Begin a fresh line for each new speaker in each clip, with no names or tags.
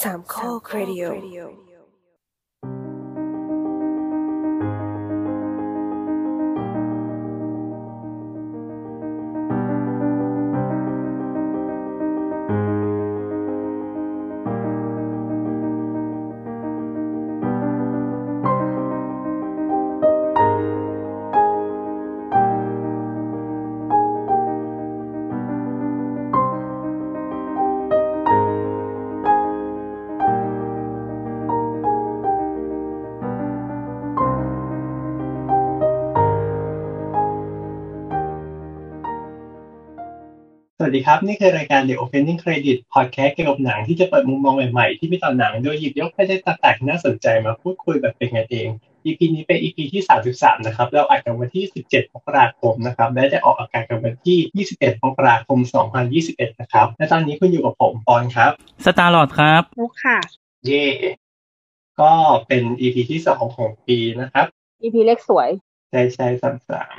สามข้อครดิโอ
สวัสดีครับ นี่คือรายการ The Opening Credit Podcast เกี่ยวกับหนังที่จะเปิดมุมมองใหม่ๆ ที่ไม่ต่อหนังโดยหยิบยกประเด็นต่างๆที่น่าสนใจมาพูดคุยแบบเป็นกันเอง EP นี้เป็น EP ที่ 33 นะครับ เราอัดกันวันที่ 17 มกราคมนะครับ และจะออกอากาศกันวันที่ 21 มกราคม 2021 นะครับ และตอนนี้คุณอยู่กับผมปอนครับ
สตาร์ลอดครับ
นุกค่ะ
เย่ก็เป็น EP ที่ 2 ของปีนะครับ
EP เลขสวย
ใช่ใช่สามสาม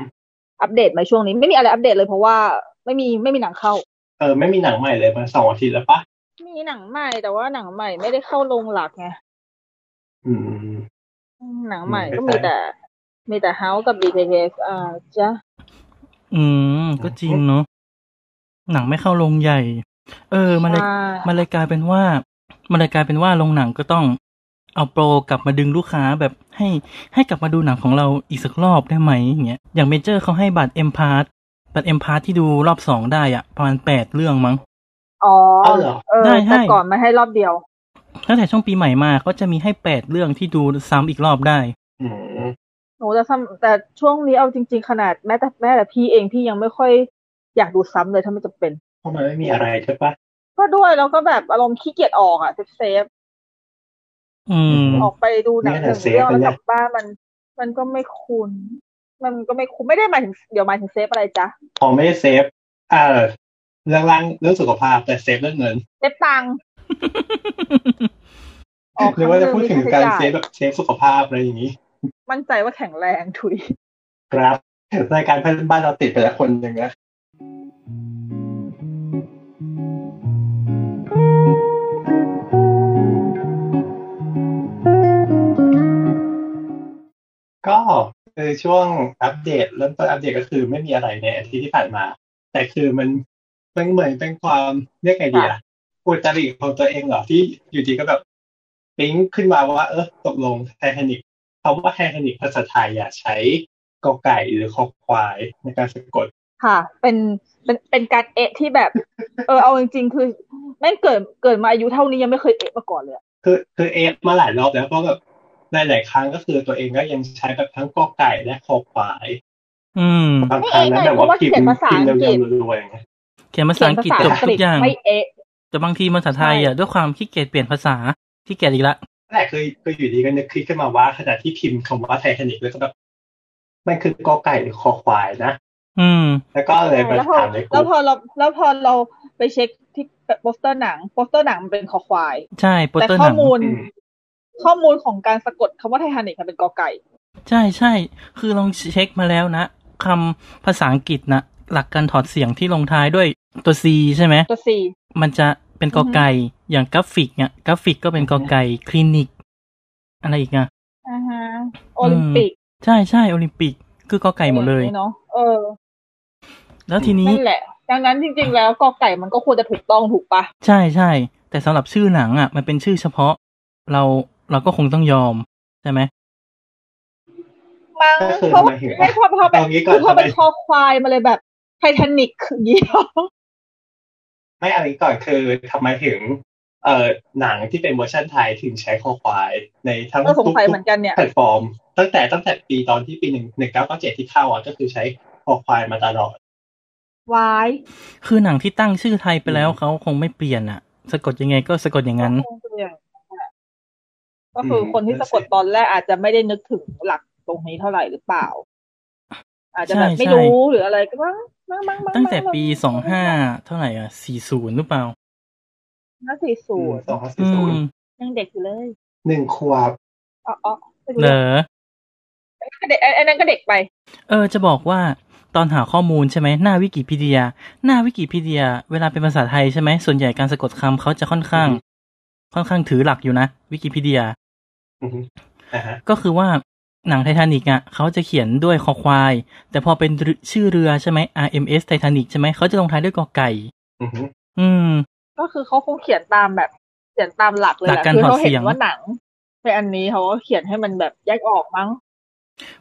อัปเดตมาช่วงนี้ไม่มีอะไรอัปเดตเลยเพราะว่าไม่มีไม่มีหนังเข้า
เออไม่มีหนังใหม่เลยมาสองอาทิตย์แล้วปะ
มีหนังใหม่แต่ว่าหนังใหม่ไม่ได้เข้าโรงหลักไง
อืม
อืมหนังใหม่
ไม่
ก็
เป็น
มี
ไร
แต่ มีแต่ House กับ BTS อ่าจ้ะ
อืม ก็จริงเนาะหนังไม่เข้าโรงใหญ่ เออ มันเลย
อ่า
มันเลยกลายเป็นว่า มันเลยกลายเป็นว่าโรงหนังก็ต้อง เอาโปรกลับมาดึงลูกค้าแบบให้ให้กลับมาดูหนังของเราอีกสักรอบได้ไหมอย่างเงี้ยอย่างเมเจอร์เขาให้บัตรเอ็มพาร์บัตรเอ็มพาร์ที่ดูรอบสองได้อะประมาณแปดเรื่องมั้ง
อ๋อ
เอ้าเหรอ
เออ
ได้ให้
แต่ก่อนมาให้รอบเดียว
ตั้งแต่ช่วงปีใหม่มาก็จะมีให้แปดเรื่องที่ดูซ้ำอีกรอบได้
อืม
หนูแต่ซ้ำแต่ช่วงนี้เอาจริง ๆ ขนาดแม้แต่แม้แต่พี่เองพี่ยังไม่ค่อยอยากดูซ้ำเลยถ้าไม่จำเป็น
เพราะมันไม่มีอะไรใช่ปะ
ก็ด้วยแล้วก็แบบอารมณ์ขี้เกียจออกอ่ะเซฟ
อืม
ๆออกไปดูหนัง
เนี่ย
หนึ่ง
เซฟ
เรื่อง
ไป
แล้วก
เนี่ย
ลับบ้านมัน มันก็ไม่คุ้นมันก็ไม่คุ้นไม่ได้หมายถึงเดี๋ยวหมายถึงเซฟอะไรจ๊ะ
พอไม่ได้เซฟอ่าเรื่องร่างเรื่องสุขภาพแต่เซฟเรื่องเงิน
เก็บตังค์ออก
หรือว่าจะพูดถึงการเซฟ
ค
แบบเซฟสุขภาพอะไรอย่างนี้
รั้งหนึ่งมีค่าใช้จ่ายมั่นใจว่าแข็งแรงถุย
ครับรายการเพื่อนบ้านเราติดไปแล้วคนหนึ่งนะก็คือช่วงอัปเดตเริ่มต้นอัปเดตก็คือไม่มีอะไรในอาทิตย์ที่ผ่านมา แต่คือมันมันเหมือนเป็นความเรียกไงดีอะอุตริของตัวเองเหรอที่อยู่ดีก็แบบปิ๊งขึ้นมาว่า เออตกลงไททานิกคำว่าไททานิกภาษาไทยอย่าใช้กอไก่หรือคอควายในการสะกด
ค่ะ เป็นเป็นเป็นการเอะที่แบบ เออเอาจริงๆคือแม่งเกิดเกิดมาอายุเท่านี้ยังไม่เคยเอะมาก่อนเลยอะ
คือคือเอฟมาหลายรอบแล้วเพราะแบบหลายๆครั้งก็คือตัวเองก็ยังใช้แบบทั้งกอไก่และคอควาย
อืม
บางครั้งนะแต่ว่าพิมพ์พิมพ์เร็วๆรวยๆไง
เขียนภาษาอังกฤษจบทุกอย่าง
ไม่เอะ
แต่บางทีภาษาไทยอ่ะด้วยความขี้เกียจเปลี่ยนภาษาขี้เกียจอีกละ
นั่นแหละคือคืออยู่ดีก็นึกคิดขึ้นมาว่าขณะที่พิมพ์คำว่าไททานิกแล้วก็แบบมันคือกอไก่หรือคอควายนะ
อืม
แล้วก็เลยไป
แล้วพอ
ถามในก
แล้ว
ลุ่ม
พอเราแล้วพอเราไปเช็คที่โปสเตอร์หนังโปสเตอร์หนังมันเป็นคอควาย
ใช่โปส
แต่
เตอร์ห
ข้อ
นัง
มูล
อืม
ข้อมูลของการสะกดคำว่าไททานิกมันเป็นกอไก่
ใช่ใช่ คือลองเช็คมาแล้วนะคำภาษาอังกฤษนะหลักการถอดเสียงที่ลงท้ายด้วยตัว C ใช่ไหม
ตัวซี
มันจะเป็นกอไก่ อย่างกราฟิกเนี่ยกราฟิกก็เป็นกอไก่คลินิก อะไรอีกอ่ะ
อ่าฮะโอลิมปิก
ใช่ใช่โอลิมปิก คือกอไก่หมดเลย
เนาะเออ
แล้วทีนี้
นั่นแหละ ดังนั้นจริง ๆ แล้วกอไก่มันก็ควรจะถูกต้องถูกปะ
ใช่ใช่ แต่สำหรับชื่อหนังอ่ะ มันเป็นชื่อเฉพาะ เราเราก็คงต้องยอมใช่ไหม
มั้ง
ก็คือ
เพราะ
ห
ว่าม
ายถึงว่า
ไม่พอพอแบบ
เอางี้ก่อ
คื
น
อพอ
ทำไม
เป็นคอควายมาเลยแบบไททานิกอย่างนี้หรอ
ไม่เอางี้ก่อนคือทำไมถึง เอ่อหนังที่เป็นเวอร์ชันไทยถึงใช้คอควายในทั้ง
เราสง
ทุก
สัย
ๆ
เหมือนกันเนี่ย
แพลตฟอร์ม ตั้งแต่ตั้งแต่ปีตอนที่ปีหนึ่งหนึ่งเก้าเก้าเจ็ดที่เข้าอ่ะก็คือใช้คอควายมาตลอด
วาย
คือหนังที่ตั้งชื่อไทยไปแล้ว
อืม
เขาคงไม่เปลี่ยนอ่ะ สะกดยังไงก็สะกดอย่างนั้น
ก็คือคนที่สะกดตอนแรกอาจจะไม่ได้นึกถึงหลักตรงนี้เท่าไหร่หรือเปล่า อาจจะแบบ
ใช่
ไม่รู้หรืออะไรก็มั้งมั้งมั้งมั้
ตั้งแต่ปีสองห้าเท่าไหร่อ่ะสี่ศูนย์หรือเปล่า
ห้าสี่ศูนย์
สองพัน
อื
สี่ศูน
ม
ย์
ยังเด็กอยู่เลย
หนึ่งขวบ
อ๋ออ๋อไม่รู้
เหรอ
เด็กไอ้นั่นก็เด็กไป
เออ จะบอกว่าตอนหาข้อมูลใช่ไหมหน้าวิกิพีเดีย หน้าวิกิพีเดีย เวลาเป็นภาษาไทยใช่ไหม ส่วนใหญ่การสะกดคำเขาจะค่อนข้าง ค่อนข้างถือหลักอยู่นะวิกิพีเดีย
อืมอ่าฮะ
ก็คือว่าหนังไททานิกอ่ะเขาจะเขียนด้วยคอควาย แต่พอเป็นเรือชื่อเรือใช่ไหม RMS ไททานิกใช่ไหมเขาจะลงท้ายด้วยกอไก่
อืม
อืม
ก็คือเขาคงเขียนตามแบบเขียนตามหลักเลย
หลั
แห
ก
ละ
การ
คือเขา
ถอดเสี
เห็
ยง
นว่าหนังเป็นอันนี้เขาก็เขียนให้มันแบบแยกออกมั้ง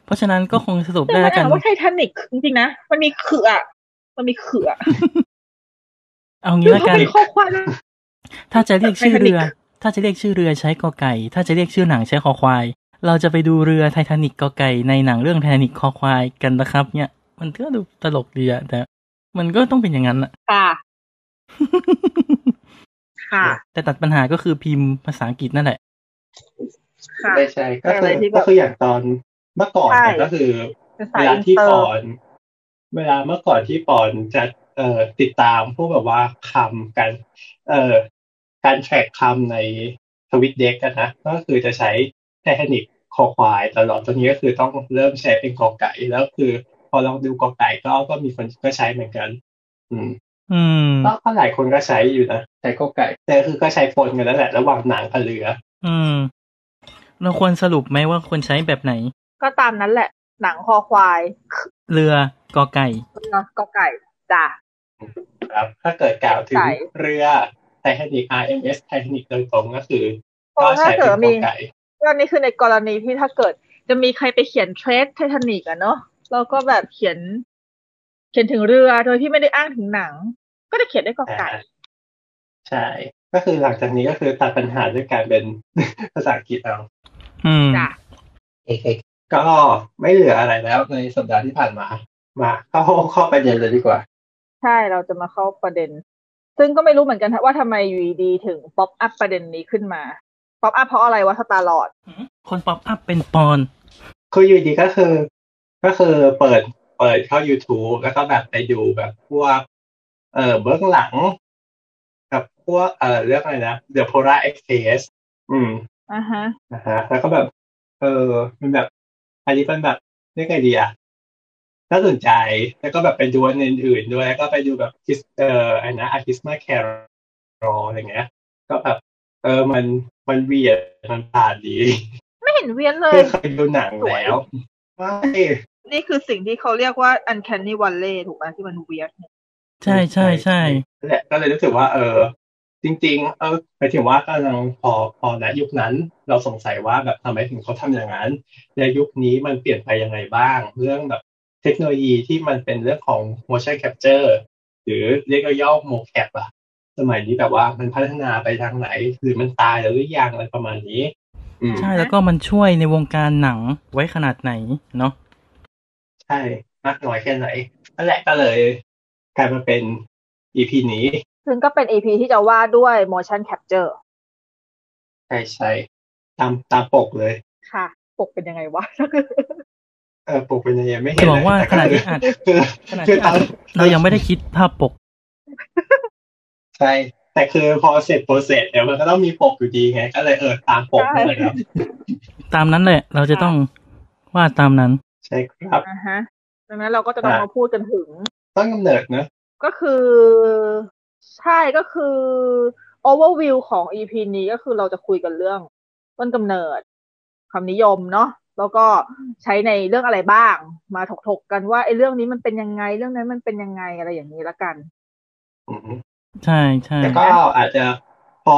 เพราะฉะนั้นก็คงสรุป
แต่มั
ได้แล้ว
น
กั
อ่าน นว่าไททานิกจริงๆนะมันมีเขืออะมันมีเขืออะ
เอางี้
คือ
แล้ว
เขา
กัน
เป็นข้อความ
ถ้าจะเรียกชื่อเรือ
ไททานิ
ถ้าจะเรียกชื่อเรือใช้กอไก่ ถ้าจะเรียกชื่อหนังใช้คอควาย เราจะไปดูเรือไททานิกกอไก่ในหนังเรื่องไททานิกคอควายกันนะครับ เนี่ย มันก็ดูตลกดีอะแต่ มันก็ต้องเป็นอย่างนั้นอะ
ค่ะค่ะ
แต่ตัดปัญหาก็คือพิมพ์ภาษาอังกฤษนั่นแหละ
ค่ะ
ใช่ใช่ก็
อะไร
คือ
ที่แบบ
ก็คืออย่างตอนเมื่อก่อนเนี่ย
ใช่
ก็คือ
เป็นสา
เวย ลา
อิน
ที่
เตอ
ป
ร์
อน เวลาเมื่อก่อนที่ปอนจะเอ่อติดตามพวกแบบว่าคำการเอ่อการแทร็กคำในทวิตเด็กกันนะ ก็คือจะใช้เทคนิคคอควายตลอดตอนนี้ก็คือต้องเริ่มใช้เป็นกอไก่ แล้วคือพอลองดูกอไก่ก็ก็มีคนก็ใช้เหมือนกัน อืม
อืม
ก็ก็หลายคนก็ใช้อยู่นะใช้กอไก่ แต่คือก็ใช้ปนกันนั่นแหละระหว่างหนังกับเรือ
อืม เราควรสรุปไหมว่าควรใช้แบบไหน
ก็ตามนั้นแหละ หนังคอควาย
เรือกอไก่
เนาะก็ไก่จ้ะ
ครับ ถ้าเกิดกล่าวถึง
ใช่
เรือไททานิก RMS ไททานิกโดยตรงก็คือ
เพ
ก็
ราะถ้า
ใช้เป็
เกิ
น
ด
กอ
มี
ไก่
เรื่องนี้คือในกรณีที่ถ้าเกิด จะมีใครไปเขียนเทรดไททานิกอะเนาะแล้วก็แบบเขียน เขียนถึงเรือโดยที่ไม่ได้อ้างถึงหนัง ก็จะเขียนได้วยกอไก่
ใช่ ก็คือหลังจากนี้ก็คือตัดปัญหาด้วยการเป็น ภาษาอังกฤษเอา
อืม
จ้ะ
ก็ไม่เหลืออะไรแล้วในสัปดาห์ที่ผ่านมา มาเข้าเข้าประเด็นเลยดีกว่า
ใช่เราจะมาเข้าประเด็น ซึ่งก็ไม่รู้เหมือนกันฮะว่าทำไมอยูดีๆถึงป๊อปอัพประเด็นนี้ขึ้นมา ป๊อปอัพเพราะอะไรวะสตาร์ลอด
คนป๊อปอัพเป็นปอน
คืออยู่ดีก็คือ ก็คือเปิดเปิดเข้า YouTube แล้วก็แบบไปดูแบบพวก เอ่อเบื้องหลัง กับพวกเอ่อเรื่องอะไรนะ The Polar Express อืม
อ่ะฮะ
นะฮะแล้วก็แบบ เออมันแบบอันนี้เป็นแบบเรื่องไอเดียน่าสนใจ แล้วก็แบบไปดูอันอื่นๆด้วยแล้วก็ไปดูแบบ Kiss- เอ่ออันนะอาร์ติสมาแครออะไรเงี้ย ก็แบบ เออมันมันเวียดมันผ่านดี
ไม่เห็นเวียนเลย
ไม่เคยดูหนังแล้วไม่
นี่คือสิ่งที่เขาเรียกว่าอันแคนนี่วันเล่ถูกไหมที่มันเวียนเนี่ย
ใช่ใช่ใช่
นั่นแหละก็เลยรู้สึกว่า เออ จริง ๆ เออหมายถึงว่ากำลังพอพอณยุคนั้น เราสงสัยว่าแบบทำไมถึงเขาทำอย่างนั้น ในยุคนี้มันเปลี่ยนไปยังไงบ้าง เรื่องแบบเทคโนโลยีที่มันเป็นเรื่องของ motion capture หรือเรียกย่อๆ mocap อะสมัยนี้แบบว่ามันพัฒนาไปทางไหน หรือมันตายแล้วหรือยังอะไรประมาณนี้ อืม
ใช่แล้วก็มันช่วยในวงการหนังไว้ขนาดไหนเนาะ
ใช่มากน้อยแค่ไหนนั่นแหละก็เลยกลายมาเป็น EP นี้
ซึ่งก็เป็น EP ที่จะว่าด้วย motion capture
ใช่ใช่ตามตามปกเลย
ค่ะ ปกเป็นยังไงวะ
เออปกเป็นยังไงไม่เห็
จะ
น
บอกว่า
เลย
ขนาดที่อัด
คือ
ขนาด
คือ
ที่อั
ตา
ด
ม
เรายังไม่ได้คิดภาพปก
ใช่ แต่คือพอเสร็จโปรเซสเดี๋ยวมันก็ต้องมีปกอยู่ดีไง ก็เลยเออตามปก
ใช่
เลยครับ
ตามนั้นแหละ เราจะต้องวาดตามนั้น
ใช่ครับ
อ่ะฮะ ดังนั้นเราก็จะต้อง
อ่ะ
มาพูดกันถึง
ต้นกำเนิดเนอะ
ก็คือ ใช่ก็คือ overview ของ EP นี้ก็คือเราจะคุยกันเรื่อง ต้นกำเนิดคำนิยมเนาะแล้วก็ใช้ในเรื่องอะไรบ้าง มาถกๆกันว่าไอ้เรื่องนี้มันเป็นยังไง เรื่องนั้นมันเป็นยังไงอะไรอย่างนี้ละกัน
อืม
ใช่ใช่
แต่ก็อาจจะพอ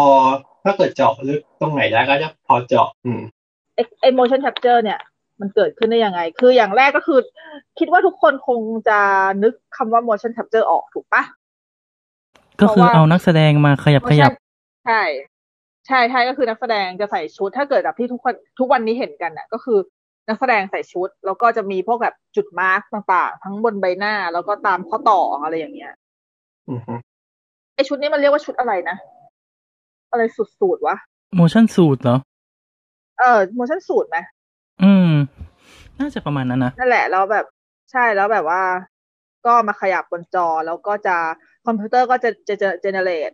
ถ้าเกิดเจาะลึกตรงไหนได้ก็จะพอเจาะ อืม
ไอ้ไอ้ motion capture เนี่ย มันเกิดขึ้นได้ยังไง คืออย่างแรกก็คือ คิดว่าทุกคนคงจะนึกคำว่า motion capture ออกถูกปะ
ก็คือเอานักแสดงมาขยับขยับ
ใช่ ใช่ใช่ก็คือนักแสดงจะใส่ชุด ถ้าเกิดแบบที่ทุกคนทุกวันนี้เห็นกันน่ะ ก็คือนักแสดงใส่ชุด แล้วก็จะมีพวกแบบจุดมาร์กต่างๆ ทั้งบนใบหน้าแล้วก็ตามข้อต่ออะไรอย่างเงี้ย
อืมฮึ
ไอชุดนี้มันเรียกว่าชุดอะไรนะ อะไรสุดสูตรวะ
motion suit เหรอ
เออ motion สูตรไหม
อืม น่าจะประมาณนั้นนะ
นั่นแหละ แล้วแบบใช่แล้วแบบว่า ก็มาขยับบนจอแล้วก็จะคอมพิวเตอร์ก็จะจะจะเจเนเรต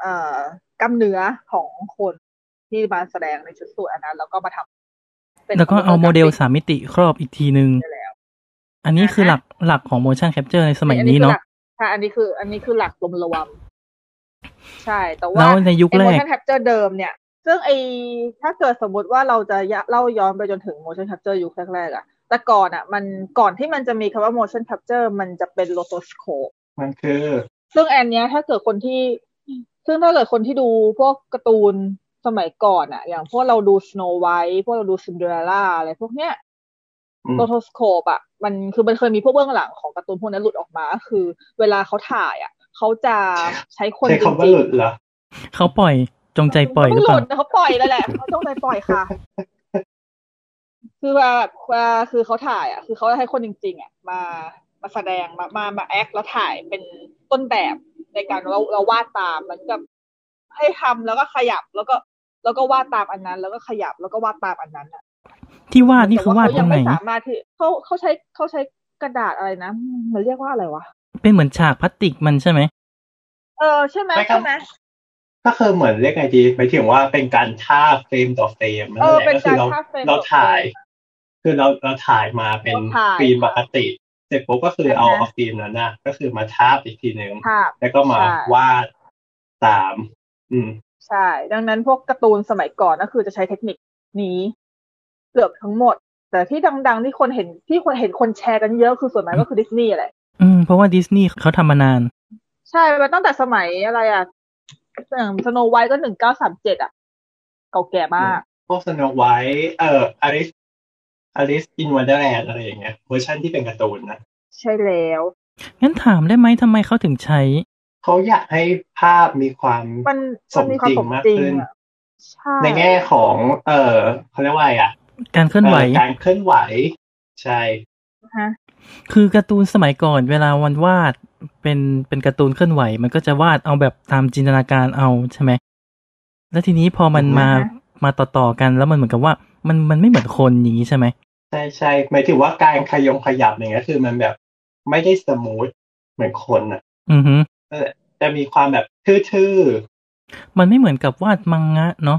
เอ่อกล้ามเนื้อของคนที่มาแสดงในชุดสูทอันนั้น แล้วก็มาทำป็น
แล้วก็เอาโมเดลสามมิติครอบอีกทีนึง
ได้แล้ว
อันนี้คือหลักหลักของ motion capture ในสมัยนี้เนาะ
อัคือหลักค่ะอันนี้คือ อันนี้คือหลักรวม ใช่แต่
แล้
ว่า
วในยุคแรก
emotion capture เดิมเนี่ย ซึ่งไอถ้าเกิดสมมติว่าเราจะเล่าย้อนไปจนถึง motion capture ยุคแรกๆอะแต่ก่อนอะมันก่อนที่มันจะมีคำว่า motion capture มันจะเป็น rotoscope
มันคือ
ซึ่งอันเนี้ยถ้าเกิดคนที่ ซึ่งถ้าเกิดคนที่ดูพวกการ์ตูนสมัยก่อนอะอย่างพวกเราดู Snow White พวกเราดู Cinderella อะไรพวกเนี้ย
อืม
โรโทสโคปอ่ะมันคือมันเคยมีพวกเบื้องหลังของการ์ตูนพวกนั้นหลุดออกมาก็คือ เวลาเขาถ่ายอ่ะเขาจะใช้คน
ใช้
จริ
คำว่าหลุดเหรอ
เขาปล่อยจงใจปล่อยห
มั
รื
น
อ
ห
เป
ลุ
ล่า
ดนะเขาปล่อยแล้วแหละเขาต้องใจปล่อยค่ะ คือว่าแบบว่าคือเขาถ่ายอ่ะ คือเขาจะให้คนจริง ๆอ่ะมามาแสดงมามามาแอคแล้วถ่ายเป็นต้นแบบในการเราเราวาดตามเหมันกับให้ทำแล้วก็ขยับแล้วก็ แล้วก็วาดตามอันนั้น แล้วก็ขยับแล้วก็วาดตามอันนั้นอะ
ที่วาดนี่คือวาดต
แต่
รงไหน
เขยังไม่สามารถที่เขาเขาใช้เขาใช้กระดาษอะไรนะมันเรียกว่าอะไรวะ
เป็นเหมือนฉากพลาสติกมันใช่ไหม
เออใช่ไหม
ใช่ครับ
ใช่ไหม
ก็คือเหมือนเรียกไงดีหมายถึงว่าเป็นการท่าบเฟรมต่อเฟรมนั่น
เออ
แหละ
เป็น
ก็คื
การ
อเรา
ภาพเฟรม
เราถ่าย คือเราเราถ่ายมาเป็น
เราถ่าย
ฟิล์มปกติ เสร็จปุ๊บก็คือเอา
อ่าฮะ
เอาฟิล์มนั้นนะก็คือมาท่าบอีกทีหนึ่ง
ภาพ
แล้วก็มา
ใช่
วาดตาม อืม
ใช่ ดังนั้นพวกการ์ตูนสมัยก่อนก็คือจะใช้เทคนิคนี้เกือบทั้งหมด แต่ที่ดังๆที่คนเห็นที่คนเห็นคนแชร์กันเยอะคือส่วนมากก็คือดิสนีย์แหละ
อืมเพราะว่าดิสนีย์เขาทำมานาน
ใช่มันตั้งแต่สมัยอะไรอ่ะอย่างสโนไวท์ก็หนึ่งเก้าสามเจ็ดอ่ะ เก่าแก่มาก
พวกสโนไวท์เอ่ออลิสอลิสอินวันเดอร์แลนด์อะไรอย่างเงี้ยเวอร์ชันที่เป็นการ์ตูนนะ
ใช่แล้ว
งั้นถามได้ไหมทำไมเขาถึงใช้
เขาอยากให้ภาพมีความ
มันมันมีความสมจริงอะช่
ในแง่ของ เอ่อเขาเรียกว่าอะไรอ่ะ
การเคลื่อนไหว
เอ่อการเคลื่อนไหว ใช่
คือการ์ตูนสมัยก่อน เวลาวันวาดเป็นเป็นการ์ตูนเคลื่อนไหว มันก็จะวาดเอาแบบตามจินตนาการเอาใช่ไหม แล้วทีนี้พอมัน
อือฮึ
มามาต่อต่อๆกันแล้วมันเหมือนกับว่า มันมันไม่เหมือนคนอย่างนี้ใช่ไหม
ใช่ใช่หมายถึงว่าการขยงขยับอย่างเงี้ยคือมันแบบไม่ได้สมูทเหมือนคนอ่ะ
อือฮึ
จะมีความแบบทื่อ
มันไม่เหมือนกับวาดมังงะเนาะ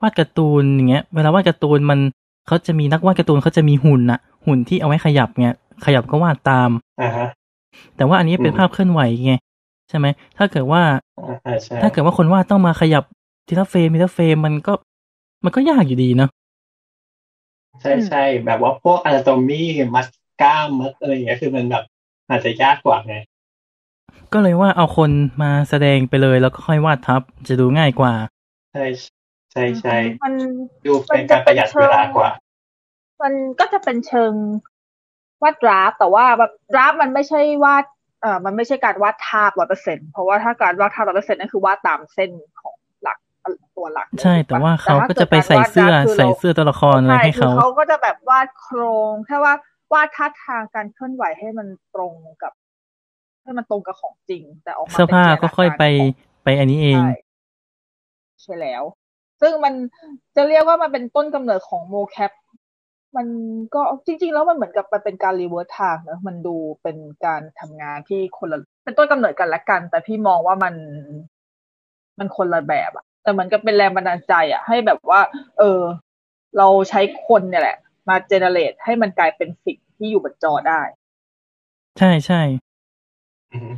วาดการ์ตูนอย่างเงี้ย เวลาวาดการ์ตูนมันเขาจะมีนักวาดการ์ตูนเขาจะมีหุ่นน่ะ หุ่นที่เอาไว้ขยับเงี้ยขยับก็วาดตาม
ๆอ่าฮะ
แต่ว่าอันนี้เป็น
อืม
ภาพเคลื่อนไหวไงใช่ไหมถ้าเกิดว่า
อ่าอ่าใช่
ถ้าเกิดว่าคนวาดต้องมาขยับทีละเฟรมทีละเฟรมมันก็ มันก็ยากอยู่ดีเนาะ
ใช่ใช่แบบว่าพวกอ n a โตมีมัดกล้ามมัดอะไรอย่างเงี้ยคือมันแบบอาจจะยากกว่าไง
ก็เลยว่าเอาคนมาแสดงไปเลยแล้วก็ค่อยวาดทับ จะดูง่ายกว่า
ใช่ใช่ใช่
มัน
ดูเป็นการประหยัดเวลากว่า
มันก็จะเป็นเชิงวาดดราฟแต่ว่าแบบดราฟมันไม่ใช่วาดเอ่อมันไม่ใช่การวาดภาพร้อยเปอร์เซ็นเพราะว่าถ้าการวาดภาพร้อยเปอร์เซ็นนั่นคือวาดตามเส้นของหลักตัวหลัก
ใช่ แต่ว่าเขาก็จะไปใส่เสื้อใส่เสื้อตัวละครอะไร
ใช่
ให้
คือ
เขา
เขาก็จะแบบวาดโครงแค่ว่าวาดท่าทางการเคลื่อนไหวให้มันตรงกับให้มันตรงกับของจริง แต่ออกมา
เสื้อผ้าก็ค่อยไป
เป็นจินตนาการของ
ไปอันนี้เอง
ใช่ใช่แล้ว ซึ่งมันจะเรียกว่ามันเป็นต้นกำเนิดของโมแคป มันก็จริง ๆ แล้วมันเหมือนกับมันเป็นการรีเวิร์สทางเนอะมันดูเป็นการทำงานที่คนละเป็นต้นกำเนิดกันละกัน แต่พี่มองว่ามัน มันคนละแบบอะแต่เหมือนกับเป็นแรงบันดาลใจอะให้แบบว่า เออ เราใช้คนเนี่ยแหละ มาเจเนเรตให้มันกลายเป็นสิ่งที่อยู่บนจอได้
ใช่ใช่
อือฮึ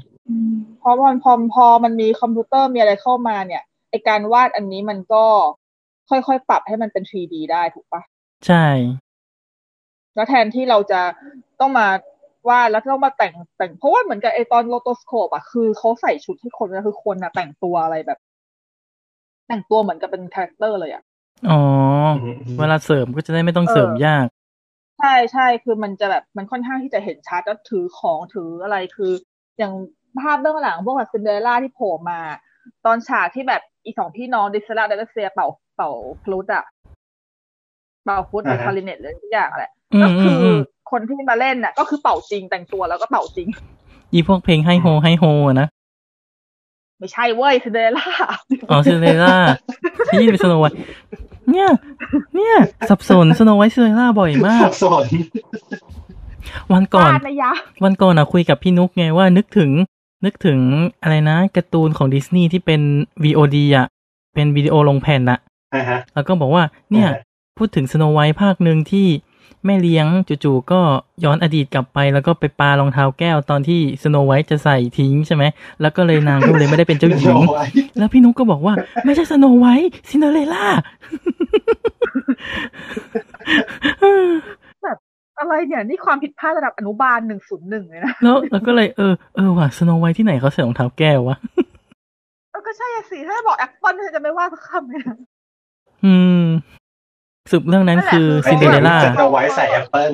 พอมันพอพอมันมีคอมพิวเตอร์มีอะไรเข้ามาเนี่ยไอการวาดอันนี้มันก็ค่อยๆ ปรับให้มันเป็น 3D ได้ถูกปะ
ใช่
แล้วแทนที่เราจะต้องมาวาดแล้วต้องมาแต่งแต่งเพราะว่าเหมือนกับไอตอนโลโตสโคปอะคือเขาใส่ชุดให้คนนะคือคนนะแต่งตัวอะไรแบบ แต่งตัวเหมือนกับเป็นคาแรคเตอร์เลยอะ
อ๋อ
อือฮึอือฮึ
เวลาเสริมก็จะได้ไม่ต้องเสริม
เออ
ยาก
ใช่ใช่คือมันจะแบบมันค่อนข้างที่จะเห็นชัดแล้วถือของถืออะไรคือ อย่างภาพเบื้องหลังพวกแบบซินเดอเรลล่าที่โผล่มา ตอนฉากที่แบบอีสองพี่น้องดิสลาเดลเซียเป่าเป่าฟลุตอะเป่าฟลุตหรือ
อ่าฮะ
คลาริเนตหรือทุกอย่างแหละ
อื
ก็
มอื
คื
ม
อ
อืม
คนที่มาเล่นน่ะ ก็คือเป่าจริงแต่งตัวแล้วก็เป่าจริง
อีพวกเพลงไฮโฮไฮโฮอะนะ
ไม่ใช่เว้ยซินเดอเรลล่า
อ๋อซินเดอเรลล่าที่เป็นสโนไวท์เนี่ย เนี่ย สับสนสโนไวท์ซินเดอเรลล่าบ่อยมาก
สับสน
วันก่อน
พลาดนะยะ
วันก่อนอะคุยกับพี่นุกไงว่านึกถึง นึกถึงอะไรนะการ์ตูนของดิสนีย์ที่เป็น VOD อะเป็นวิดีโอลงแผ่นอะ
อ่าฮะ
แล้วก็บอกว่าเนี่ย
อ่าฮะ
พูดถึงสโนไวท์ภาคหนึ่งที่ แม่เลี้ยงจู่ๆก็ย้อนอดีตกลับไป แล้วก็ไปปารองเท้าแก้วตอนที่สโนไวท์จะใส่ทิ้งใช่ไหม แล้วก็เลยนางก็เลยไม่ได้เป็นเจ้าหญิง
โอ้ย
แล้วพี่นุ๊กก็บอกว่า ไม่ใช่สโนไวท์ซินเดอเรลล่า
อะไรเนี่ย นี่ความผิดพลาดระดับอนุบาลหนึ่งศูนย์หนึ่งเลยนะ
แล้วเราก็เลยเออเออว่ะสโนไวท์ที่ไหนเขาใส่รองเท้าแก้ววะ
เออก็ใช่อะสิถ้าบอกแอปเปิลเธอจะไม่ว่าสักคำเลยนะ
อืมสรุดเรื่องนั้นคือ
นั่
ซิน
น
เดอ
แห
เร
ละ
ลล่า
จะเอาไว้ใส่แอปเปิล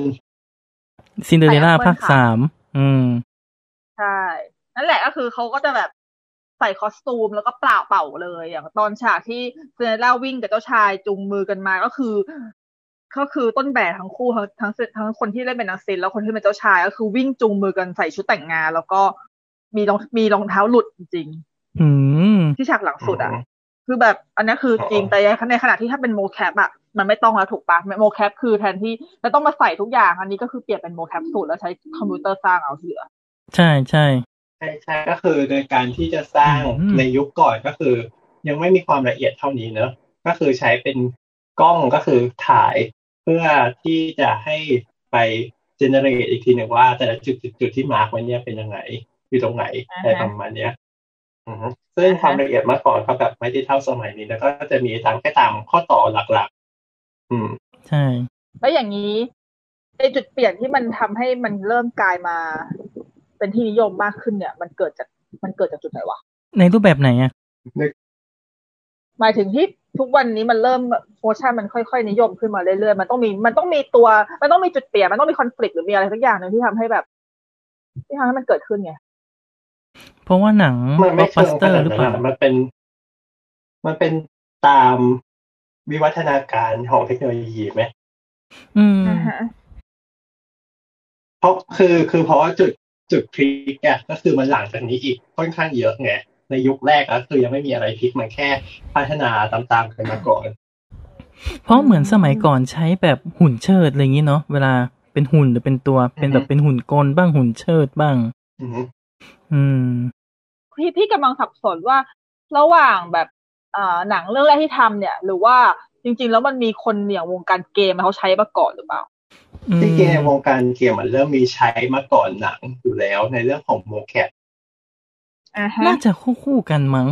ซินเดอเรลล่า
ใส่แอปเปิ้ล
ภาค
ค่ะ
สาม อืม
ใช่ นั่นแหละก็คือเขาก็จะแบบใส่คอสตูมแล้วก็เปล่าเป่าเลย อย่างตอนฉากที่เซเนล่าวิ่งกับเจ้าชายจูงมือกันมาก็คือ ก็คือต้นแบบทั้งคู่ทั้งทั้งทั้งคนที่เล่นเป็นนักเซนแล้วคนที่เป็นเจ้าชายก็คือวิ่งจูงมือกันใส่ชุดแต่งงาน แล้วก็มีรองมีรองเท้าหลุดจริง
อืม
ๆที่ฉากหลังสุดอ่ะ คือแบบอันนี้คือจริงแต่ในขณะที่ถ้าเป็นโมแคปอ่ะมันไม่ต้องแล้วถูกปะโมแคปคือแทนที่จะต้องมาใส่ทุกอย่าง อันนี้ก็คือเปลี่ยนเป็นโมแคปสูตรแล้วใช้คอมพิวเตอร์สร้างเอาที่เหลือ
ใช่ใช่
ใช่ใช่ก็คือโดยการที่จะสร้าง
อืม
ในยุคก่อนก็คือ ยังไม่มีความละเอียดเท่านี้เนอะก็คือใช้เป็นกล้องก็คือถ่าย เพื่อที่จะให้ไปเจเนเรตอีกทีหนึ่งว่าแต่ละจุดจุดจุดที่มาร์กไว้เนี่ยเป็นยังไง อยู่ตรงไหน
อ่าฮะ
อะไรประมาณเนี้ยอือฮึซึ่งความละเอียดเมื่อก่อนเขาแบบไม่ได้เท่าสมัยนี้แล้วก็จะมีทางแค่ตามข้อต่อหลักๆ อืม
ใช่
แล้วอย่างนี้ไอจุดเปลี่ยนที่มันทำให้มันเริ่มกลายมา เป็นที่นิยมมากขึ้นเนี่ย มันเกิดจากมันเกิดจากจุดไหนวะ
ในรูปแบบไหนอ่ะ
หมายถึงที่ทุกวันนี้มันเริ่มโฟชั่นมันค่อยๆนิยมขึ้นมาเรื่อยๆมันต้องมีมันต้องมีตัวมันต้องมีจุดเปลี่ยนมันต้องมีคอนฟ lict หรือมีอะไรสักอย่างหนึ่งที่ทำให้แบบ ที่ทำให้มันเกิดขึ้นไง
เพราะว่าหนังบ
มัน
ล็
ไม่
อกบั
เชิ
ส
ง
เต
ข
อร์
นาด
หรือ
นั้น
เปล่า
อะมันเป็น มันเป็นตามวิวัฒนาการของเทคโนโลยีไหม
อืม
อ่าฮะ
เพราะคือคือเพราะว่าจุดจุดพลิกเนี่ยก็คือมันหลังจากนี้อีกค่อนข้างเยอะไงในยุคแรกก็คือยังไม่มีอะไรพลิกมันแค่พัฒนาตามๆกันมาก่อน
เพราะเหมือนสมัยก่อนใช้แบบหุ่นเชิดอะไรอย่างนี้เนาะเวลาเป็นหุ่นหรือเป็นตัว เป็นแบบเป็นหุ่นกลบ้างหุ่นเชิดบ้าง
อือฮึ
อืม
พี่พี่กำลังสับสนว่าระหว่างแบบอ่าหนังเรื่องแรกที่ทำเนี่ย หรือว่าจริง ๆ แล้วมันมีคนอย่างวงการเกมเขาใช้มาก่อนหรือเปล่า
อืม
ที่เกมวงการเกมมันเริ่มมีใช้มาก่อนหนังอยู่แล้วในเรื่องของโมแคท
อ่า
น่าจะคู่คู่ๆกันมั้ง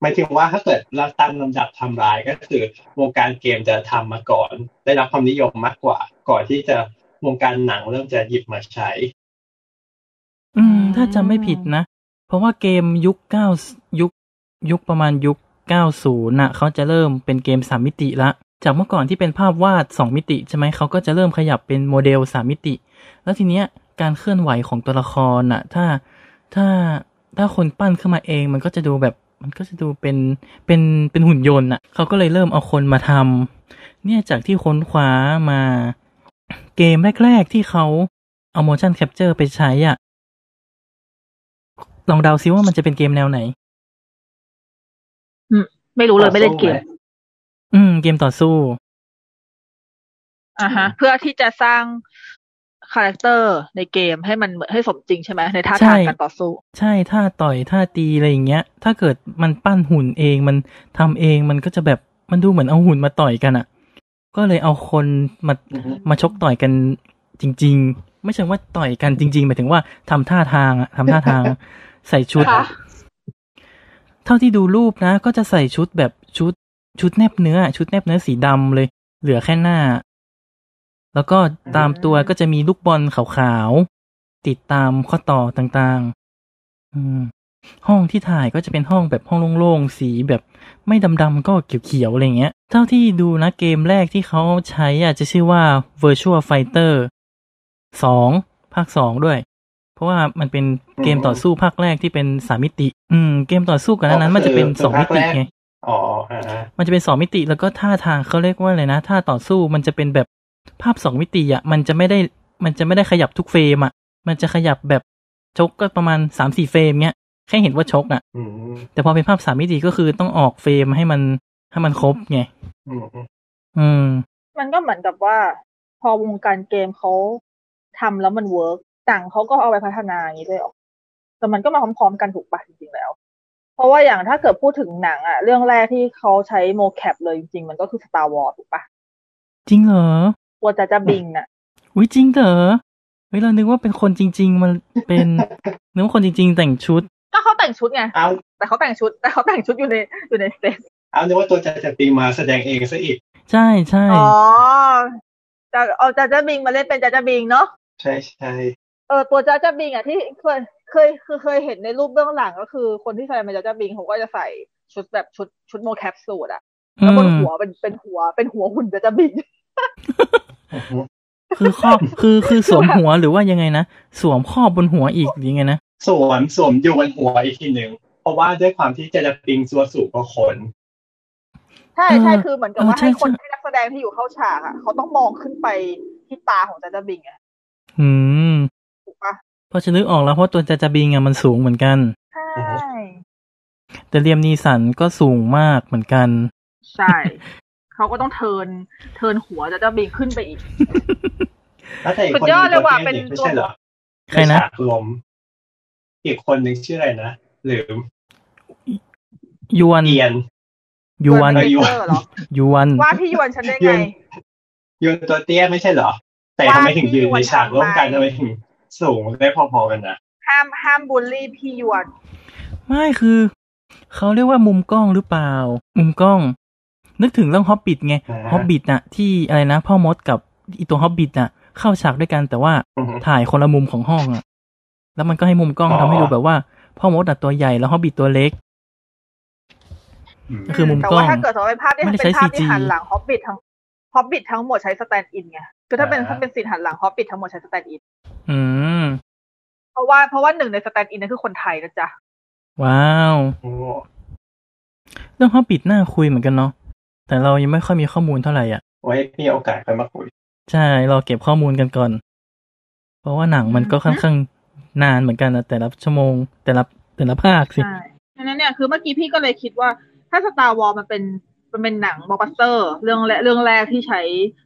หมายถึงว่าถ้าเกิดเราตามลำดับไทำลายก็คือวงการเกมจะทำมาก่อน ได้รับความนิยมมากกว่า ก่อนที่จะวงการหนังเริ่มจะหยิบมาใช้
อืม ถ้าจำไม่ผิดนะ เพราะว่าเกมยุคเก้ายุค ยุคประมาณยุคเก้าศูนย์น่ะเขาจะเริ่มเป็นเกมสามมิติละ จากเมื่อก่อนที่เป็นภาพวาดสองมิติใช่ไหมเขาก็จะเริ่มขยับเป็นโมเดลสามมิติ แล้วทีเนี้ยการเคลื่อนไหวของตัวละครน่ะ ถ้าถ้าถ้าคนปั้นขึ้นมาเองมันก็จะดูแบบ มันก็จะดูเป็นเป็นเป็นหุ่นยนต์น่ะเขาก็เลยเริ่มเอาคนมาทำเนี่ยจากที่ค้นคว้ามา เกมแรก ๆ ที่เขาเอา motion capture ไปใช้อ่ะ ลองเดาซิว่ามันจะเป็นเกมแนวไหน
ไม่รู้เลยไม่เล่นเกม
อืม เกมต่อสู้
อ่าฮะ เพื่อที่จะสร้างคาแรคเตอร์ในเกมให้มันเหมือนให้สมจริงใช่ไหมในท่าทาง
ใช่
การต่อสู้
ใช่ท่าต่อยท่าตีอะไรอย่างเงี้ย ถ้าเกิดมันปั้นหุ่นเองมันทำเองมันก็จะแบบมันดูเหมือนเอาหุ่นมาต่อยกันอะ่ะ ก็เลยเอาคนมา
อือฮึ
มาชกต่อยกันจริง ๆ ไม่ใช่ว่าต่อยกันจริง ๆ หมายถึงว่าทำท่าทางอะทำท่า ทาง ใส่ชุด
ค่ะ
เท่าที่ดูรูปนะ ก็จะใส่ชุดแบบชุด ชุดแนบเนื้อ ชุดแนบเนื้อสีดำเลย เหลือแค่หน้า แล้วก็ตามตัวก็จะมีลูกบอลขาวๆ ติดตามข้อต่อต่างๆ อืม ห้องที่ถ่ายก็จะเป็นห้องแบบห้องโล่งๆ สีแบบไม่ดำๆ ก็เขียวๆ อะไรเงี้ย เท่าที่ดูนะเกมแรกที่เขาใช้อาจจะชื่อว่า Virtual Fighter 2 ภาค 2 ด้วย เพราะว่ามันเป็นเกมต่อสู้ภาคแรกที่เป็นสามมิติ อืม เกมต่อสู้ก่อนหนานั้นมันจะเป็นสองมิติไง
อ๋ออ่า
มันจะเป็นสองมิติแล้วก็ท่าทางเขาเรียกว่าอะไรนะ ท่าต่อสู้มันจะเป็นแบบภาพสองมิติอะมันจะไม่ได้มันจะไม่ได้ขยับทุกเฟรมอะมันจะขยับแบบชกก็ประมาณสามสี่เฟรมเนี้ยแค่เห็นว่าชกอะ
อืม
แต่พอเป็นภาพสามมิติก็คือต้องออกเฟรมให้มันให้มันครบไง
อืมอืม
อืม
มันก็เหมือนกับว่า พอวงการเกมเขาทำแล้วมันเวิร์กต่างเขาก็เอาไปพัฒนาอย่างนี้ด้วยเหรอแต่มันก็มาพร้อมๆกันถูกปะจริงๆแล้ว เพราะว่าอย่างถ้าเกิดพูดถึงหนังอะเรื่องแรกที่เขาใช้โมแคปเลยจริงๆ มันก็คือ Star Wars ถูกปะ
จริงเหรอ
ลัวจะจะบิงน่ะ
อุ้ยจริงเหรอเฮ้ยเรานึกว่าเป็นคนจริง ๆ มันเป็นนึกว่าคนจริง ๆ แต่งชุด
ก็เขาแต่งชุดไง
เอา
แต่เขาแต่งชุด แต่เขาแต่งชุดอยู่ในอยู่ในสเตจ
เอานึกว่าตัวจะจะปีมาแสดงเองซะอีก
ใช่ใช่
อ๋อจะเอาจะจะบิงมาเล่นเป็นจะจะบิงเนาะ
ใช่ใช่
เออตัวจ้าจ้าบิงอ่ะที่เคยเคยคือเคยเห็นในรูปเบื้องหลังก็คือ คนที่แสดงเป็นจ้าจ้าบิงเขาก็จะใส่ชุดแบบชุดชุดโมแคปสูตรอ่ะ
อื
แล้วบน
ม
หัวเป็นเป็นหัวเป็นหัวหุ่นจ้าจ้าบิง
อือฮึ
คือครอบ คือคือสวมหัวหรือว่ายังไงนะสวมครอบบนหัวอีกหรือยังไงนะ
สวมสวมอยู่บนหัวอีกทีหนึ่งเพราะว่าด้วยความที่จะจะปิงตัวสูงกว่าคน
ใช่ใช่คือเหมือนกับว่าให้คนให้นักแสดงที่อยู่เข้าฉากอ่ะเขาต้องมองขึ้นไปที่ตาของจ้าจ้าบิงอ่ะ
อืม
ถูกปะ
พอจะนึกออกแล้วเพราะตัวจาจาบิงอะมันสูงเหมือนกัน
ใช่
แต่เรียมนีสันก็สูงมากเหมือนกัน
ใช่เขาก็ต้องเทินเทินหัวจ้าจ้าบิงขึ้นไปอีก
แล้วแต่อีก
สุ
คน
ดยอดเลยว่ะ
หง
เป็น
ไม่ใช่เหรอ
ใครนะ
ฉากลม อีกคนหนึ่งชื่ออะไรนะหรือ
ยวน
เอียน
ยวน
เบเกอร์เหรอย
วน
ว่าพี่ยวนฉันได้ไง
ยูนตัวเตี้ยไม่ใช่เหรอ แต่ทำไมถึงยืนในฉากร่วมกันทำไมถึงสูงได้พอๆกันนะ
ห้ามห้ามบูลลี่พี่ยวน
ไม่คือ เขาเรียกว่ามุมกล้องหรือเปล่า มุมกล้อง นึกถึงเรื่องฮอบบิทไงฮอบบิทน่ะ ที่อะไรนะ พ่อมดกับอีตัวฮอบบิทน่ะ เข้าฉากด้วยกันแต่ว่า
อือฮึ
ถ่ายคนละมุมของห้องอะแล้วมันก็ให้มุมกล้อง
อ๋อ
ทำให้ดูแบบว่า พ่อมดน่ะตัวใหญ่แล้วฮอบบิทตัวเล็ก
อืม
คือมุม
แต่
กล้อง
ว่าถ้าเกิดสมมติเป็นภาพที่
ไม่ได้
เป็น
ใช้
ภาพ
CG
ที่หันหลังฮอบบิททั้งฮอบบิททั้งหมดใช้สแตนด์อินไงคือถ้าเป็นถ้าเป็นซีนหันหลังฮอบบิททั้งหมดใช้สแตนด์อิน
อืม
เพราะว่าเพราะว่าหนึ่งในสแตนด์อินนั่นคือคนไทยนะจ๊ะ
ว้าว
โอ้
เรื่องฮอบบิทน่าคุยเหมือนกันเนาะแต่เรายังไม่ค่อยมีข้อมูลเท่าไหร่อ่ะ
ไว้มีโอกาสค่อยมาคุย
ใช่ เราเก็บข้อมูลกันก่อน เพราะว่าหนังมันก็ค่อนข้างนานเหมือนกันนะแต่ละชั่วโมง แต่ละแต่ละภาคสิ
ใช่ฉะนั้นเนี่ยคือเมื่อกี้พี่ก็เลยคิดว่า ถ้าสตาร์วอลมันเป็นมันเป็นหนังมอบัสเตอร์เรื่องแรกเรื่องแรกที่ใช้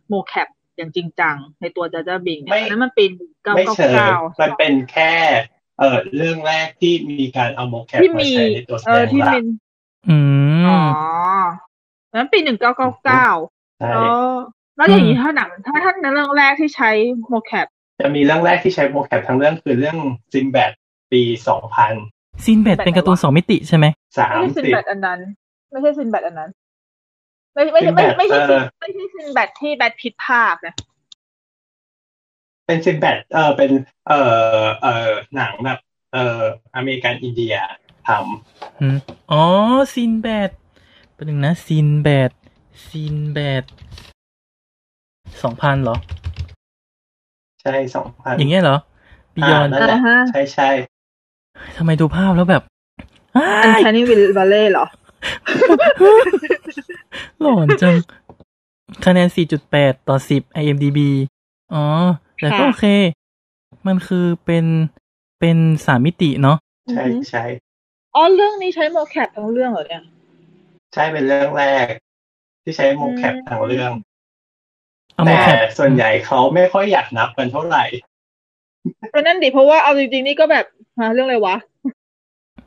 โมแคปอย่างจริงจังในตัวจ้าจ้าบิงเนี่ย
ไม่
อันนั้นมันปีนเก้า
ไม่เชิง
เก้า
มันเป็นแค่ เออเรื่องแรกที่มีการเอาโมแคป
ที่
มา
มี
ใช้ในตัวแส
เอ
ด
องที่
หลั
เป็
ก
น
อื
อ๋อ
ม
นั้นปีหนึ่งเก้าเก้าเก้า
ใช่
อ๋อแล้วอย่างนี้ถ้าหนังถ้าถ้าในเรื่องแรกที่ใช้โมแคป
จะมีเรื่องแรกที่ใช้โมแคปทั้งเรื่องคือเรื่องซินแบดปีสองพัน
ซินเบดเป็นการ์ตูนสองมิติใช่ไหม
สา
ไม่
ม
ใช่ซิน
สิบ
แบทอันนั้น ไม่ใช่ซินแบทอันนั้น ไม่ไม่ใช่ไม่ไม่ใช่
เออ
ไม่ใช่ซินแบทที่แบทพิทภาคนะ
เป็นซินแบดเออเป็น เออเออหนังแบบ เอออเมริกันอินเดียทำ
อืมอ๋อ ซินแบดแประหนึ่งนะ ซินแบด ซินแบด สองพันเหรอ
ใช่สองพัน
อย่างเงี้ยเหรอบิยอน
อ่า แหละ
อ่าฮะ
ใช่ใช่
ทำไมดูภาพแล้วแบบอ้า
อัน
ย
ชานี่วิลวาเล่เหรอ
หลอนจัง คะแนน 4.8 ต่อ 10 IMDB อ๋อ แต่ก็
ค่ะ
โอเค มันคือเป็น เป็นสามมิติเนาะ
ใช่ใช่
อ๋อเรื่องนี้ใช้โมแคปทั้งเรื่องเหรอเนี่ย
ใช่เป็นเรื่องแรก ที่ใช้โมแคป
อืม
ทางเรื่อง
เอามา
แต่
แคป
ส่วนใหญ่เขาไม่ค่อยอยากนับกันเท่าไหร่
ก็นั่นดิเพราะว่าเอาจริงๆนี่ก็แบบฮะเรื่องอะไรวะ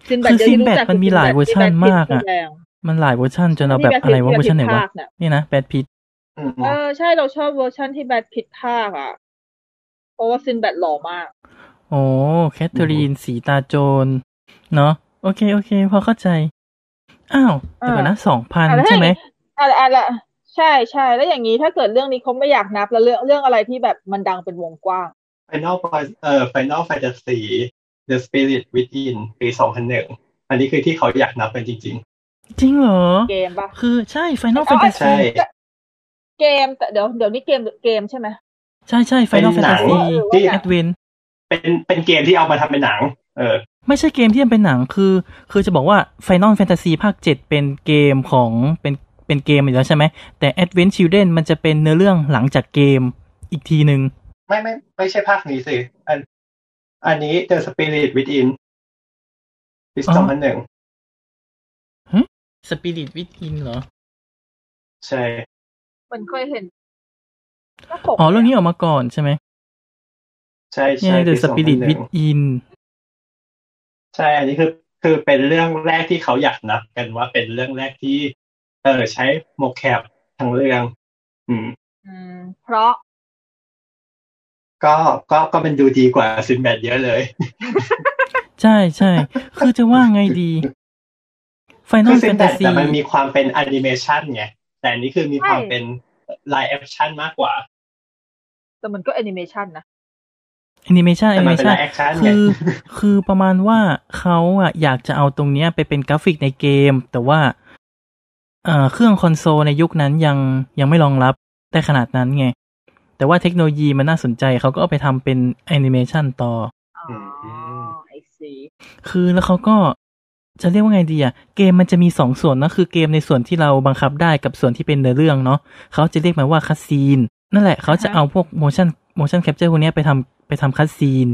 ซินแบท
คือ
เดียว
ซิน
ที่
แบ
รู้
ด
จัก
มันมีหลายเวอร์ชันมาก
คืซิ
อ่ะ
นแบทที่แสดง
มันหลายเวอร์ชันจนเราแบบอะไรวะเวอร์ชันไหน
ที่
วะ
แบทพิทภาคเนี่ย
นี่นะแบดพิท
อืม
เออใช่เราชอบเวอร์ชันที่แบทพิทภาคอ่ะ เพราะว่าซินแบทหล่อมาก
โอ้แคทเธอรีน สีตาโจน เนาะโอเค โอเค พอเข้าใจ อ้าวแต่ก่อนนะสองพัน
อ่าแล้ว
ใช่ไหม
อ่ะอ่ะละใช่ใช่แล้วอย่างนี้ถ้าเกิดเรื่องนี้เขาไม่อยากนับแล้วเรื่องเรื่องอะไรที่แบบมันดังเป็นวงกว้าง
ไฟนอลเอ่อไฟนอลแฟนตาซี The Spirit Within ปีสองพันหนึ่งอันนี้คือที่เขาอยากนับกันจริง
จริงเหรอ
เกมปะ
คือใช่ Final
ๆ ใช่
Fantasy
เกมแต่เดี๋ยวเดี๋ยวนี้เกมเกมใช่ไหม
ใช่ใช่
เป็น
Final
หนัง
Fantasy
ที่
ที่
Advent
เป็นเป็นเกมที่เอามาทำเป็นหนัง เออ
ไม่ใช่เกมที่มันเป็นหนังคือ คือจะบอกว่า Final Fantasy ภาค 7 เป็นเกมของเป็นเป็นเกมอยู่แล้วใช่ไหม แต่ Advent Children มันจะเป็นเนื้อเรื่องหลังจากเกมอีกทีหนึ่ง
ไม่ไม่ไม่ใช่ภาคนี้สิอันอันนี้ The Spirit Within ปีสองพันหนึ่ง
Spirit Within เหรอ
ใช่
เหมันเคยเห็นหน้าปก
อ๋อ เรื่องนี้ออกมาก่อนใช่ไหม
ใช่
เนี่ย
ใช่
The
ปีสองพันห
Spirit
นึ่ง
Within
ใช่ อันนี้คือคือเป็นเรื่องแรกที่เขาอยากนับกันว่าเป็นเรื่องแรกที่ เออใช้โมแคปทางเรื่อง อืม
อืมเพราะ
ก็ก็ก็มันดูดีกว่าซินแบดเยอะเลย
ใช่ใช่ คือจะว่าไงดี
คื
Final
อซินแบด
Fantasy
แต่มันมีความเป็นแอนิเมชันไงแต่อันนี้คือมีความ
ใช่
เป็นไลฟ์แอคชั่นมากกว่า
แต่มันก็แอนิเมชันนะ
Animation
แต่มันเป็น
Animation
แอคชั่นไง
คือคือประมาณว่าเขาอะอยากจะเอาตรงเนี้ยไปเป็นกราฟิกในเกม แต่ว่าเอ่อเครื่องคอนโซลในยุคนั้นยังยังไม่รองรับได้ขนาดนั้นไง แต่ว่าเทคโนโลยีมันน่าสนใจเขาก็เอาไปทำเป็นแอนิเมชันต่อ
อ๋อไอซี
คือแล้วเขาก็จะเรียกว่าไงดีอะเกมมันจะมีสองส่วนนะคือเกมในส่วนที่เราบังคับได้กับส่วนที่เป็นเนื้อเรื่องเนาะเขาจะเรียกมันว่าคัสซีนนั่นแหละเขาจะเอาพวก motion motion capture พวกเนี้ยไปทำไปทำคัสซีน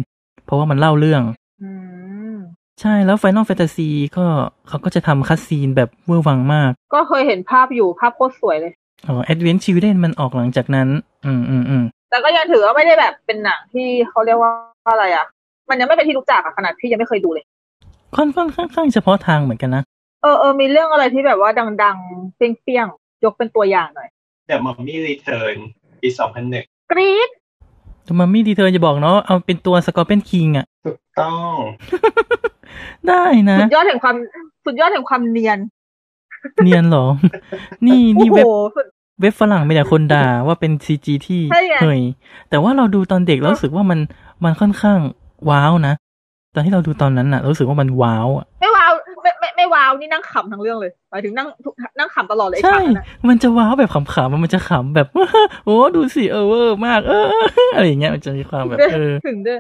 เพราะว่ามันเล่าเรื่อง
อืม
ใช่แล้ว Final Fantasy ก็เขาก็จะทำคัสซีนแบบเวอร์วังมาก
ก็เคยเห็นภาพอยู่ภาพโคตรสวยเลย
อ๋อ Advent Children มันออกหลังจากนั้น อืมอืมอืม
แต่ก็ยังถือว่าไม่ได้แบบเป็นหนังที่เขาเรียกว่าอะไรอ่ะ มันยังไม่เป็นที่รู้จักอะขนาดพี่ยังไม่เคยดูเลย
ค่อนค่อนค่อนข้างเฉพาะทางเหมือนกันนะ
เออเออมีเรื่องอะไรที่แบบว่าดังๆเปรี้ยงๆ ยกเป็นตัวอย่างหน่อย
เดี๋ยวมัมมี่รีเทิร์นปีสองพันหนึ่ง
กรี๊ด
แต่มันไม่ดีเธอจะบอกเนาะเอาเป็นตัว Scorpion King อะ
ถูกต้อง
ได้นะ
สุดยอดแห่งความสุดยอดแห่งความเนียน
เนียนเหรอ นี่
โอ้
นี่
โห
เว็บ
สุด
เว็บฝรั่งไม่แต่คนด่าว่าเป็นซีจีที่
ใช่ไง
เฮ้ยแต่ว่าเราดูตอนเด็กแล้วรู้สึกว่ามันมันค่อนข้างว้าวนะ ตอนที่เราดูตอนนั้นอะเรารู้สึกว่ามันว้าวอะ
ไม่ว้าวไม่ไม่ไม่ว้าวนี่นั่งขำทั้งเรื่องเลยหมายถึงนั่งทุกนั่งขำตลอดเลยไอ้
ใช่
ฉากนั้นอะ
มันจะว้าวแบบขำๆมันจะขำแบบ โอ้ดูสิเออเวอร์มาก เอออะไรอย่างเงี้ยมันจะมีความแบบเออ
ถึงได้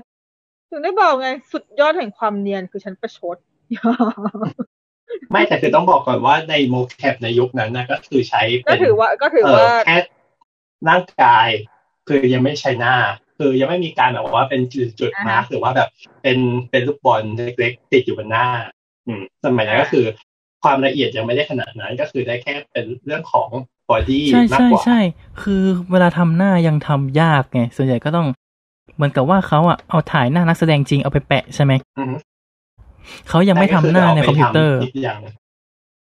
ถึงได้บอกไงสุดยอดแห่งความเนียนคือฉันประชด
ไม่แต่คือต้องบอกก่อนว่าในโมแคปในยุคนั้นนะก็คือใช้
ก็
เป็น
ถือว่าก็ถือ
เออ
ว่า
แค่ร่างกาย คือยังไม่ใช่หน้า คือยังไม่มีการแบบว่าเป็นจุดจุดๆ
อ่าฮะ
มาร์คหรือว่าแบบเป็นเป็นลูกบอลเล็กๆติดอยู่บนหน้า อืมสมัยนั้นก็คือ ความละเอียดยังไม่ได้ขนาดนั้นก็คือได้แค่เป็นเรื่องของบอดี้
ใช่
มาก
ใช่
กว่า
ใช่ คือเวลาทำหน้ายังทำยากไง ส่วนใหญ่ก็ต้อง เหมือนกับว่าเขาอะเอาถ่ายหน้านักแสดงจริงเอาไปแปะใช่ไหม
อือฮึ
เขายังไม่ทำหน้าในคอมพิวเตอร์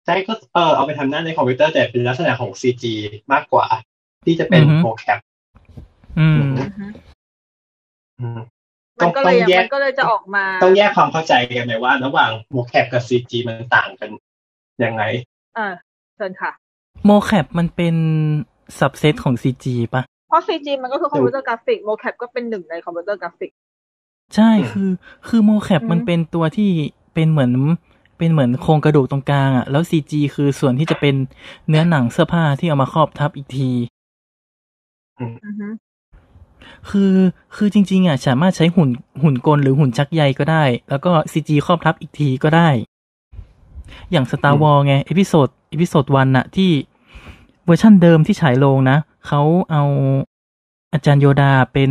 ใช่ก็คืาไปทำกอย่างหนึ่งใช่ก็เออเอาไปทำหน้าในคอมพิวเตอร์แต่เป็นลักษณะของซีจีมากกว่า ที่จะเป็น
อือฮึ
โมแคป
อืม
อืม
มันก็เลย
ต้องแยก
มันก็เลยจะออกมา
ต้องแยกความเข้าใจกันเลยว่า ระหว่างโมแคปกับซีจีมันต่างกันยังไง
อ่าเชิญค่ะ
โมแคปมันเป็นสับเซตของ CG ปะ
เพราะ CG มันก็คือคอมพิวเตอร์กราฟิกโมแคปก็เป็นหนึ่งในคอมพิวเตอร์กราฟิก
ใช่
อืม
คือคือโมแคป
อืม
มันเป็นตัวที่เป็นเหมือนเป็นเหมือนโครงกระดูกตรงกลางอะแล้ว CG คือส่วนที่จะเป็นเนื้อหนังเสื้อผ้าที่เอามาครอบทับอีกที
อือฮึ
คือคือจริง ๆอ่ะสามารถใช้หุ่นหุ่นกลหรือหุ่นชักใยก็ได้ แล้วก็ซีจีครอบทับอีกทีก็ได้ อย่าง Star
อืม
Wars ไง เอพิโซดเอพิโซดวันน่ะที่เวอร์ชั่นเดิมที่ฉายโรงนะ เขาเอาอาจารย์โยดาเป็น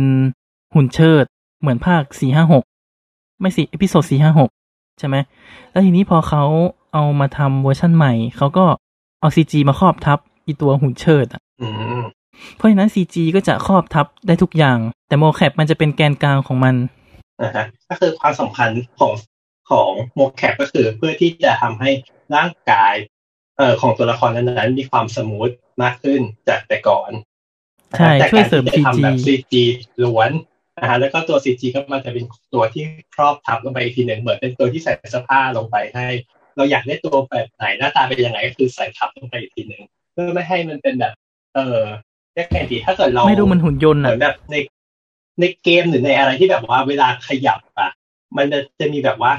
หุ่นเชิด เหมือนภาคสี่ห้าหกไม่สิเอพิโซดสี่ห้าหกใช่ไหม แล้วทีนี้พอเขาเอามาทำเวอร์ชั่นใหม่ เขาก็เอาซีจีมาครอบทับอีตัวหุ่นเชิดอะ
อืม
เพราะฉะนั้น CG ก็จะครอบทับได้ทุกอย่าง แต่โมแคปมันจะเป็นแกนกลางของมัน
นะฮะก็คือความสำคัญของของโมแคปก็คือเพื่อที่จะทำให้ร่างกายเอ่อของตัวละครนั้นๆมีความสมูทมากขึ้นจากแต่ก่อน
ใช่
แต่
ช่วยเสริม
การที่จะทำแบบ CG ล้วนนะฮะแล้วก็ตัว CG ก็มันจะเป็นตัวที่ครอบทับลงไปอีกทีหนึ่งเหมือนเป็นตัวที่ใส่เสื้อผ้าลงไปให้ เราอยากได้ตัวแบบไหนหน้าตาเป็นยังไงก็คือใส่ทับลงไปอีกทีหนึ่งเพื่อไม่ให้มันเป็นแบบ เออเรียกไงดีถ้าเกิดเรา
ไม่ดูมันหุ่นยนต์
เห
อ่ะ
มือนแบบในในเกมหรือในอะไรที่แบบว่าเวลาขยับอ่ะ มันจะจะมีแบบว่า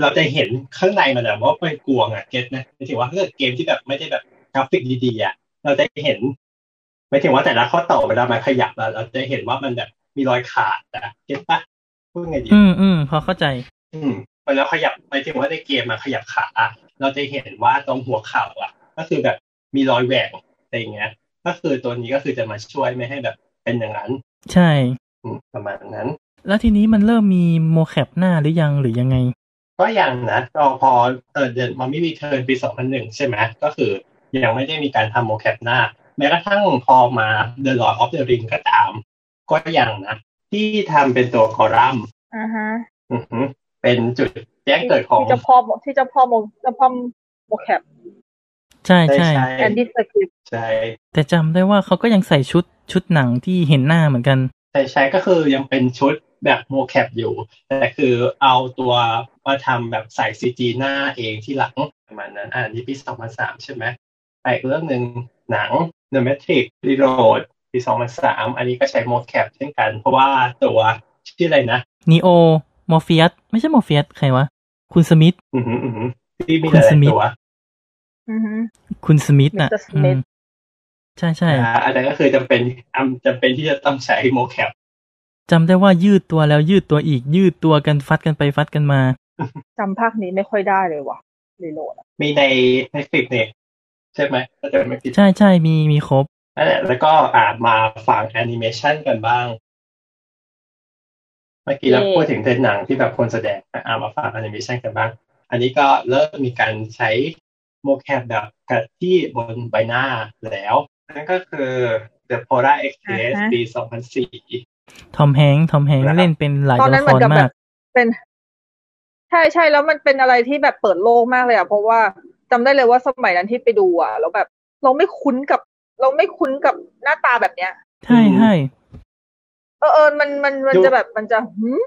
เราจะเห็นข้างในมันแบบว่าเป็นกลวงอ่ะเก็ตนะหมายถึงว่าถ้าเกิดเกมที่แบบไม่ได้แบบกราฟิกดีๆอ่ะเราจะเห็นหมายถึงว่าแต่ละข้อต่อเวลามันขยับอะเราจะเห็นว่ามันแบบมีรอยขาดอ่ะเก็ตปะพูดไงดี
อืมอืมพอเข้าใจ
อืมไปแล้วขยับไปถึงว่าในเกมอะขยับขาอะเราจะเห็นว่าตรงหัวเข่าอะก็คือแบบมีรอยแหว่งอะไรอย่างเงี้ย ก็คือตัวนี้ก็คือจะมาช่วยไม่ให้แบบเป็นอย่างนั้น
ใช่
อืมประมาณนั้น
แล้วทีนี้มันเริ่มมีโมแคปหน้าหรือยังหรือยังไง
ก็อย่างนะก็พอเออเดือนมามิวีเทิร์นปีสองพันหนึ่งใช่ไหมก็คือยังไม่ได้มีการทำโมแคปหน้า แม้กระทั่งพอมาเดอะลอ d ออฟเดอะริงก็ตาม ก็อย่างนะ ที่ทำเป็นตัวคอรัมน์
อ่าฮะ
อือหือเป็นจุดแจ้งเกิดของ
ที่เจะพ่อที่เจะพ่อโมเจะพ่อโมแคป
ใช่ใช่
แอนดี้สคริป
ใช่
แต่จำได้ว่าเขาก็ยังใส่ชุดชุดหนังที่เห็นหน้าเหมือนกัน
แต่ใช้ก็คือยังเป็นชุดแบบโมแคปอยู่ แต่คือเอาตัวมาทำแบบใส่ซีจีหน้าเองที่หลังประมาณนั้นอ่านนี้ปีสองพันสามใช่ไหมไปอีกเรื่องหนึ่งหนัง The Matrix Reload ปีสองพันสามอันนี้ก็ใช้โมแคปเช่นกัน เพราะว่าตัวชื่ออะไรนะ
นีโอมอร์เฟียสไม่ใช่มอร์เฟียสใครวะ คุณสมิธ
อือหืออือหือที่มีหลายๆตัว
อือฮึ
คุณสมิธน่ะ
Mr. Smith
อืมใช่ใช่
อ่าอันนั้นก็คือจำเป็นจำจำเป็นที่จะต้องใช้โมแคป
จำได้ว่ายืดตัวแล้วยืดตัวอีก ยืดตัวกันฟัดกันไปฟัดกันมา
จำภาคนี้ไม่ค่อยได้เลยว่ะรีโหลดอะ
มีในในคลิปเนี่ยใช่ไหมถ้าจะไม่ผิด
ใช่ใช่มีมีครบ
นั่นแหละแล้วก็อ่ามาฝั่งแอนิเมชันกันบ้าง เมื่อกี้เราพูดถึงเทรนด์หนังที่แบบคนแสดงอ่ะอ่ามาฝั่งแอนิเมชันกันบ้าง อันนี้ก็เริ่มมีการใช้โมแคปแบบกัดที่บนใบหน้าแล้ว นั่นก็คือ The Polar Express ปี 2004
ทอมแฮงค์ทอมแฮงค์
นะครับ
เล่นเป็นหลาย
ตอน
ตัว
นั้น
ละค
มัน
ร
กับแบ
มาก
บเป็น ใช่ใช่แล้วมันเป็นอะไรที่แบบเปิดโลกมากเลยอ่ะ เพราะว่าจำได้เลยว่าสมัยนั้นที่ไปดูอ่ะ แล้วแบบเราไม่คุ้นกับ เราไม่คุ้นกับหน้าตาแบบเนี้ย
ใช่ใช่
เออเออมันมันมัน
ดู
จะแบบมันจะหืม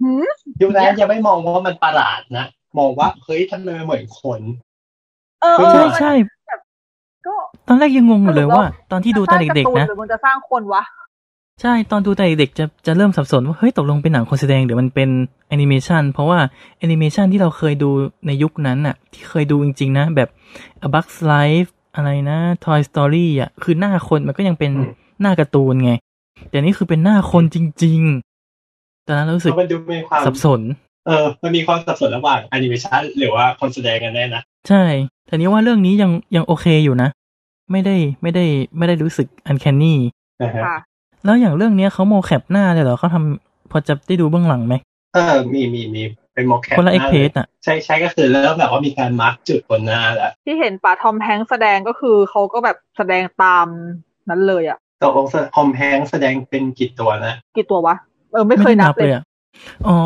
หืม
ยุคนั้นยังไม่มองว่ามันประหลาดนะ มองว่าเฮ้ยทำไมมันเหมือนคน
เออเออ
ใช่
มัน
ใช่
ก็
ตอนแรกยังงงอยู่เลยว่า ตอนที่ดูตอนเด็ก
มัจะสร้างาร์ตู
ๆนะ
หรือมันจะสร้างคนวะ
ใช่ตอนดูตอนเด็กๆจะจะเริ่มสับสนว่า เฮ้ย ตกลงเป็นหนังคนแสดงหรือมันเป็นแอนิเมชันเพราะว่าแอนิเมชันที่เราเคยดูในยุคนั้นน่ะ ที่เคยดูจริงๆนะ แบบ A Bug's Life อะไรนะ Toy Story อ่ะ คือหน้าคนมันก็ยังเป็น
อืม
หน้าการ์ตูนไง แต่นี่คือเป็นหน้าคนจริงๆ ตอนนั้นเรารู้สึก
เพราะมันดูมีความ
สับสน
เออ มันมีความสับสนระหว่างแอนิเมชันหรือว่าคนแสดงกันแน่นะ
ใช่ แต่นี้ว่าเรื่องนี้ยังยังโอเคอยู่นะ ไม่ได้ไม่ได้ไม่ได้รู้สึกอันแคนนี่
ค่ะ
แล้วอย่างเรื่องเนี้ยเขาโมแคปหน้าเลยเหรอเขาทำพอจะได้ดูเบื้องหลังไหม
เออ มีมีมีเป็นโมแคป
คนละเอ็กเพ
ย
สอ่ะ
ใช่ใช่ก็คือเริ่มแบบว่ามีการมาร์กจุดบนหน้าแล้ว
ที่เห็นป่าทอมแฮงค์แสดงก็คือเขาก็แบบแสดงตามนั้นเลยอ่ะ
ตกลงทอมแฮงค์แสดงเป็นกี่ตัวนะ
กี่ตัววะ เออไม่เคยนับเลย
ไม่ได้อะอ๋อ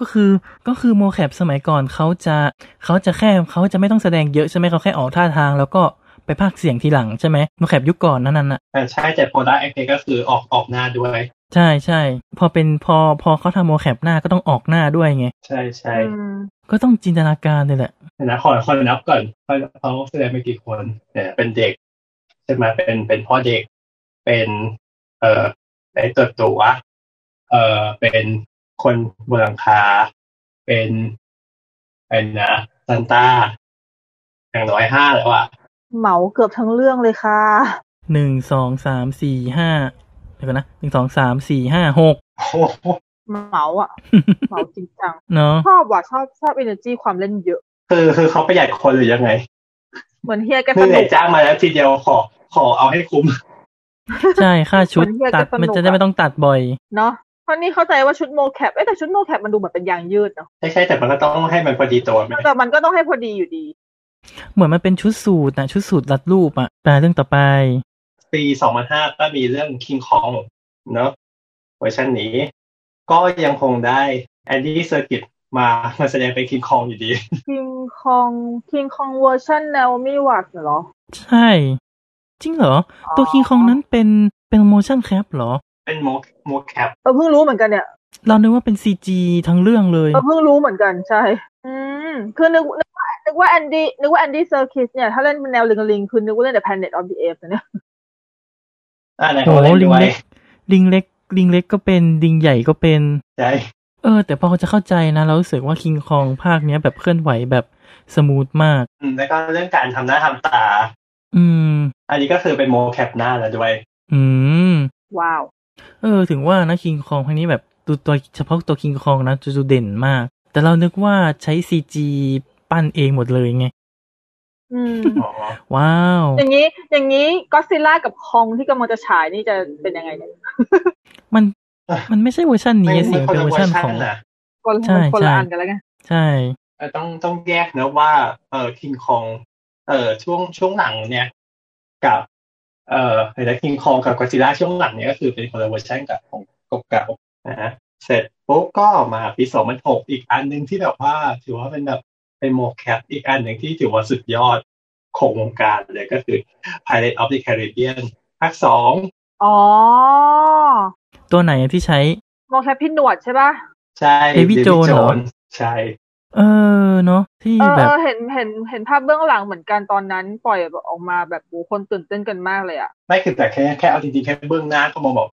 ก็คือ ก็คือโมแคปสมัยก่อนเขาจะเขาจะแค่เขาจะไม่ต้องแสดงเยอะใช่ไหมเขาแค่ออกท่าทาง แล้วก็ไปพากย์เสียงทีหลังใช่ไหมโมแคปยุคก่อนนั้นน่ะ
แต่ใช่แต่โปรดักต์เอ็กเพก็คือออกออกหน้าด้วย
ใช่ใช่ พอเป็นพอพอเขาทำโมแคปหน้าก็ต้องออกหน้าด้วยไง
ใช่ใช่
อืม
ก็ต้องจินตนาการเลยแหละ
เดี๋ยวนะขอขอนับก่อนเขาเขาแสดงไปกี่คนเนี่ยเป็นเด็กใช่ไหมเป็นเป็นพ่อเด็ก เป็น เอ่อเป็นตัวตัวเอ่อเป็นคนบนหลังคา เป็นเป็นนะซันต้าอย่างน้อยห้าแล้วอ่ะ
เหมาเกือบทั้งเรื่องเลยค่ะ
หนึ่งสองสามสี่ห้าเดี๋ยวก่อนนะหนึ่งสองสามสี่ห้าหก
โอ้โห
เหมาอ่ะ เหมาจริงจัง
เนาะ
ชอบว่ะชอบชอบเอเนอร์จีความเล่นเยอะ
คือคือเขาประหยัดคนหรือยังไง
เหมือนเฮียแกส
เมื่อไห
นุ
ร่
ก
จ้างมาแล้วทีเดียวขอขอเอาให้คุ้ม
ใช่ค่าชุด
คนเรียก
ตัด
จะสนุก
มันจะได้
อะ
ไม่ต้องตัดบ่อย
เนาะตอนนี้เข้าใจว่าชุดโมแคปเอ้ยแต่ชุดโมแคปมันดูเหมือนเป็นยางยืดเนาะ
ใช่ใช่แต่มันก็ต้องให้มันพอดีตัวไหม
แต่มันก็ต้องให้พอดีอยู่ดี
เหมือนมันเป็นชุดสูทนะชุดสูทรัดรูปอะไปเรื่องต่อไป
ปีสองพันห้าก็มีเรื่องคิงคองเนาะเวอร์ชันนี้ ก็ยังคงได้แอนดี้เซอร์กิตมามาแสดงเป็นคิงคองอยู่ดี
คิงคองคิงคองเวอร์ชันแนวมิวัตเหรอ
ใช่ จริงเหรอ ตัวคิงคองนั้นเป็นเป็นโมชั่นแคปหรอ
เป็นโมโมแคป
เออเพิ่งรู้เหมือนกันเนี่ย
เรานึกว่าเป็นซีจีทั้งเรื่องเลย
เออเพิ่งรู้เหมือนกันใช่ อืม คือนึกนึกว่านึกว่าแอนดี้นึกว่าแอนดี้เซอร์คิสเนี่ย ถ้าเล่นเป็นแนวลิงลิงคือนึกว่าเล่นแต่ Planet of the Apes นะเนี่ย
อ่าไหน
โอ้
เขาเล่น
ลิ
ด้
ง
วย
เล็ก ลิงเล็ก ลิงเล็กก็เป็น ลิงใหญ่ก็เป็น
ใช่
เออ แต่พอจะเข้าใจนะ เรารู้สึกว่าคิงคองภาคเนี้ยแบบเคลื่อนไหวแบบสมูทมาก
อืมแล้วก็เรื่องการทำหน้าทำตา
อืม
อันนี้ก็คือเป็นโมแคปหน้าแล้วด้วย
อืม
ว้าว
เออ ถึงว่านะคิงคองภาคนี้แบบดูตัวเฉพาะตัวคิงคองนะจะดูเด่นมาก แต่เรานึกว่าใช้ซีจีปั้นเองหมดเลยไง
อืม
อ๋อ
ว้าว
อย่างนี้อย่างนี้ก็ซิล่ากับคองที่กำลังจะฉายนี่จะเป็นยังไงเนี่ย
มัน
อ่ะ
มันไม่ใช่เวอร์ชันนี้สิมันเป็นเวอร์ชันของ
นะ
คนละ
ใช่
คนละอั
ใช่
นกันแล้วกัน
ใช่
เออต้องต้องแยกนะว่า เออคิงคองเออช่วงช่วงหลังเนี่ย กับ เออไอ้คิงคองกับกอซิล่าช่วงหลังเนี่ยก็คือเป็นคนละเวอร์ชันกับของเก่าๆนะฮะเสร็จปุ๊บก็มาปีสองพันหกอีกอันหนึ่งที่แบบว่า ถือว่าเป็นแบบเป็นโมแคปอีกอันหนึ่งที่ถือว่าสุดยอดของวงการเลยก็คือ Pirate of the Caribbean ภาคสอง
อ๋อ
ตัวไหนที่ใช้
มองใช้พินหนวดใช่ปะ
ใช่
เอวิโจนเหรอ
นใช่
เออเนาะที่
เออ
แบบ
เออเห็นเห็นเห็นภาพเบื้องหลังเหมือนกันตอนนั้น ปล่อยออกมาแบบโอ้คนตื่นเต้นกันมากเลยอะ
ไม่คือแต่แค่แค่เอาจริงๆแค่เบื้องหน้าก็มองบอก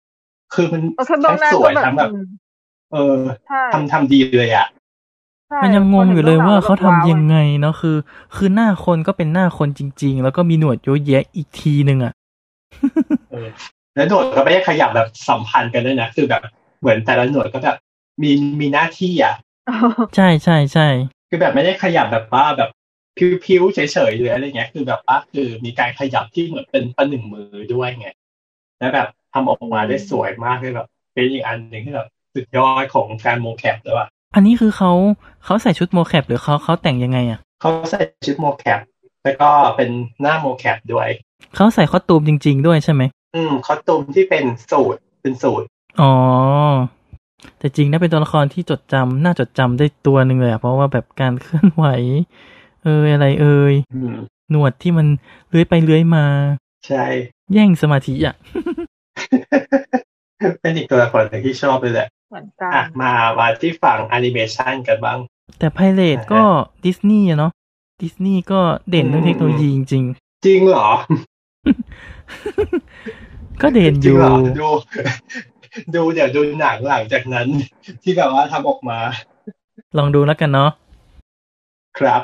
คือมัน
เออแค่เบื้องหน้า
ทั้งส
ก็
วย
แบบ
ทั้งแบบ
อืม
เออ
ใช่
ทำทำดีเลยอ่ะ
ใช่
มันยังงงอยู่เลยว่าเขาทำยัง
ไง
ไงเนาะคือ คือหน้าคนก็เป็นหน้าคนจริง ๆ แล้วก็มีหนวดเยอะแยะอีกทีหนึ่งอ่ะ
เออแล้วหนวดก็ไม่ได้ขยับแบบสัมพันธ์กันด้วยนะคือแบบเหมือนแต่ละหนวดก็แบบมีมีหน้าที่อ่ะ
ใช่ใช่ใช่
คือแบบไม่ได้ขยับแบบว่าแบบพิ้วๆเฉยๆหรืออะไรเงี้ย คือแบบว่าคือมีการขยับที่เหมือนเป็นประหนึ่งมือด้วยไงแล้วแบบทำออกมาได้สวยมากเลยแบบ เป็นอีกอันหนึ่งที่แบบสุดยอดของการโมแคปเลยว่ะ
อันนี้คือเขาเขาใส่ชุดโมแคปหรือเขาเขาแต่งยังไงอ่ะ
เขาใส่ชุดโมแคปแล้วก็เป็นหน้าโมแคปด้วย
เขาใส่คอสตูมจริง ๆ ด้วยใช่ไหม
อืมคอสตูมที่เป็นสูตรเป็นสูตร
อ๋อ แต่จริงนะเป็นตัวละครที่จดจำน่าจดจำได้ตัวหนึ่งเลยอะเพราะว่าแบบการเคลื่อนไหว เอยอะไรเอย
อืม
หนวดที่มันเลื้อยไปเลื้อยมา
ใช่
แย่งสมาธิอ่ะ
เป็นอีกตัวละครหนึ่งที่ชอบเลยแหละ
เหมือนกัน
อ่ะมามาที่ฝั่งแอนิเมชันกันบ้าง
แต่ไพเรตก็ดิสนีย์อะเนาะดิสนีย์ก็เด่นเรื่องเทคโนโลยีจริง
จริงเหรอ
ๆ ก็เด่น
จ
อ
ริง
ยู่
เหรอดู ดูเดี๋ยวดูหนังหลังจากนั้น ที่แบบว่าทำออกมา
ลองดูแล้วกันเนาะ
ครับ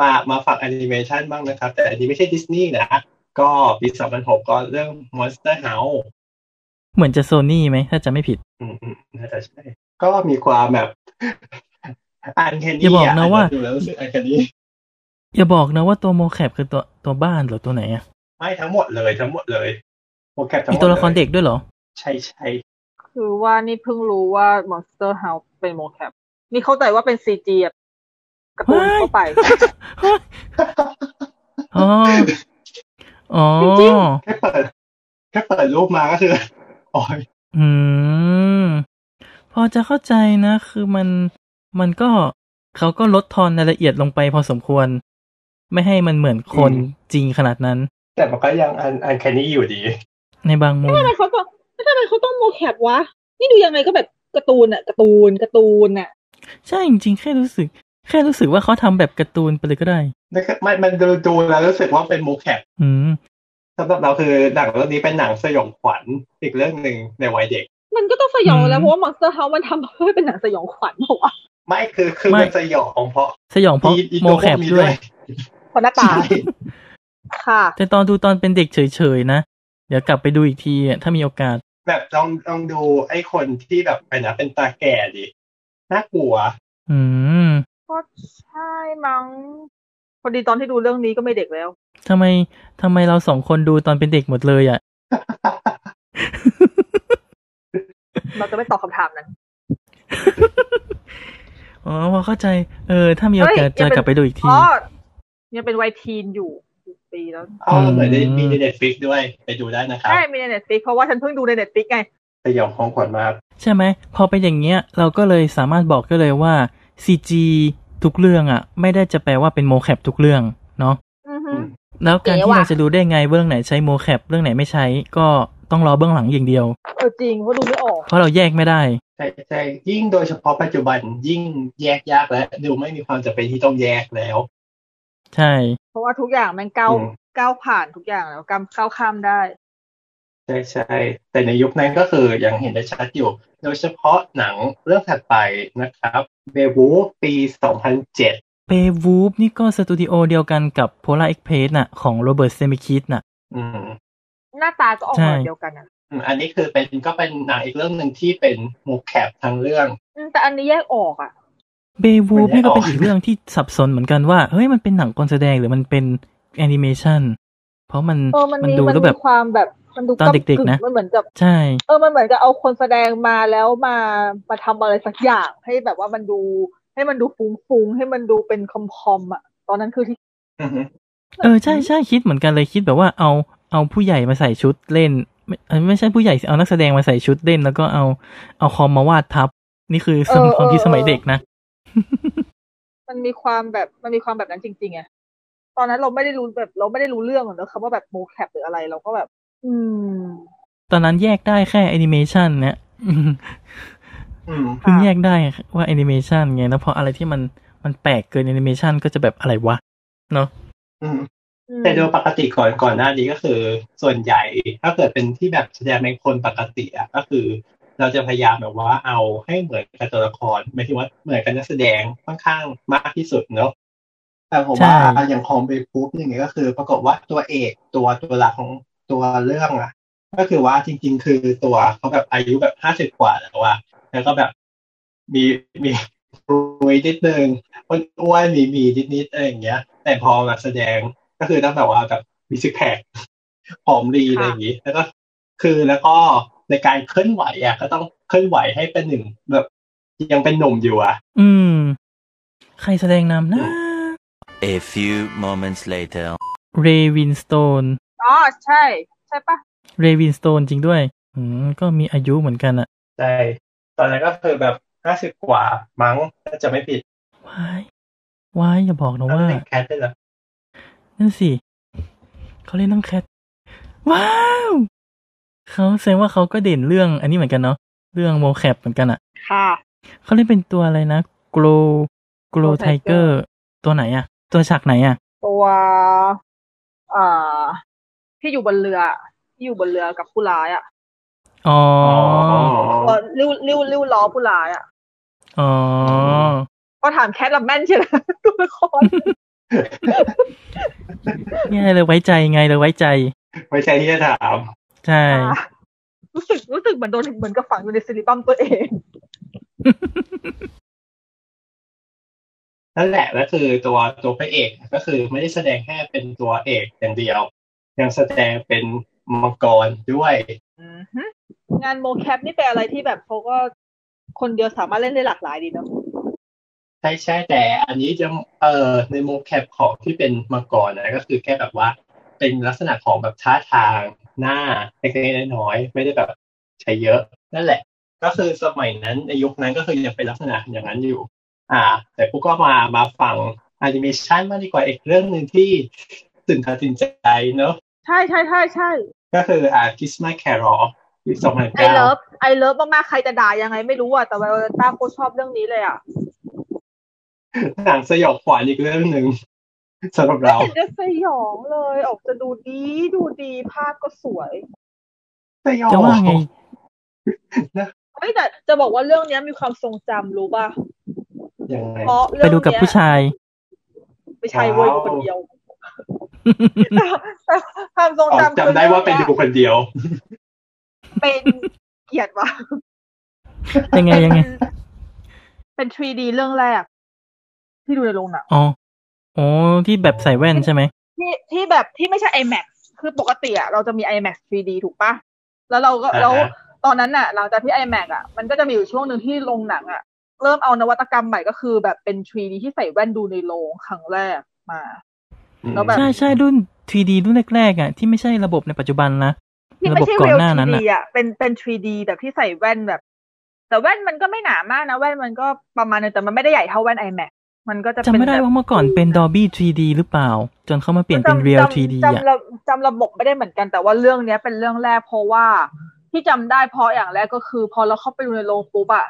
มามาฝั่งแอนิเมชันบ้างนะครับ แต่อันนี้ไม่ใช่ดิสนีย์นะ ก็ปี2006ก็เรื่อง Monster House
เหมือนจะโซนี่ไหมถ้าจะไม่ผิด
อืมอืมน่าจะใช่ ก็มีความแบบ อันแค่นี้
อย่าบอกนะว่า
ดูแล้วรู้สึกอันแค่นี้
อย่าบอกนะว่าตัวโมแคปคือตัวตัวบ้านเหรอตัวไหนอ่ะ
ไม่ทั้งหมดเลยทั้งหมดเลยโปรแกรมทั้งห
มี
มด
ตัวละครเด็กด้วยเหรอ
ใช่ใช่
คือว่านี่เพิ่งรู้ว่า Monster House เป็นโมแคปนี่เข้าใจว่าเป็นซีจีแบบการ์ตูนเข้าไป
อ๋ออ๋อ
จริง
แค่เปิดแค่เปิดรูปมาก็คือ อ๋อ
อืม พอจะเข้าใจนะ คือมันมันก็เขาก็ลดทอนรายละเอียดลงไปพอสมควร ไม่ให้มันเหมือนคน
อืม
จริงขนาดนั้น
แต่มันก็ยังอันอันแค่นี้อยู่ดี
ในบางมุม
ทำไมเขาต้องทำไมเขาต้องโมแคปวะ นี่ดูยังไงก็แบบการ์ตูนอะการ์ตูนการ์ตูนอะ
ใช่จริงๆแค่รู้สึก แค่รู้สึกว่าเขาทำแบบการ์ตูนไปเลยก็ได้
นั่นก็มันมันดูดูแล้วรู้สึกว่าเป็นโมแคป
อืม
สำหรับเราคือหนังเรื่องนี้เป็นหนังสยองขวัญอีกเรื่องหนึ่งในวัยเด็ก
มันก็ต้องสยองแล้ว
อืม
เพราะว่า Monster House มันทำให้เป็นหนังสยองขวัญเหรอวะ
ไม่คือคือ
ไม่
มันสยองเพราะ
สยองเพราะ
อีอี
โม
ตัว
แค
พ
ป
วกนี้
ด้วย
พอหน้าตา
ใช่
ค่ะ
แต่ตอนดูตอนเป็นเด็กเฉยๆนะ เดี๋ยวกลับไปดูอีกทีอะถ้ามีโอกาส
แบบลองลองดูไอ้คนที่แบบไปนะเป็นตาแก่ดิน่ากลัว
อืม
ก็ใช่มั้งพอดีตอนที่ดูเรื่องนี้ก็ไม่เด็กแล้ว
ทำไมทำไมเราสองคนดูตอนเป็นเด็กหมดเลยอ่ะ
เราจะไม่ตอบคำถามนั้น
อ๋อพอเข้าใจ เออ ถ้ามีโอ
เฮ้ย
กาส
อย่าเป็น
จะกลับไปดูอีกที
อ๋อยังเป็นวัยทีนอยู่สิบปีแล้ว
เอา
อืม
เหมือนได้มีในเน็ตฟิกด้วยไปดูได้นะครับ
ใช่มีในเน็ตฟิกเพราะว่าฉันเพิ่งดูในเน็ตฟิกไง
สยองของขวัญมาก
ใช่ไหม พอเป็นอย่างเงี้ย เราก็เลยสามารถบอกได้เลยว่า CG ทุกเรื่องอ่ะ ไม่ได้จะแปลว่าเป็นโมแคปทุกเรื่องเนาะ
อือฮึ
แล้วการ
เก๋
ที่
ว่ะ
เราจะดูได้ไงว่าเรื่องไหนใช้โมแคปเรื่องไหนไม่ใช้ ก็ต้องรอเบื้องหลังอย่างเดียว
เออจริงว่าะดูไม่ออก
เพราะเราแยกไม่ได้
ใช่ใช่ยิ่งโดยเฉพาะปัจจุบันยิ่งแยกยากและดูไม่มีความจำเป็นที่ต้องแยกแล้ว
ใช่
เพราะว่าทุกอย่างมันก้าว
อืม
ก้าวผ่านทุกอย่างแล้วก้าวก้าวข้ามได้
ใช่ใช่แต่ในยุคนั้นก็คือยังเห็นได้ชัดอยู่ โดยเฉพาะหนังเรื่องถัดไปนะครับเบวูปี 2007
p a y w o o p นี่ก็สตูดิโอเดียวกันกับ Polar Express น่ะของโรเบิร์ตเซมิคิสน่ะ
อืม
หน้าตาก็ออก
ใช่
มาเดียวกันอ่ะ
อืมอันนี้คือเป็นก็เป็นหนังอีกเรื่องหนึ่งที่เป็นโมแคปทั้งเรื่อง
อืมแต่อันนี้แยกออกอ่ะ
b a y w o o p
ไม่ได้
นี่ก็
อ
เป็น
อก
อีกเรื่องที่สับสนเหมือนกันว่า เฮ้ย มันเป็นหนังคนแสดงหรือมันเป็นแอนิเมชันเพราะมัน
เออมันมี
ดู
มัน
แล้วแบ
มี
บ
ความแบบมันดู
ตอนเด็กๆนะ
กำกึ่งมันเหมือนกับ
ใช่
เออมันเหมือนกับเอาคนแสดงมาแล้วมามาทำอะไรสักอย่าง ให้แบบว่ามันดู ให้มันดูฟุ้งๆให้มันดูเป็นคอมคอมๆอ่ะ ตอนนั้นคือที่
อือฮึ
เออใช่ใช่คิดเหมือนกันเลยคิดแบบว่าเอาเอาผู้ใหญ่มาใส่ชุดเล่น ไม่เอ้ยไม่ใช่ผู้ใหญ่สิเอานักแสดงมาใส่ชุดเล่น แล้วก็เอาเอาคอมมาวาดทับ นี่คือสมความคิดสมัยเด็กนะ
มันมีความแบบมันมีความแบบนั้นจริงๆไงตอนนั้นเราไม่ได้รู้แบบเราไม่ได้รู้เรื่องหรอกเนอะคำว่าแบบโมแคปหรืออะไรเราก็แบบ อืม
ตอนนั้นแยกได้แค่แอนิเมชันเนี่ย
อืม
เพิ่งแยกได้ว่าแอนิเมชันไงแล้วพออะไรที่มันมันแปลกเกินแอนิเมชันก็จะแบบอะไรวะ
อืม แต่โดยปกติก่อนก่อนหน้านี้ก็คือ ส่วนใหญ่ถ้าเกิดเป็นที่แบบแสดงเป็นคนปกติอะก็คือ เราจะพยายามแบบว่าเอาให้เหมือนกับตัวละครหมายถึงว่าเหมือนกันนักแสดงค่อนข้างมากที่สุดเนาะแต่ผมว่า
ใช่
อย่างของเบปุ๊บอย่างเงี้ยก็คือ ปรากฏว่าตัวเอกตัวตัวหลักของตัวเรื่องอะก็คือว่าจริง ๆ คือตัวเขาแบบอายุแบบห้าสิบกว่าแล้วอะแล้วก็แบบมีมีรวยนิดนึงอ้วนๆมีมีนิดนิดๆอะไรอย่างเงี้ย แต่พอมาแสดง ก็คือต้องแบบว่าแบบมีซิกแพคผอมดีอะไรอย่างนี้ แล้วก็คือแล้วก็ในการเคลื่อนไหวอ่ะก็ต้องเคลื่อนไหวให้เป็นหนึ่งแบบยังเป็นหนุ่มอยู่อ่ะ
อืม ใครแสดงนำนะ
A few moments later.
เรวินสโตน
อ๋อใช่ ใช่ปะ
เรวินสโตนจริงด้วย อืม ก็มีอายุเหมือนกันอะ
ใช่ ตอนนั้นก็คือแบบห้าสิบกว่ามั้งถ้าจะไม่ผิด
วายวายอย่าบอกนะ
แล้ว
ว่า
เป็นแคทด้วยเหรอ
นั่นสิ เขาเล่นน้องแคท ว้าว เขาแสดงว่าเขาก็เด่นเรื่อง อันนี้เหมือนกันเนาะ เรื่องโมแคปเหมือนกันอะ
ค่ะ
เขาเล่นเป็นตัวอะไรนะโกลโกล
Glow
ไทเกอ
Tiger
ร์ ตัวไหนอะตัวฉากไหนอะ
ตัวเอ่อที่อยู่บนเรือที่อยู่บนเรือกับผู้ร้ายอ่ะ
อ๋อ
อ๋อ
ตัวริ้วริ้วริ้วล้อผู้ร้ายอ่ะ
อ๋อ
ก็ถามแคทลับแม่นใช่ไหม ตัวละคร
นี่ไงเลยไว้ใจไงเลยไว้ใจ
ไม่ใช่ที่จะถาม
ใช่
ค่ะรู้สึกรู้สึกเหมือนโดนเหมือนกับฝังอยู่ในซิลิบัมตัวเอง
นั่นแหละแล้วคือตัวตัวพระเอกก็คือไม่ได้แสดงแค่เป็นตัวเอกอย่างเดียว ยังแสดงเป็นมังกรด้วย
อือฮึงานโมแคปนี่เป็นอะไรที่แบบเขาก็คนเดียวสามารถเล่นได้หลากหลายดีเนาะ
ใช่ใช่แต่อันนี้จะเอ่อในโมแคปของที่เป็นมังกรนะก็คือแค่แบบว่าเป็นลักษณะของแบบท่าทางหน้าเล็กๆน้อยๆไม่ได้แบบใช้เยอะ นั่นแหละ ก็คือสมัยนั้นในยุคนั้นก็คือยังเป็นลักษณะอย่างนั้นอยู่ อ่า แต่กูก็มามาฟังแอนิเมชันมากดีกว่าอีกเรื่องหนึ่งที่ตื่นตาตื่นใจเนอะ
ใช่ใช่ใช่ใช่
ก็คืออ่าคิสมาแครอที่สองพัน
ไอ
เก้า
เลิฟไอเลิฟมากๆใครจะด่ายังไงไม่รู้อ่ะแต่ว่าต้าโคตรชอบเรื่องนี้เลยอ่ะ
หนังสยองขวัญอีกเรื่องหนึ่งสำหรับเรา
เห็นจะสยองเลยออกจะดูดีดูดีภาพก็สวย
สยอง
จะว่าไง
เฮ้ยแต่จะบอกว่าเรื่องเนี้ยมีความทรงจำรู้ป่ะ
ยังไง
เพราะเรื่
ไป
อง
ดูกับ
เนี้ย
ผู้ชาย
ไม่ใช่เว้ย
ว้าว
คนเดียวแต่ความทรง
อ๋อ
จำ
จำได้ว่าเป็นดูคนเดียว
เป็นเกียรติว่ะ
ยังไงยังไง
เป็น 3D เรื่องแรก ที่ดูในโรงหนัง
อ๋อ อ๋อ ที่แบบใส่แว่นใช่ไหม
ที่ที่แบบที่ไม่ใช่ IMAX คือปกติอะเราจะมี IMAX 3D ถูกป่ะ แล้วเราก็
อ่าฮะ
แล้วตอนนั้นน่ะหลังจากที่ IMAX อะมันก็จะมีอยู่ช่วงหนึ่งที่โรงหนังอะเริ่มเอานวัตกรรมใหม่ก็คือแบบเป็น 3D ที่ใส่แว่นดูในโรงครั้งแรกมา แล้วแบบ
ใช่ใช่รุ่น 3D รุ่นแรกๆอ่ะ ที่ไม่ใช่ระบบในปัจจุบันนะ
ที่
ระ
ไม่
บบ
ใช่
ก่อ
เวล
นหน้านั้น
3D
อ่ะ
อ่ะ เป็นเป็น 3D แบบที่ใส่แว่นแบบ แต่แว่นมันก็ไม่หนามากนะ แว่นมันก็ประมาณนึงแต่มันไม่ได้ใหญ่เท่าแว่น iMac มันก็จะ
จำ
เป็น
ไม่ได้
แบบ
ว่าเมื่อก่อนเป็น Dolby 3D หรือเปล่า จนเขามาเปลี่ยนเป็น
จำ
Real
จำ
3D
จำ
อ่ะ
ระจำระบบไม่ได้เหมือนกัน แต่ว่าเรื่องเนี้ยเป็นเรื่องแรกเพราะว่าที่จำได้เพราะอย่างแรกก็คือ พอเราเข้าไปดูในโรงปุ๊บอะ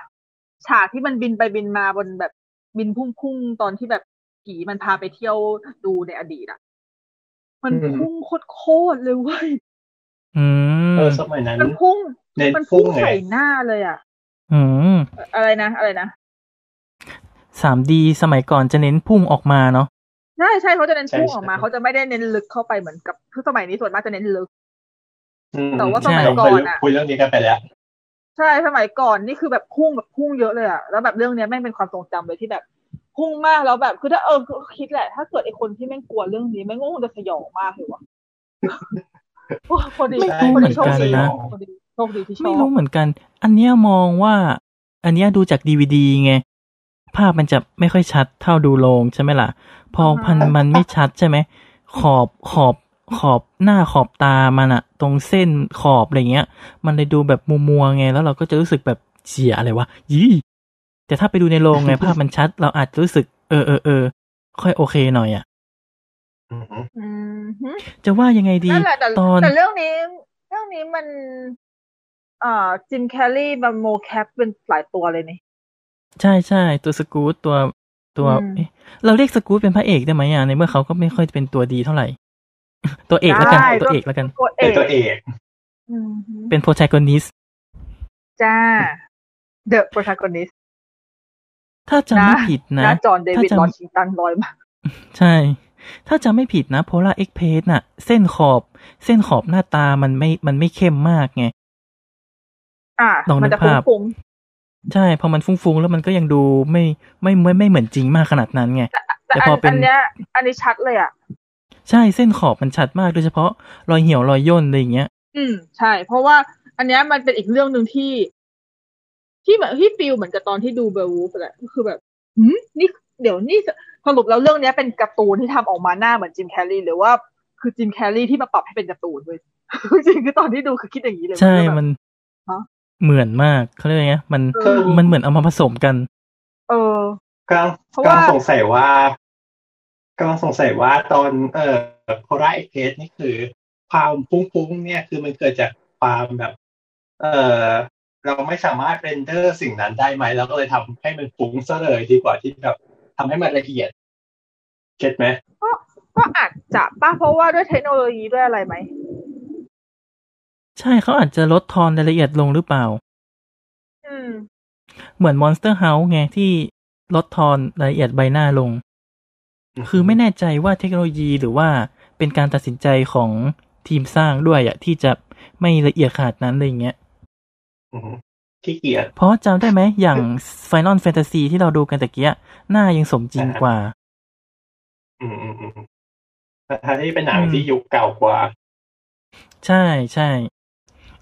ฉากที่มันบินไปบินมาบนแบบบินพุ่งๆตอนที่แบบผีมันพาไปเที่ยวดูในอดีตอะมัน
อืม
พุ่งโคตรๆเลยเว้ย
อืม
เออสมัยนั้น
มันพุ่ง
เน้น
มัน
พุ่
พุ่ง
งไง
ใส่หน้าเลยอะ
อืม
อะไรนะอะไรนะ
3D สมัยก่อนจะเน้นพุ่งออกมาเนาะ
ใช่ใช่เขาจะเน้นพุ่งออกมาเขาจะไม่ได้เน้นลึกเข้าไปเหมือนกับคือสมัยนี้ส่วนมากจะเน้นลึก
อืม
แต่ว่าสมัย
ใช่
ก่อนอะ
คุยเรื่องนี้กันไปแล้ว
ใช่สมัยก่อนนี่คือแบบพุ่งแบบพุ่งเยอะเลยอะแล้วแบบเรื่องเนี้ยแม่งเป็นความทรงจำเลยที่แบบพุ่งมากแล้วแบบคือถ้าเออคิดแหละ ถ้าเกิดไอคนที่แม่งกลัวเรื่องนี้แม่งก็คงจะสยองมาก เลยว่ะโอ้ยคนดี
ไม่รู้
คนดีโชคดี
เหมือนกั
ค
นนะ
ดีโชคดีที่ช
ไม่
อบ
รู้เหมือนกัน อันเนี้ยมองว่า อันเนี้ยดูจากดีวดีไง ภาพมันจะไม่ค่อยชัดเท่าดูโรงใช่ไหมล่ะ พอพันมันไม่ชัดใช่ไหม ขอบขอบขอบหน้าขอบตามันอะตรงเส้นขอบอะไรเงี้ย มันเลยดูแบบมัวๆไง แล้วเราก็จะรู้สึกแบบเสียอะไรวะยี่แต่ถ้าไปดูในโรงไง ภาพมันชัด เราอาจจะรู้สึกเออเออเออค่อยโอเคหน่อยอะ
อืม
อืมฮึ
จะว่ายังไงดี
นั่นแหละแต่
ตอน
แต่เรื่องนี้ เรื่องนี้มัน อ่าจิมแคลรี่มาโมแคปเป็นหลายตัวเลยนี่
ใช่ใช่ตัวสกูตตัวตัว
อืม
เอ๊ะเราเรียกสกูตเป็นพระเอกได้ไหมอ่ะในเมื่อเขาก็ไม่ค่อยเป็นตัวดีเท่า ไหร่ ตัวเอกแล้วกัน
ได้
ตัวเอกแล้วกัน
ตัวเอ
เป็น
ก
ตัวเอก
อืม
เป็นโปร a g o นิส
จ้า The protagonist
ถ้าจำไม่ผิด
ห
นะ
น้าจอห์นเดวิด
ถ้าจำ
ลอชิงตันลอยมา
ใช่ ถ้าจำไม่ผิดนะโพล่าเอ็กเพสน่ะ เส้นขอบ เส้นขอบหน้าตามันไม่มันไม่เข้มมากไง
อ่า
ลองนึก
มัจะ
ภาพ
ฟุ้ง
ใช่พอมันฟุ้งๆแล้วมันก็ยังดูไม่ไม่ไม่ไม่เหมือนจริงมากขนาดนั้นไง
ๆแต่
แต่
อั
พอน เป็น
อันเนี้ย อันนี้ชัดเลยอ่ะ
ใช่เส้นขอบมันชัดมากโดยเฉพาะรอยเหี่ยวรอยย่นอะไรอย่างเงี้ย
อืม ใช่ เพราะว่า อันเนี้ยมันเป็นอีกเรื่องหนึ่งที่ ที่แบบที่ฟิลเหมือนกับตอนที่ดูเบอร์วูฟแหละก็คือแบบหืมนี่เดี๋ยวนี่สรุปแล้วเรื่องเนี้ยเป็นการ์ตูนที่ทำออกมาหน้าเหมือนจิมแคลรี่หรือว่าคือจิมแคลรี่ที่มาปรับให้เป็นการ์ตูนเว้ย จริงๆคือตอนที่ดูคือคิดอย่างนี้เลย
ใช่
คือแบบ
มัน
ฮะ
เหมือนมากเขาเรียกไงมัน
เออ
มันเหมือนเอามาผสมกัน
เออ
กำลัง
เพราะ
กำ
ว่า
ลังสงสัยว่ากำลังสงสัยว่าตอนเอ่อโพลาเอ็กเพสนี่คือ ความฟุ้งๆเนี่ยคือมันเกิดจากความแบบ เอ่อเราไม่สามารถเรนเดอร์สิ่งนั้นได้ไหมเราก็เลยทำให้มันฟุ้งซะเลยดีกว่าที่แบบทำให้มันละเอียดเก็ตไหม
ก็อาจจะป้าเพราะว่าด้วยเทคโนโลยีด้วยอะไรไหม
ใช่เขาอาจจะลดทอนรายละเอียดลงหรือเปล่า
อืม
เหมือน Monster House ไงที่ลดทอนรายละเอียดใบหน้าลง
อืม
คือไม่แน่ใจว่าเทคโนโลยีหรือว่าเป็นการตัดสินใจของทีมสร้างด้วยอะที่จะไม่ละเอียดขนาดนั้นอะไรอย่างเงี้ย
อือฮึขี้เกียจ
เพราะจำได้ไหมอย่าง Final Fantasy ที่เราดูกันตะเกียะหน้ายังสมจริงกว่า
อืมอืมอืมทั้งที่เป็นหนัง
อืม
ที่ยุคเก่ากว่า
ใช่ใช่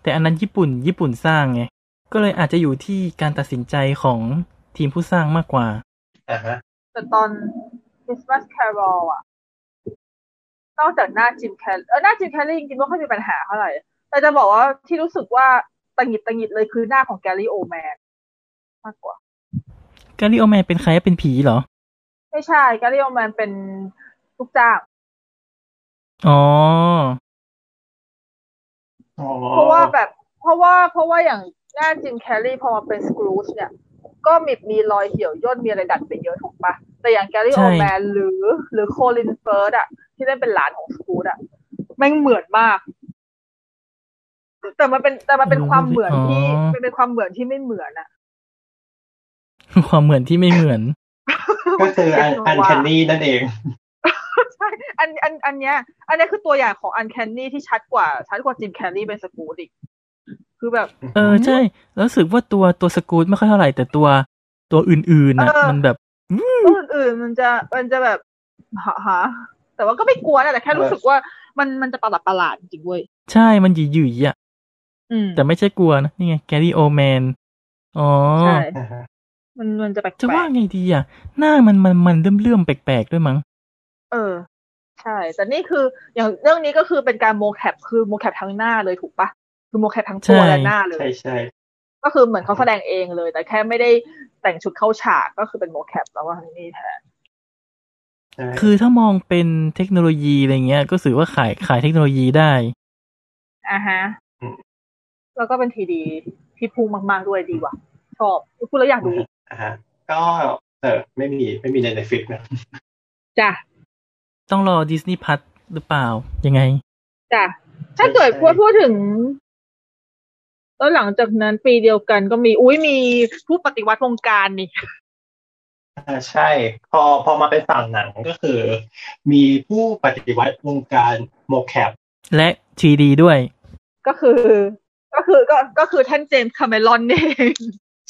แต่อันนั้นญี่ปุ่นญี่ปุ่นสร้างไง ก็เลยอาจจะอยู่ที่การตัดสินใจของทีมผู้สร้างมากกว่า
อ่าฮะ
แต่ตอน Christmas Carol อ่ะ นอกจากหน้าจิมแคลเออหน้าจิมแคลรี่จริงๆไม่ค่อยมีปัญหาเท่าไหร่ แต่จะบอกว่าที่รู้สึกว่าตังหงิดตังหงิดเลยคือหน้าของแกรี่โอแมนมากกว่า
การิโอแมนเป็นใครเป็นผีเหรอ
ไม่ใช่แกรี่โอแมนเป็นลูกจ้าง
อ๋อ
อ๋อ
เพราะว่าแบบ เพราะว่าเพราะว่าอย่างหน้าจิมแคลรี่พอมาเป็นสกรูชเนี่ย ก็มีมีรอยเหี่ยวย่นมีอะไรดัดไปเยอะถูกปะแต่อย่างแกรี่
ใช่
โอแมนหรือ หรือโคลินเฟิร์ดอะที่ได้เป็นหลานของสกรูชอะแม่งเหมือนมาก แต่มันเป็นแต่มันเป็นความเหมือนที่มันเป็นความเหมือนที่ไม่เหมือนอะ
ความเหมือนที่ไม่เหมือน
ก็คืออันอันแคนนี่นั่นเอง
ใช่อันอันอันเนี้ย อันเนี้ยคือตัวอย่างของอันแคนนี่ที่ชัดกว่าชัดกว่าจิมแคลรี่เป็นสกรูชอีกคือแบบ
เออใช่ แล้วรู้สึกว่าตัวตัวสกูตไม่ค่อยเท่าไหร่ แต่ตัวตัวอื่นๆนะ
เออ
มันแบบ
ตัวอื่นๆมันจะมันจะแบบหาหาแต่ว่าก็ไม่กลัวนะแต่แค่รู้สึกว่ามันมันจะประหลาดประหลาดๆจริงเว้ย
ใช่มันหยิ่ยๆอ่ะ
อืม
แต่ไม่ใช่กลัวนะ นี่ไงแกรี่โอแมน อ๋อ
ใช่
อ่าฮะ
มันมันจะแปลกๆ
จะว่าไงดีอ่ะ หน้ามันมันมันเลื่อมๆแปลกๆด้วยมั้ง
เออ ใช่ แต่นี่คืออย่างเรื่องนี้ก็คือเป็นการโมแคปคือโมแคปทั้งหน้าเลยถูกปะคือโมแคปทั้งตัว
ใช่
และหน้าเล
ใช่
ย
ใช่
ก็คือเหมือนเขาแสดงเองเลย แต่แค่ไม่ได้แต่งชุดเข้าฉากก็คือเป็นโมแคปแล้วว่านี่แทน
ใช่
คือถ้ามองเป็นเทคโนโลยีอะไรเงี้ย ก็ถือว่าขายขายเทคโนโลยีได้
อ่ะฮะแล้วก็เป็นทีดีที่พุ่งมากๆด้วยดีว่ะชอบพูดแล้วอยากดูอีก
าฮะก็เออไม่มีไม่มีในเน็ตฟิกนะ
จ้ะ
ต้องรอดิสนีย์พัทหรือเปล่า ยังไง
จ้ะถ้าเกิดพูดพูดถึง แล้วหลังจากนั้นปีเดียวกันก็มี อุ้ยมีผู้ปฏิวัติวงการนี่
อ่าใช่ พอพอมาเป็นฝั่งหนังก็คือ มีผู้ปฏิวัติวงการโมแคป
และ 3D ด้วย
ก็คือ ก็คือก็ก็คือท่านเจมส์คาเมรอนนี่เอง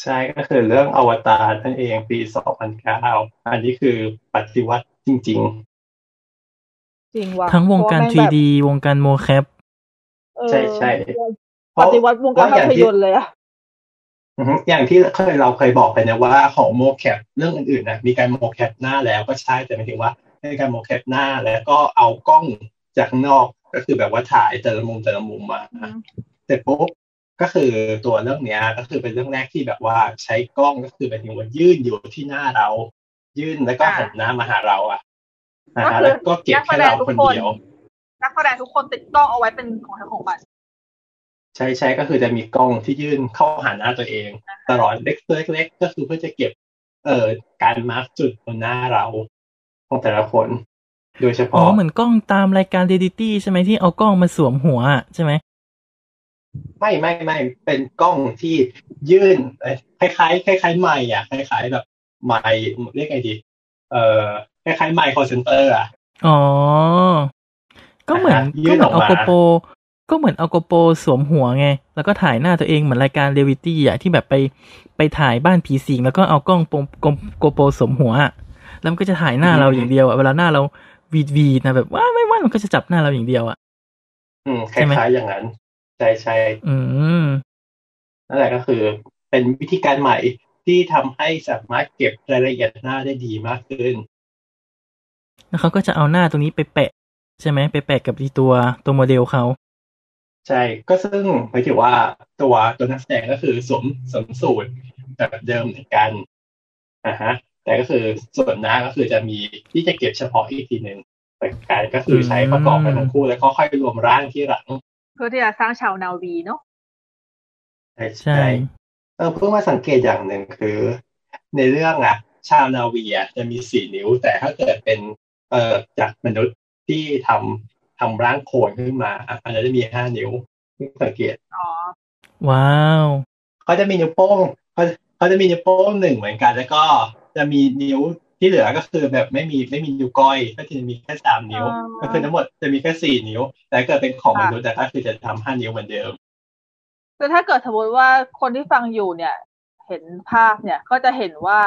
ใช่ก็คือเรื่องอวตารนั่นเองปีสองพันเก้าอันนี้คือปฏิวัติจริง
จริงว่ะ
ทั้งวงการ
เพะแม่
3D
แบบ
วงการโมแคป
เออ
ใช่ใช่ ๆเพ
ป
ราะ
ฏิวัติวงการภาพยนตร์เลยอะ
อือฮึอย่างที่เคยเราเคยบอกไปนะว่าของโมแคปเรื่องอื่นๆนะมีการโมแคปหน้าแล้วก็ใช่แต่หมายถึงว่าในการโมแคปหน้าแล้วก็เอากล้องจากข้างนอกก็คือแบบว่าถ่ายแต่ละมุมแต่ละมุมมาเสร็จปุ๊บก็คือตัวเรื่องเนี้ยก็คือเป็นเรื่องแรกที่แบบว่าใช้กล้องก็คือหมายถึงว่ายื่นอยู่ที่หน้าเรา ยื่นแล้วก็หันหน้ามาหาเราอ่ะนะฮะแล้วก็เก็บแค่เราคนเดียว
นักแสดงทุกคนติดกล้องเอาไว้เป็นของทั้งของมัน
ใช้ใช้ก็คือจะมีกล้องที่ยื่นเข้าหาหน้าตัวเอง ตลอดเล็กๆเล็กๆก็คือเพื่อจะเก็บ เอ่อการมาร์กจุดบนหน้าเราของแต่ละคน โดยเฉ
อ๋อ
พาะ
เหมือนกล้องตามรายการเดดิตี้ใช่ไหมที่เอากล้องมาสวมหัวอะใช่ไหม
ไม่ไม่ไม่เป็นกล้องที่ยื่นเอ่อคล้ายๆคล้ายๆไม้อะคล้ายๆแบบไม้เรียกไงดี เอ่อคล้ายๆไม้คอเซนเตอร์อะ
อ๋อ ก็เหมือน
ยื่
ก็
น
เหมื
อ
อ
อน กมา
เอาโกโปรก็เหมือนเอาโกโปรสวมหัวไง แล้วก็ถ่ายหน้าตัวเองเหมือนรายการเดวิตี้อะที่แบบไปไปถ่ายบ้านผีสิงแล้วก็เอากล้องโปรโกโกโปรสวมหัวอะแล้วมันก็จะถ่ายหน้าเราอย่างเดียวอะเวลาหน้าเราวีดวีดนะแบบว่าไม่ว่ามันก็จะจับหน้าเราอย่างเดียวอะ
อืมค
ใช่ไหม
ล้ายๆอย่างนั้นใช่ใช่
อืม
นั่นแหละก็คือ เป็นวิธีการใหม่ที่ทำให้สามารถเก็บรายละเอียดหน้าได้ดีมากขึ้น
แล้วเขาก็จะเอาหน้าตรงนี้ไปแปะ ใช่ไหมไปแปะกับอีตัวตัวโมเดลเขา
ใช่ ก็ซึ่งหมายถึงว่าตัวตัวนักแสดงก็คือสวมสวมสูตรแบบเดิมเหมือนกันอ่าฮะ แต่ก็คือส่วนหน้าก็คือจะมีที่จะเก็บเฉพาะอีกทีหนึ่งแต่การก็คือใช้ประกอบกันทั้งคู่แล้วก็ค่อยรวมร่างที่หลัง
เพื่อที่จะสร้างชาวนาวีเนาะ
ใช่
ใช่
ใช่เออเพิ่งมาสังเกตอย่างหนึ่งคือ ในเรื่องอ่ะ ชาวนาวีอะจะมีสี่นิ้ว แต่ถ้าเกิดเป็นเอ่อจากมนุษย์ที่ทำทำร่างโคลนขึ้นมาอะอันนั้นจะมีห้านิ้วเพิ่งสังเกต
อ๋อ
ว้าว
เขาจะมีนิ้วโป้งเขาเขาจะมีนิ้วโป้งหนึ่งเหมือนกัน แล้วก็จะมีนิ้วที่เหลือก็คือแบบไม่มีไม่มีนิ้วก้อยก็จะมีแค่สามนิ้ว ก็คือทั้งหมดจะมีแค่สี่นิ้ว แต่เกิดเป็นของมนุษย์แต่ก็คือจะทำห้านิ้วเหมือนเดิม
คือถ้าเกิดสมมติว่าคนที่ฟังอยู่เนี่ย เห็นภาพเนี่ยก็จะเห็นว่า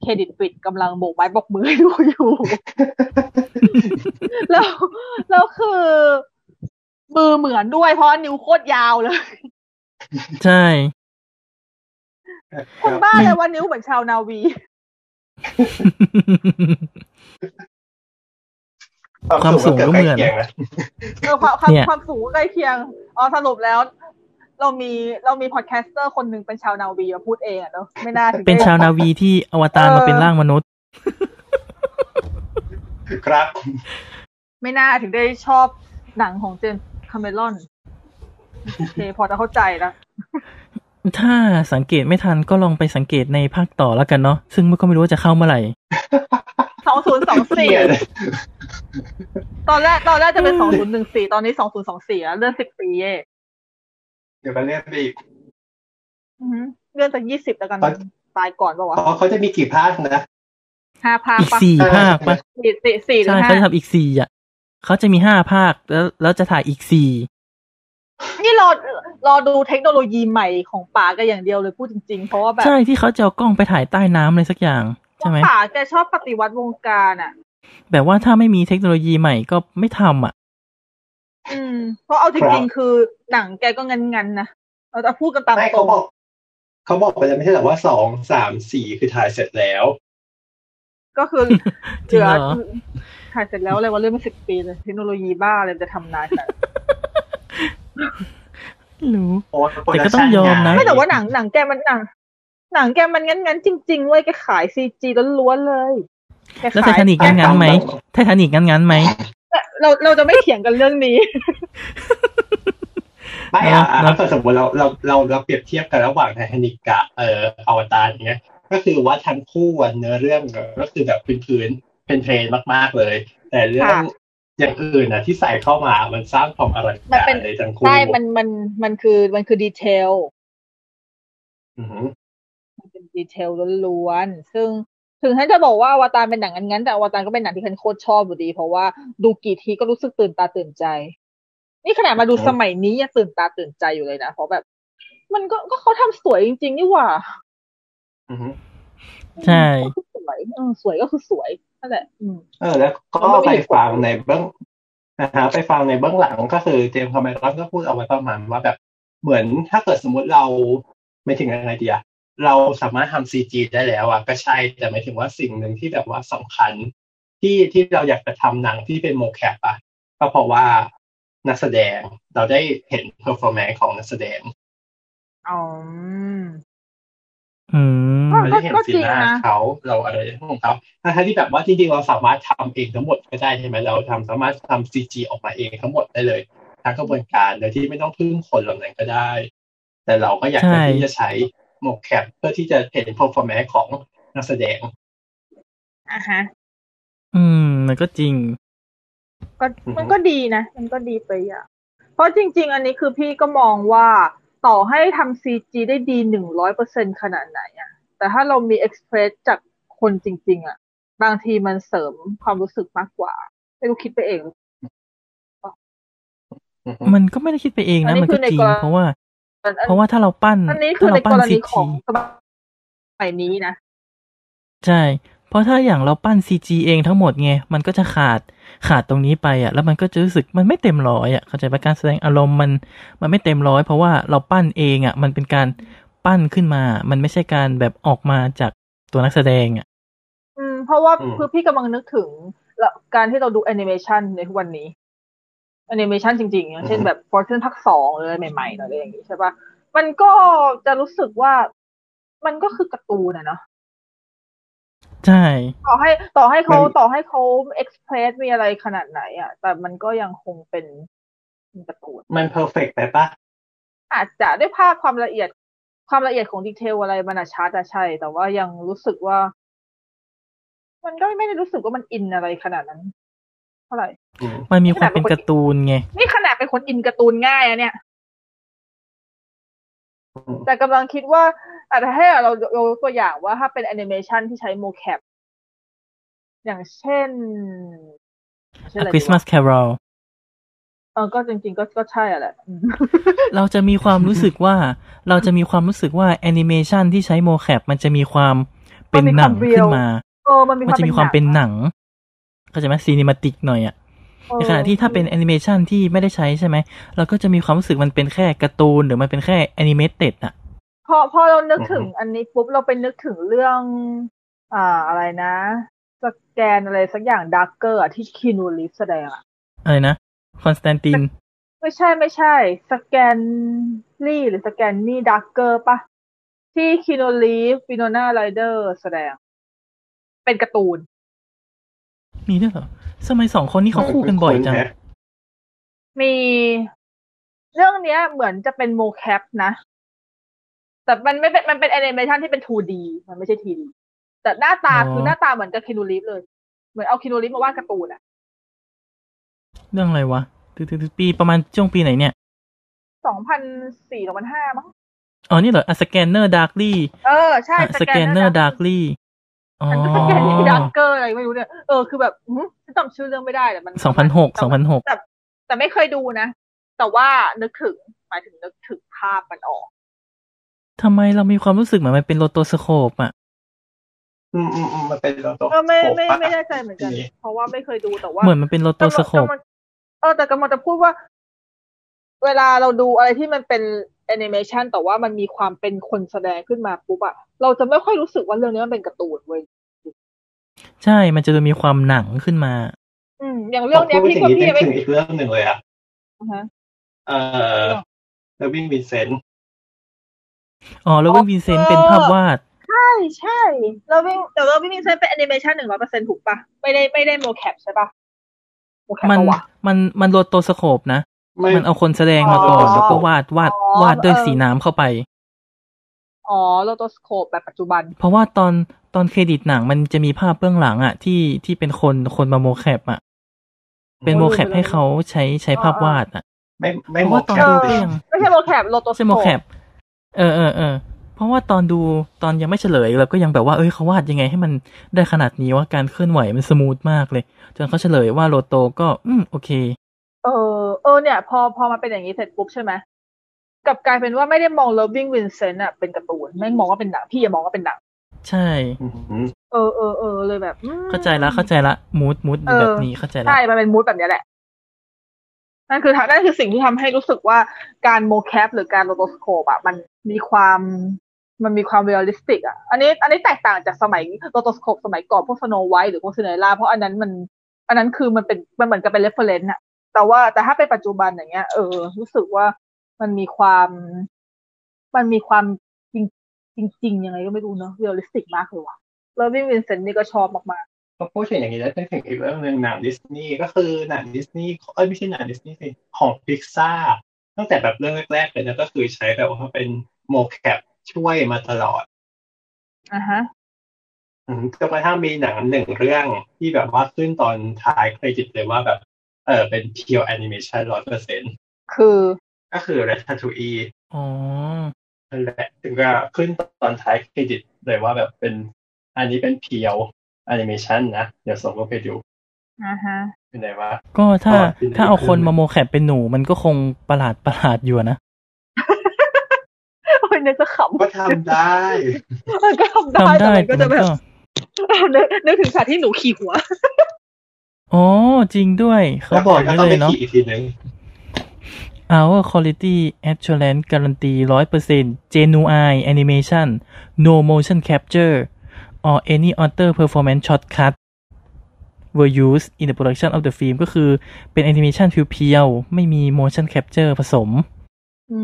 เครดิตปิดกำลังโบกไม้บกมือให้ดูอยู่ แล้วแล้วคือมือเหมือนด้วยเพราะนิ้วโคตรยาวเลย
ใช่
คนบ้าเลยว่านิ้วเหมือนชาวนาวี
ความสูงก็เหมือน
เออความความ
เนี่ย
ความสูงใกล้เคียง อ๋อสรุปแล้ว เรามีเรามีพอดแคสเตอร์คนหนึ่งเป็นชาวนาวีมาพูดเองอะเนาะไม่น่าถึง
เป็น
ได้
ชาวนาวีที่อวตารมาเป็นร่างมนุษย์
ครับ
ไม่น่าถึงได้ชอบหนังของเจมส์คาเมรอนโอเคพอจะเข้าใจแล้ว
ถ้าสังเกตไม่ทันก็ลองไปสังเกตในภาคต่อแล้วกันเนาะซึ่งมันก็ไม่รู้ว่าจะเข้าเมื่อไหร่
สองศูนย์สองสี่
เกลียด
ตอนแรกตอนแรกจะเป็นสองศูนย์หนึ่งสี่ตอนนี้สองศูนย์สองสี่แล้วเลื่อนสิบปีเย่
เดี๋ยวมันเรียกไปอีก
อือหือเลื่อนจากยี่สิบแล้วกัน
ตอน
ตายก่อนปะวะ
อ๋อเขาจะมีกี่ภาคนะ
ห้าภาค
อีก
ปะ
สี่ภาคปะ
สี่สี่สี่หรือห้า
ใช่เขาจะทำอีกสี่อ่ะเขาจะมีห้าภาคแล้วแล้วจะถ่ายอีกสี่
นี่รอรอดูเทคโนโลยีใหม่ของป่ากันอย่างเดียวเลยพูดจริงๆเพราะว่าแบบ
ใช่ที่เขาจะเอากล้องไปถ่ายใต้น้ำอะไรสักอย่าง ใช่ไหม
ป๋าแกชอบปฏิวัติวงการอ่ะ
แบบว่าถ้าไม่มีเทคโนโลยีใหม่ก็ไม่ทำอ่ะ
อืม เพราะเอาจ
ครั
ริง
บ
ๆ คือหนังแกก็งันงันๆนะ เราจะพูดกันตาม
ไม่
ตร
เขา
ง
บอกเขาบอกไปแล้วไม่ใช่เหรอว่าสองสามสี่คือถ่ายเสร็จแล้ว
ก็คือ
จริงเหรอ
ถ่ายเสร็จแล้วอะไรวะเรื่องมาสิบปีเลยเทคโนโลยีบ้าอะไรมันจะทำนายกัน
ไม่รู้
เพราะว่า
แต่ก็ต้องยอมนะ
โปรดักชั่งา
ไม่แต่ว่าหนังหนังแกมันหนังหนังแกมันงันงันๆจริงๆเว้ยแกขายซีจีล้วนๆเลยก
แล้วไท
ขาย
ทานิกงั้นงั้นๆไหมไททานิกงั้นงั้นๆไหม
เราเราจะไม่เถียงกันเรื่อง นี้
ไม่อ่ะ
เนอะเน
ถ้าเกิ
อะ
ดสมมติเราเราเราเราเปรียบเทียบกันระหว่างไททานิกกับเอ่ออวตารอย่างเงี้ย ก็คือว่าทั้งคู่อะเนื้อเรื่องก็คือแบบพื้นพื้นๆเป็นเทรนด์มากๆเลย แต่เรื่อง
ค่ะ
อย่างอื่นนะที่ใส่เข้ามามันสร้างความอลังการในทั้งคู่
ใช่มันมันมันคือมันคือดีเทล
อือหือ
มันเป็นดีเทลล้วนๆ ซึ่งถึงท่านจะบอกว่าอวตารเป็นหนังงั้นๆแต่อวตารก็เป็นหนังที่ฉันโคตรชอบอยู่ดี เพราะว่าดูกี่ทีก็รู้สึกตื่นตาตื่นใจ นี่ขนาดมาดูสมัยนี้ยังตื่นตาตื่นใจอยู่เลยนะ เพราะแบบ มันก็ก็เขาทำสวยจริงๆนี่หว่า
อือหือ
ใช่
ก็คือสวยเออสวยก็คือสวยนั่นแหละ อืม
เออแล้วก็ไปฟังในเบื้องนะฮะไปฟังในเบื้องหลังก็คือเจมส์คาเมรอนก็พูดเอาไว้ประมาณว่าแบบเหมือนถ้าเกิดสมมติเราไม่ถึงยังไงดีอะเราสามารถทำซีจีได้แล้วอะก็ใช่แต่หมายถึงว่าสิ่งหนึ่งที่แบบว่าสำคัญ ที่ที่เราอยากจะทำหนังที่เป็นโมแคปอะก็เพราะว่านักแสดงเราได้เห็นเพอร์ฟอร์แมนซ์ของนักแสดง
อ๋อ
อืม
เราได้เห็น
ก็
สี
จริง
หน้า
นะ
เขาเราอะไรของเขาทั้งที่แบบว่าจริงๆเราสามารถทำเองทั้งหมดก็ได้ใช่ไหมเราทำสามารถทำซีจีออกมาเองทั้งหมดได้เลย ทั้งกระบวนการโดยที่ไม่ต้องพึ่งคนเหล่านั้นก็ได้ แต่เราก็อยากจะ
ใช่
ที่จะใช้หมวกแคปเพื่อที่จะเห็น performance ของนักแสดง
อ่ะฮะ
อืม มันก็จริง
ก็
อือฮึ
มันก็ดีนะ มันก็ดีไปอย่าง เพราะจริง ๆ อันนี้คือพี่ก็มองว่าต่อให้ทำซีจีได้ดีหนึ่งร้อยเปอร์เซ็นขนาดไหนอะแต่ถ้าเรามีเอ็กซ์เพรสจากคนจริง ๆอะบางทีมันเสริมความรู้สึกมากกว่า ไม่รู้คิดไปเอง
อือฮึ
มันก็ไม่ได้คิดไปเอง
อัน
นะ
นี้
มันก็
คือใน
จริง
กรณี
เพราะว่า
อัน
เพราะว่าถ้าเราปั้น
อันนี้คื
ถ้า
อ
เรา
ใน
ปั้
ก
น
ร
ซี
ณีข
ที
องสมัยนี้นะ
ใช่ เพราะถ้าอย่างเราปั้นซีจีเองทั้งหมดไงมันก็จะขาดขาดตรงนี้ไปอ่ะ แล้วมันก็จะรู้สึกมันไม่เต็มร้อยอ่ะเข้าใจปะการแสดงอารมณ์มันมันไม่เต็มร้อยเพราะว่าเราปั้นเองอ่ะ มันเป็นการปั้นขึ้นมา มันไม่ใช่การแบบออกมาจากตัวนักแสดงอ่ะ
อืมเพราะว่า
อืม
คือพี่กำลังนึกถึงละการที่เราดูแอนิเมชันในทุกวันนี้แอนิเมชันจริงๆอย่างเช่นแบบฟอร์ u n e ภาคสองหรืออะไรใหม่ๆหน่อยอะไรอย่างนี้ใช่ปะมันก็จะรู้สึกว่ามันก็คือการ์ตูนนะเนาะ
ใช่
ต่อให้ต่อให้เขา
มัน
ต่อให้เขาเอ็กซ์เพรสมีอะไรขนาดไหนอะแต่มันก็ยังคงเป็นเป็นการ์ตูน
มัน perfect ไปปะ
อาจจะด้วยภาพความละเอียดความละเอียดของดีเทลอะไรมันอะชัดอะใช่ แต่ว่ายังรู้สึกว่า มันก็ไม่ได้รู้สึกว่ามันอินอะไรขนาดนั้นเท่าไหร่
อืม
มันมีความเป็นการ์ตูนไง
นี่ขนาดเป็นคนอินการ์ตูนง่ายอะเนี่ย
อืม
แต่กำลังคิดว่าอาจจะให้เราเรายกตัวอย่างว่าถ้าเป็นแอนิเมชันที่ใช้โมแคปอย่างเช่น
A Christmas Carol
เออก็จริง ๆ ก็ก็ใช่อะแหละอืม
เราจะมีความรู้สึกว่า เราจะมีความรู้สึกว่าแอนิเมชันที่ใช้โมแคปมันจะมีความเป็นหนังขึ้นมา
เออมันมี
มันจะมีความเป็นหนัง เข้าใจไหมซีนิมาติกหน่อยอะ
เออ
ในขณะที่ถ้าเป็นแอนิเมชันที่ไม่ได้ใช้ใช่ไหม เราก็จะมีความรู้สึกมันเป็นแค่การ์ตูน หรือมันเป็นแค่แอนิเมเต็ดอะ
พอพอเรานึกถึง
อืม
อันนี้ปุ๊บเราไปนึกถึงเรื่อง อ่าอะไรนะ สแกนอะไรสักอย่างด a r k เกอร์ที่คีนูรีฟแสดงอะ
อะไรนะคอนสแตนติน
ไม่ใช่ไม่ใช่ สแกนลี่หรือสแกนนี่ดักเกอร์ปะที่คิโนลีฟวินโนนาไรเดอร์แสดง เป็นการ์ตูน
มีด้วยเหรอสมัยสองคนนี้เขาคู่กันบ่อยจัง
มัคุ้นๆนะ
มีเรื่องเนี้ยเหมือนจะเป็นโมแคปนะ แต่มันไม่เป็นมันเป็นแอนิเมชันที่เป็น 2D มันไม่ใช่ 3D แต่หน้าตา
อ๋อ
คือหน้าตาเหมือนกับคิโนลีฟเลย เหมือนเอาคิโนลีฟมาวาดการ์ตูนอะ
เรื่องอะไรวะตืดๆๆปีประมาณช่วงปีไหนเนี่ย
สองพันสี่สองพันห้ามั้ง
อ๋อ นี่เหรอสแกนเนอร์ดาร์กลี่
เออใช่
สแกนเนอร์ดาร์กลี่ อ๋อ
มันก็สแกนนี่ดักเกอร์อะไรไม่รู้เนี่ย เออคือแบบอื้อหือฉันจำชื่อเรื่องไม่ได้แต่มัน
สองพันหกสองพันหก
แต่แต่ไม่เคยดูนะ แต่ว่านึกถึงหมายถึงนึกถึงภาพมันออก
ทำไมเรามีความรู้สึกเหมือนมันเป็นโรโตสโคปอะ
อืมอืมอืมมันเป็นโลโก้
ก็ไม่ไม่
ปะ
ไม่แน่ใจเหมือนกัน
ดี
เพราะว่าไม่เคยดูแต่ว่า
เหมือนมันเป็นโรโตสโคป
กำลังเออแต่กำลังจะพูดว่า เวลาเราดูอะไรที่มันเป็นแอนิเมชันแต่ว่ามันมีความเป็นคนแสดงขึ้นมาปุ๊บอะเราจะไม่ค่อยรู้สึกว่าเรื่องนี้มันเป็นการ์ตูนเว้ย
ใช่ มันจะดูมีความหนังขึ้นมา
อืมอย่างเรื่องเนี้ย
พูด
พี่
ถึง
ก็
นี้
พี่
นึ
ยัง
ก
ไม่
ถึงอีกเรื่องหนึ่งเลยอะ
อ่าฮะ
เอ่อเดวินวินเซนต์
อ๋อ แล้ว
อ๋
วิ
อ
วินเซนต์เป็นภาพวาด
ใช่ใช่เราวิ่งแต่เราวิ่งใช้เป็นแอนิเมชันหนึ่งร้อยเปอร์เซ็นถูกปะไม่ได้ไม่ได้โมแคปใช่ปะโมแคป
มัน
ปะวะ
มันมันโรโตสโคปนะ
ไม่
มันเอาคนแสดงมาก่อน
อ๋อ
แล้วก็วาดวาด
อ๋อ
วาดด้วย
เออ
สีน้ำเข้าไป
อ๋อโลโตสโคปแบบปัจจุบัน
เพราะว่าตอนตอนเครดิตหนังมันจะมีภาพเบื้องหลังอะที่ที่เป็นคนคนมาโมแคปอะเป็นโมแคปให้เขาใช้ใช้ภาพวาดอะ
ไม่ไม่ห
เพราะ
ม
ว่า
ด
ตอน
แค่
ดู
ติด
ก็ยัง
ไม่ใช่โมแคปโลโตส
ใช่โมแคปเออเออเออเพราะว่าตอนดูตอนยังไม่เฉลยเราก็ยังแบบว่าเอ้ยเขาวาดยังไงให้มันได้ขนาดนี้ว่าการเคลื่อนไหวมันสมูทมากเลย จนเขาเฉลยว่าโลโตก็อืมโอเค
เออเออเนี่ยพอพอมาเป็นอย่างนี้เสร็จปุ๊บใช่ไหมกลับกลายเป็นว่าไม่ได้มองเลิฟวิ่งวินเซนต์อ่ะเป็นการ์ตูนไม่มองว่าเป็นหนังพี่อย่ามองว่าเป็นหนัง
ใช่
เออเออเออเลยแบบอืม
เข้าใจละเข้าใจละมูดมูด
เออ
แบบนี้เข้าใจละ
ใช่มันเป็นมูดแบบเนี้ยแหละนั่นคือทางนั่นคือสิ่งที่ทำให้รู้สึกว่าการโมแคปหรือการโลโตสโคปอ่ะมันมีความมันมีความเรียลลิสติกอ่ะอันนี้ อันนี้แตกต่างจากสมัยโลโตสโคปสมัยก่อนพวกสโนไวท์หรือพวกซินเดอเรลล่าเพราะอันนั้นมัน อันนั้นคือมันเป็นมันเหมือนกับเป็นเรฟเฟอเรนซ์อะแต่ว่าแต่ถ้าเป็นปัจจุบันอย่างเงี้ยเออรู้สึกว่ามันมีความ มันมีความจริงจริงๆยังไงก็ไม่รู้เนอะเรียลลิสติกมากเลยว่ะแล้ววินวินเซนต์นี่ก็ชอบมาก
พอพูดถึงอย่างนี้แล้วนึกถึงอีกเรื่องหนึ่งหนังดิสนีย์ก็คือหนังดิสนีย์เอ้ยไม่ใช่หนังดิสนีย์สิของพิกซ่าตั้งแต่แบบเรื่องแรกๆเลยนะก็คือใช้แบบว่าเป็นโมแคปช่วยมาตลอด
อ่ะฮะ
อืมจนกระทั่งมีหนังหนึ่งเรื่องที่แบบว่าขึ้นตอนท้ายเครดิตเลยว่าแบบ เออเป็น pure animation ร้อยเปอร์เซ็น
คือ
ก็คือ Ratatouille
อ๋อ
นั่นแหละถึงก็ขึ้นตอนท้ายเครดิตเลยว่าแบบเป็น อันนี้เป็น pure animation นะ เดี๋ยวส่งก็ไปดู
อ่ะฮะ
เป็นไงวะ
ก็ถ้า
อ๋อที่ไหน
ถ้าเอาคนมาโมแคปเป็นหนูมันก็คงประหลาดประหลาดอยู่อะนะ
โอ้ยนึกจะขำ
ก็ทำได้
มันก็ทำได้
ทำ
แต่
ได้
มันก็จะ
แต่
แบ
มั
บ
นก็
นึกนึกถึงฉากที่หนูขี่หัว
อ๋อจริงด้วย เขาบอกไว้เลย
แวก็ต้อง
เนาะ
ไปขี่อีกทีนึง
Our quality assurance guarantee 100% genuine animation no motion capture or any other performance shortcut were used in the production of the film ก็คือเป็นแอนิเมชันเพียวๆ ไม่มี motion capture ผสม
อื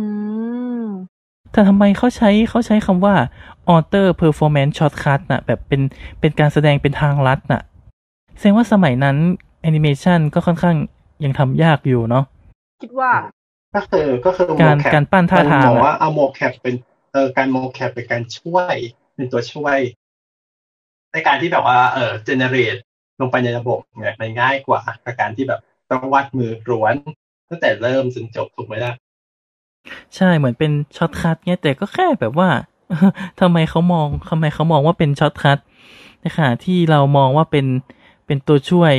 ม
แต่ทำไมเขาใช้เขาใช้คำว่า author performance shortcut นะ่ะแบบเป็นเป็นการแสดงเป็นทางลัดน่ะ แสดงว่าสมัยนั้นแอนิเมชันก็ค่อนข้างยังทำยากอยู่เนาะ
คิดว่า
ก็คือก็คือ
การ
โมแคป
การปั้นท่าทาง
มันบอก
อะ
ว่าเอาโมแคปเป็นเออการโมแคปเป็นการช่วยเป็นตัวช่วย ในการที่แบบว่าเออเจเนเรตลงไปในระบบเนี่ยมันง่ายกว่ากับการที่แบบต้องวาดมือร้วนตั้งแต่เริ่มจนจบถูกไหมล่ะ
ใช่เหมือนเป็นช็อตคัทเงี้ยแต่ก็แค่แบบว่า ทำไมเขามองทำไมเขามองว่าเป็นช็อตคัทในขณะที่เรามองว่าเป็นเป็นตัวช่วย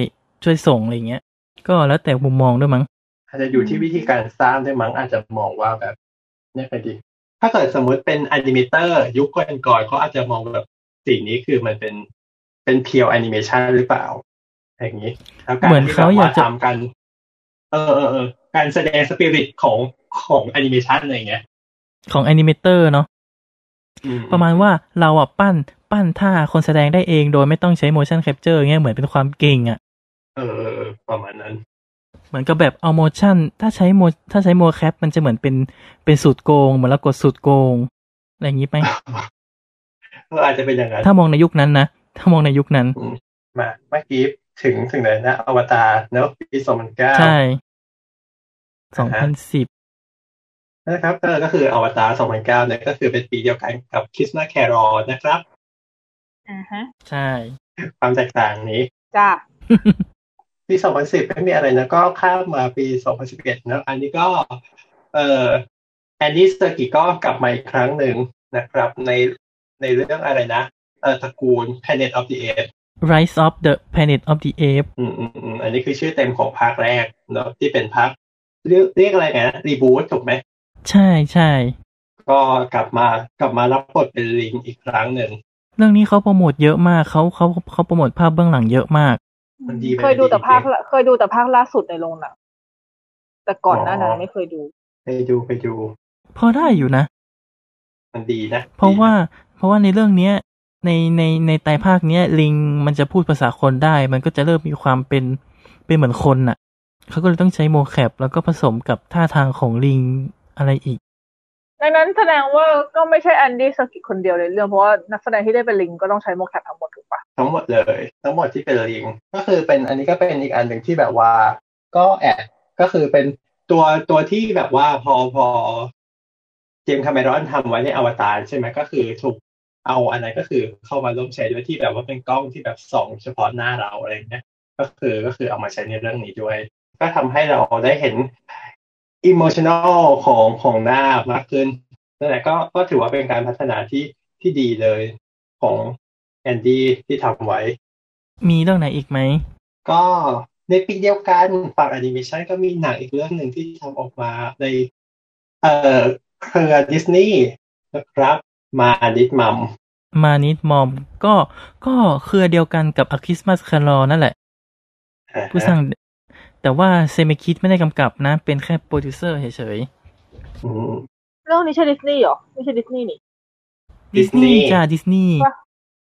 ช่วยส่งอะไรเงี้ย ก็แล้วแต่มุมมองด้วยมั้ง
อาจจะอยู่ที่วิธีการสร้างด้วยมั้งอาจจะมองว่าแบบเนี่ยไปดีถ้าเกิดสมมุติเป็นอนิเมเตอร์ยุคก่อนๆเขาอาจจะมองแบบสิ่งนี้คือมันเป็นเป็นเพียวแอนิเมชันหรือเปล่า อย่างนี้แล้วการ
เหมือน
ที่
เขา
แบบ
อยา
ว่าก
จะ
ทำกัน เออเออเออการแสดงสปิริตของของแอนิเมชันอะไรอย่างเงี้ย
ของแอนิเมเตอร์เนาะ
อื
ประมาณว่าเราอ่ะปั้นปั้นท่าคนแสดงได้เองโดยไม่ต้องใช้ motion capture เงี้ยเหมือนเป็นความเก่งอ่ะ
เออเออเออประมาณนั้น
เหมือนกับแบบเอา motion ถ้าใช้โมถ้าใช้โมแคปมันจะเหมือนเป็นเป็นสูตรโกง เหมือนเรากดสูตรโกงอะไรอย่างงี้ไหม
ก็อาจจะเป็นอย่างนั้น
ถ้ามองในยุคนั้นนะถ้ามองในยุคนั้น
มาเมื่อกี้ถึงถึงไหนนะอวตารเนอะปีสองพันเก้า
ใช่ส
อ่า
อง
ฮะ
พันสิบ
นะครับเออก็คืออวตารสองพันเก้าเนี่ยก็คือเป็นปีเดียวกันกับคิสมาแครอนะครับ
อ่ะฮะ
ใช่
ความแตกต่างนี้
จ้า
ปีสองพันสิบไม่มีอะไรนะก็ข้ามมาปีสองพันสิบเอ็ดนะอันนี้ก็ เอ่อแอนดี้เซอร์กิก็กลับมาอีกครั้งหนึ่งนะครับ ในในเรื่องอะไรนะเอ่อตระกูล Planet of the Apes
Rise of the Planet of the Apes
อืมอืมอืมอันนี้คือชื่อเต็มของภาคแรกเนาะที่เป็นภาคเรียกเรียกอะไรนะรีบูทถูกไหม
ใช่ใช่
ก็กลับมากลับมารับบทเป็นลิงอีกครั้งหนึ่ง
เรื่องนี้เขาโปรโมทเยอะมากเขาเขาเขาโปรโมทภาพเบื้องหลังเยอะมาก
มันดี
เคยดูแต่
มันดี
ภาคละเคยดูแต่ภาคล่าสุดในโรงหนังแต่ก่อนหน้านั้
อ๋
น
อ
ไม่เคยดู
ไปดูไปดู
พอได้อยู่นะ
มันดีนะ
เพราะว่า เพราะว่าในเรื่องเนี้ย ในในในไตรภาคเนี้ย ลิงมันจะพูดภาษาคนได้ มันก็จะเริ่มมีความเป็นเป็นเหมือนคนน่ะเขาก็เลยต้องใช้โมแคปแล้วก็ผสมกับท่าทางของลิงอะไรอีก
ดังนั้นแสดงว่าก็ไม่ใช่แอนดี้สกิทคนเดียวในเรื่องเพราะว่านักแสดงที่ได้เป็นลิงก็ต้องใช้โมแคปทั้งหมดถูกปะ
ทั้งหมดเลย ทั้งหมดที่เป็นลิงก็คือเป็นอันนี้ก็เป็นอีกอันหนึ่งที่แบบว่า ก็แอบก็คือเป็นตัวตัวที่แบบว่าพอพอเจมส์คาเมรอนทำไว้ในอวตารใช่ไหมก็คือถูกเอาอันนั้นก็คือเข้ามาร่วมใช้ด้วยที่แบบว่าเป็นกล้องที่แบบส่องเฉพาะหน้าเราอะไรอย่างเงี้ยก็คือก็คือเอามาใช้ในเรื่องนี้ด้วย ก็ทำให้เราได้เห็นอิโมชันอลของของหน้ามากขึ้นนั่นแหละก็ก็ถือว่าเป็นการพัฒนาที่ที่ดีเลยของแอนดี้ที่ทำไว้
มีเรื่องไหนอีกไหม
ก็ในปีเดียวกันฝั่งแอนิเมชันก็มีหนังอีกเรื่องหนึ่งที่ทำออกมาในเอ่อเครือดิสนีย์นะครับ มาดิสมัม
มานิดมอมก็ก็เครือเดียวกันกับอคิสมาสคารอนั่นแหละ ผู้สร้าง แต่ว่าเซเมคิดไม่ได้กำกับนะ เป็นแค่โปรดิวเซอร์เฉย
อืม
เรื่องนี้ใช่ดิสนีย์เหรอไม่ใช่ดิสนีย์นี่
ๆดิสนี
Disney
ย์จ้าดิสนีย์
ว่ะ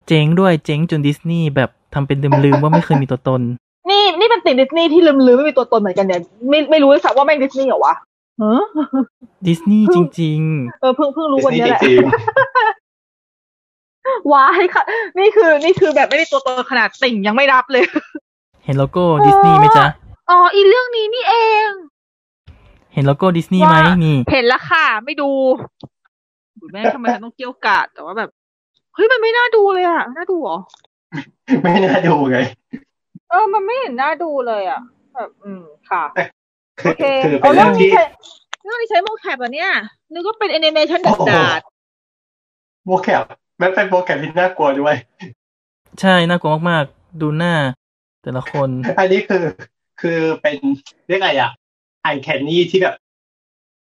เจ๊งด้วยเจ๊งจนดิสนีย์แบบทำเป็นลืมๆ ว่าไม่เคยมีตัวตน
นี่นี่เป็นติ่งดิสนีย์ที่ลืมลืมไม่มีตัวตนเหมือนกันเนี่ยไม่ไม่รู้เลยสักว่าแม่งดิสนีย์เหรอวะเออ
ดิสนีย์จริง
เออเพิ่งเพิ่งรู้
ดิส
วัน
นี
เนี้
ย์
ย
จ
แหละ
ริง
ว้ายค่ะ นี่คือนี่คือแบบไม่ได้ตัวตนขนาดติ่งยังไม่รับเลย
เห็นโลโก้ดิสนีย์ไหมจ๊ะ
อ๋ออีเรื่องนี้นี่เอง
เห็นโลโก้ดิสนีย์ไหม
ว่า
นี่
เห็นละค่ะ ไม่ดูอุ๊ยแม่ทำไมฉันต้องเกี่ยวกาดแต่ว่าแบบเฮ้ยมันไม่น่าดูเลยอะน่าดูเหรอ
ไม่น่าดูไง
เออ มันไม่เห็นน่าดูเลยอ่ะ แบบ อืม ค่ะ
คื
โอ
อ
เค
คือเป็
เอา
น
เรื่
เรื่
อ
อง ง
นี้ใช้เรื่องนี้
ที่
ใช้โมแคปเหรอ่ะเนี่ย นึกว่าเป็นแอนิเมชัน
โอ้โห
ดาด
โมแคปมันเป็นโมแคปที่น่ากลัวด้วย
ใช่น่ากลัวมากๆ ดูหน้า แต่ละคน
อันนี้คือคือเป็นเรียกอะไรอะไอแคนนี่ที่แบบ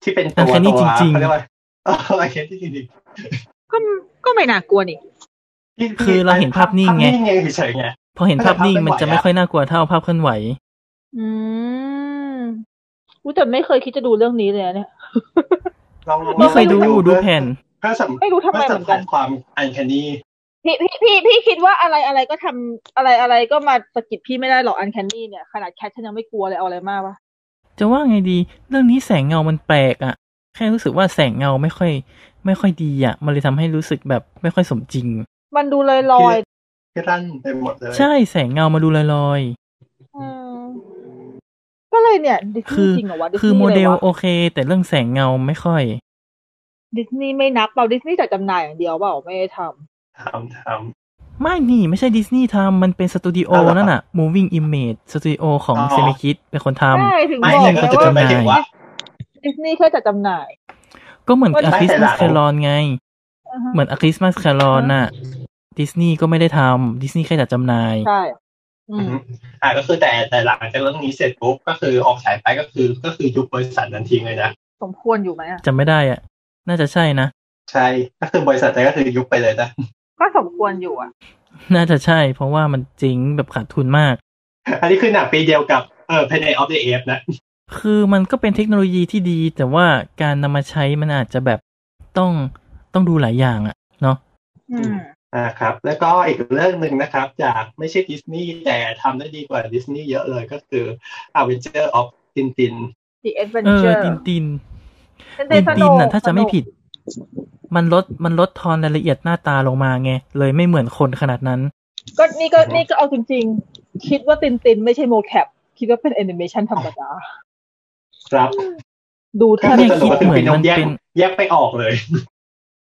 ที่เป็นตัว
Uncanny
ตัว
จริงๆ
เขาเรียกว่า ไอแคนนี่จริง
ก็ก็ไม่น่ากลัวนี่
ๆที่
คือเราเห็นภาพนิ่งไง
ภาพนิ่งไงเฉยๆไง
พอเห็นภาพนิ่งมันจะไม่ค่อยน่ากลัวเท่าภาพเคลื่อนไหว
อืมอู้แต่ไม่เคยคิดจะดูเรื่องนี้เลยอะเนี่ย
ลองลอง
ไม่เคยดูดูแผ่น
เพื่อสัม
ไม่รู้ทำไมเห
เพื่อสั
มื
ม
อนกั
ผั
น
สความไอแคนนี่
พี่พี่พี่พี่คิดว่าอะไรอะไรก็ทำอะไรอะไรก็มาสะกิดพี่ไม่ได้หรอกอันแคนนี่เนี่ย ขนาดแคทฉันยังไม่กลัวเลยเอาอะไรมากวะ
จะว่าไงดี เรื่องนี้แสงเงามันแปลกอะแค่รู้สึกว่าแสงเงาไม่ค่อย ไม่ค่อยดีอะมันเลยทำให้รู้สึกแบบไม่ค่อยสมจริง
มันดูลอยลอย
ที่รั่นไปหมดเลย
ใช่แสงเงามาดูลอย
ๆอืมก็เลยเนี่ยดิสนี
ๆคือ
ย์จริงเหรอวะดิสนีย์
คือโมเดล
ลยวะ
โอเค แต่เรื่องแสงเงาไม่ค่อย
ดิสนีย์ไม่นับเปล่าดิสนีย์จัดจำหน่ายอย่างเดียวเปล่าไม่ได้ท
ทำท
ไม่นี่ไม่ใช่ดิสนีย์ทำมันเป็นสตูดิโอ
อ้าวเหรอ
นั่นน่ะ Moving Image สตูดิโอของ
อ๋อ
เซมิคิดเป็นคนทำ
ำใช่ถึง
ำไม่
บอก
ใช่
ไง
ก็จะ
ว่า
เป็นไปถึงว่า
ดิสนีย์แค่จัดจำหน่าย
ก็เหมือน
มัน
อา
ไม่
คริส
แต่
มา
หลัง
สแคลอนไง
อ่าฮะ
เหมือนอาคริสมาสแคลอนน่ะ ดิสนีย์ก็ไม่ได้ทำดิสนีย์แค่จัดจำหน่าย
ใช่อืม
อ่าก็คือแต่แต่หลังจากเรื่องนี้เสร็จปุ๊บก็คือออกฉายไปก็คือก็คือยุบบริษัทนั้นทิ้งเลยนะ
สมควรอยู่ไหมอะ
จำไม่ได้อ่ะ น่าจะใช่นะ
ใช่ก็คือบริษัทนั้นก็คือยุบไปเลยนะ
ก็สมควรอยู่อ่ะ
น่าจะใช่ เพราะว่ามันเจริงแบบขาดทุนมาก
อันนี้คือหนังปีเดียวกับเออ p a n อ of the Apes นะ
คือมันก็เป็นเทคโนโลยีที่ดี แต่ว่าการนำมาใช้มันอาจจะแบบต้องต้องดูหลายอย่างอ่ะเนาะ
อืม
อ่าครับ แล้วก็อีกเรื่องหนึ่งนะครับ จากไม่ใช่ดิสนีย์แต่ทำได้ดีกว่าดิสนีย์เยอะเลยก็คือ Avenger of Tintin
The
เออ
Adventure
ตินติน
เป็น
ตินติน
ก
อ่ะถ้าจะไม่
สนุก
ผิด มันลดมันลดทอนรายละเอียดหน้าตาลงมาไงเลยไม่เหมือนคนขนาดนั้น
ก็นี่ก็นี่ก็เอาจริงๆ คิดว่าตินตินไม่ใช่โมแคปคิดว่าเป็นแอนิเมชันธรรมดา
ครับ
ดู
ก็
แท่า
คือ
ไม่
สรุป
คิด
ก็คือพี่นกแยก
เหมือนมันเป็น
แยกไปออกเลย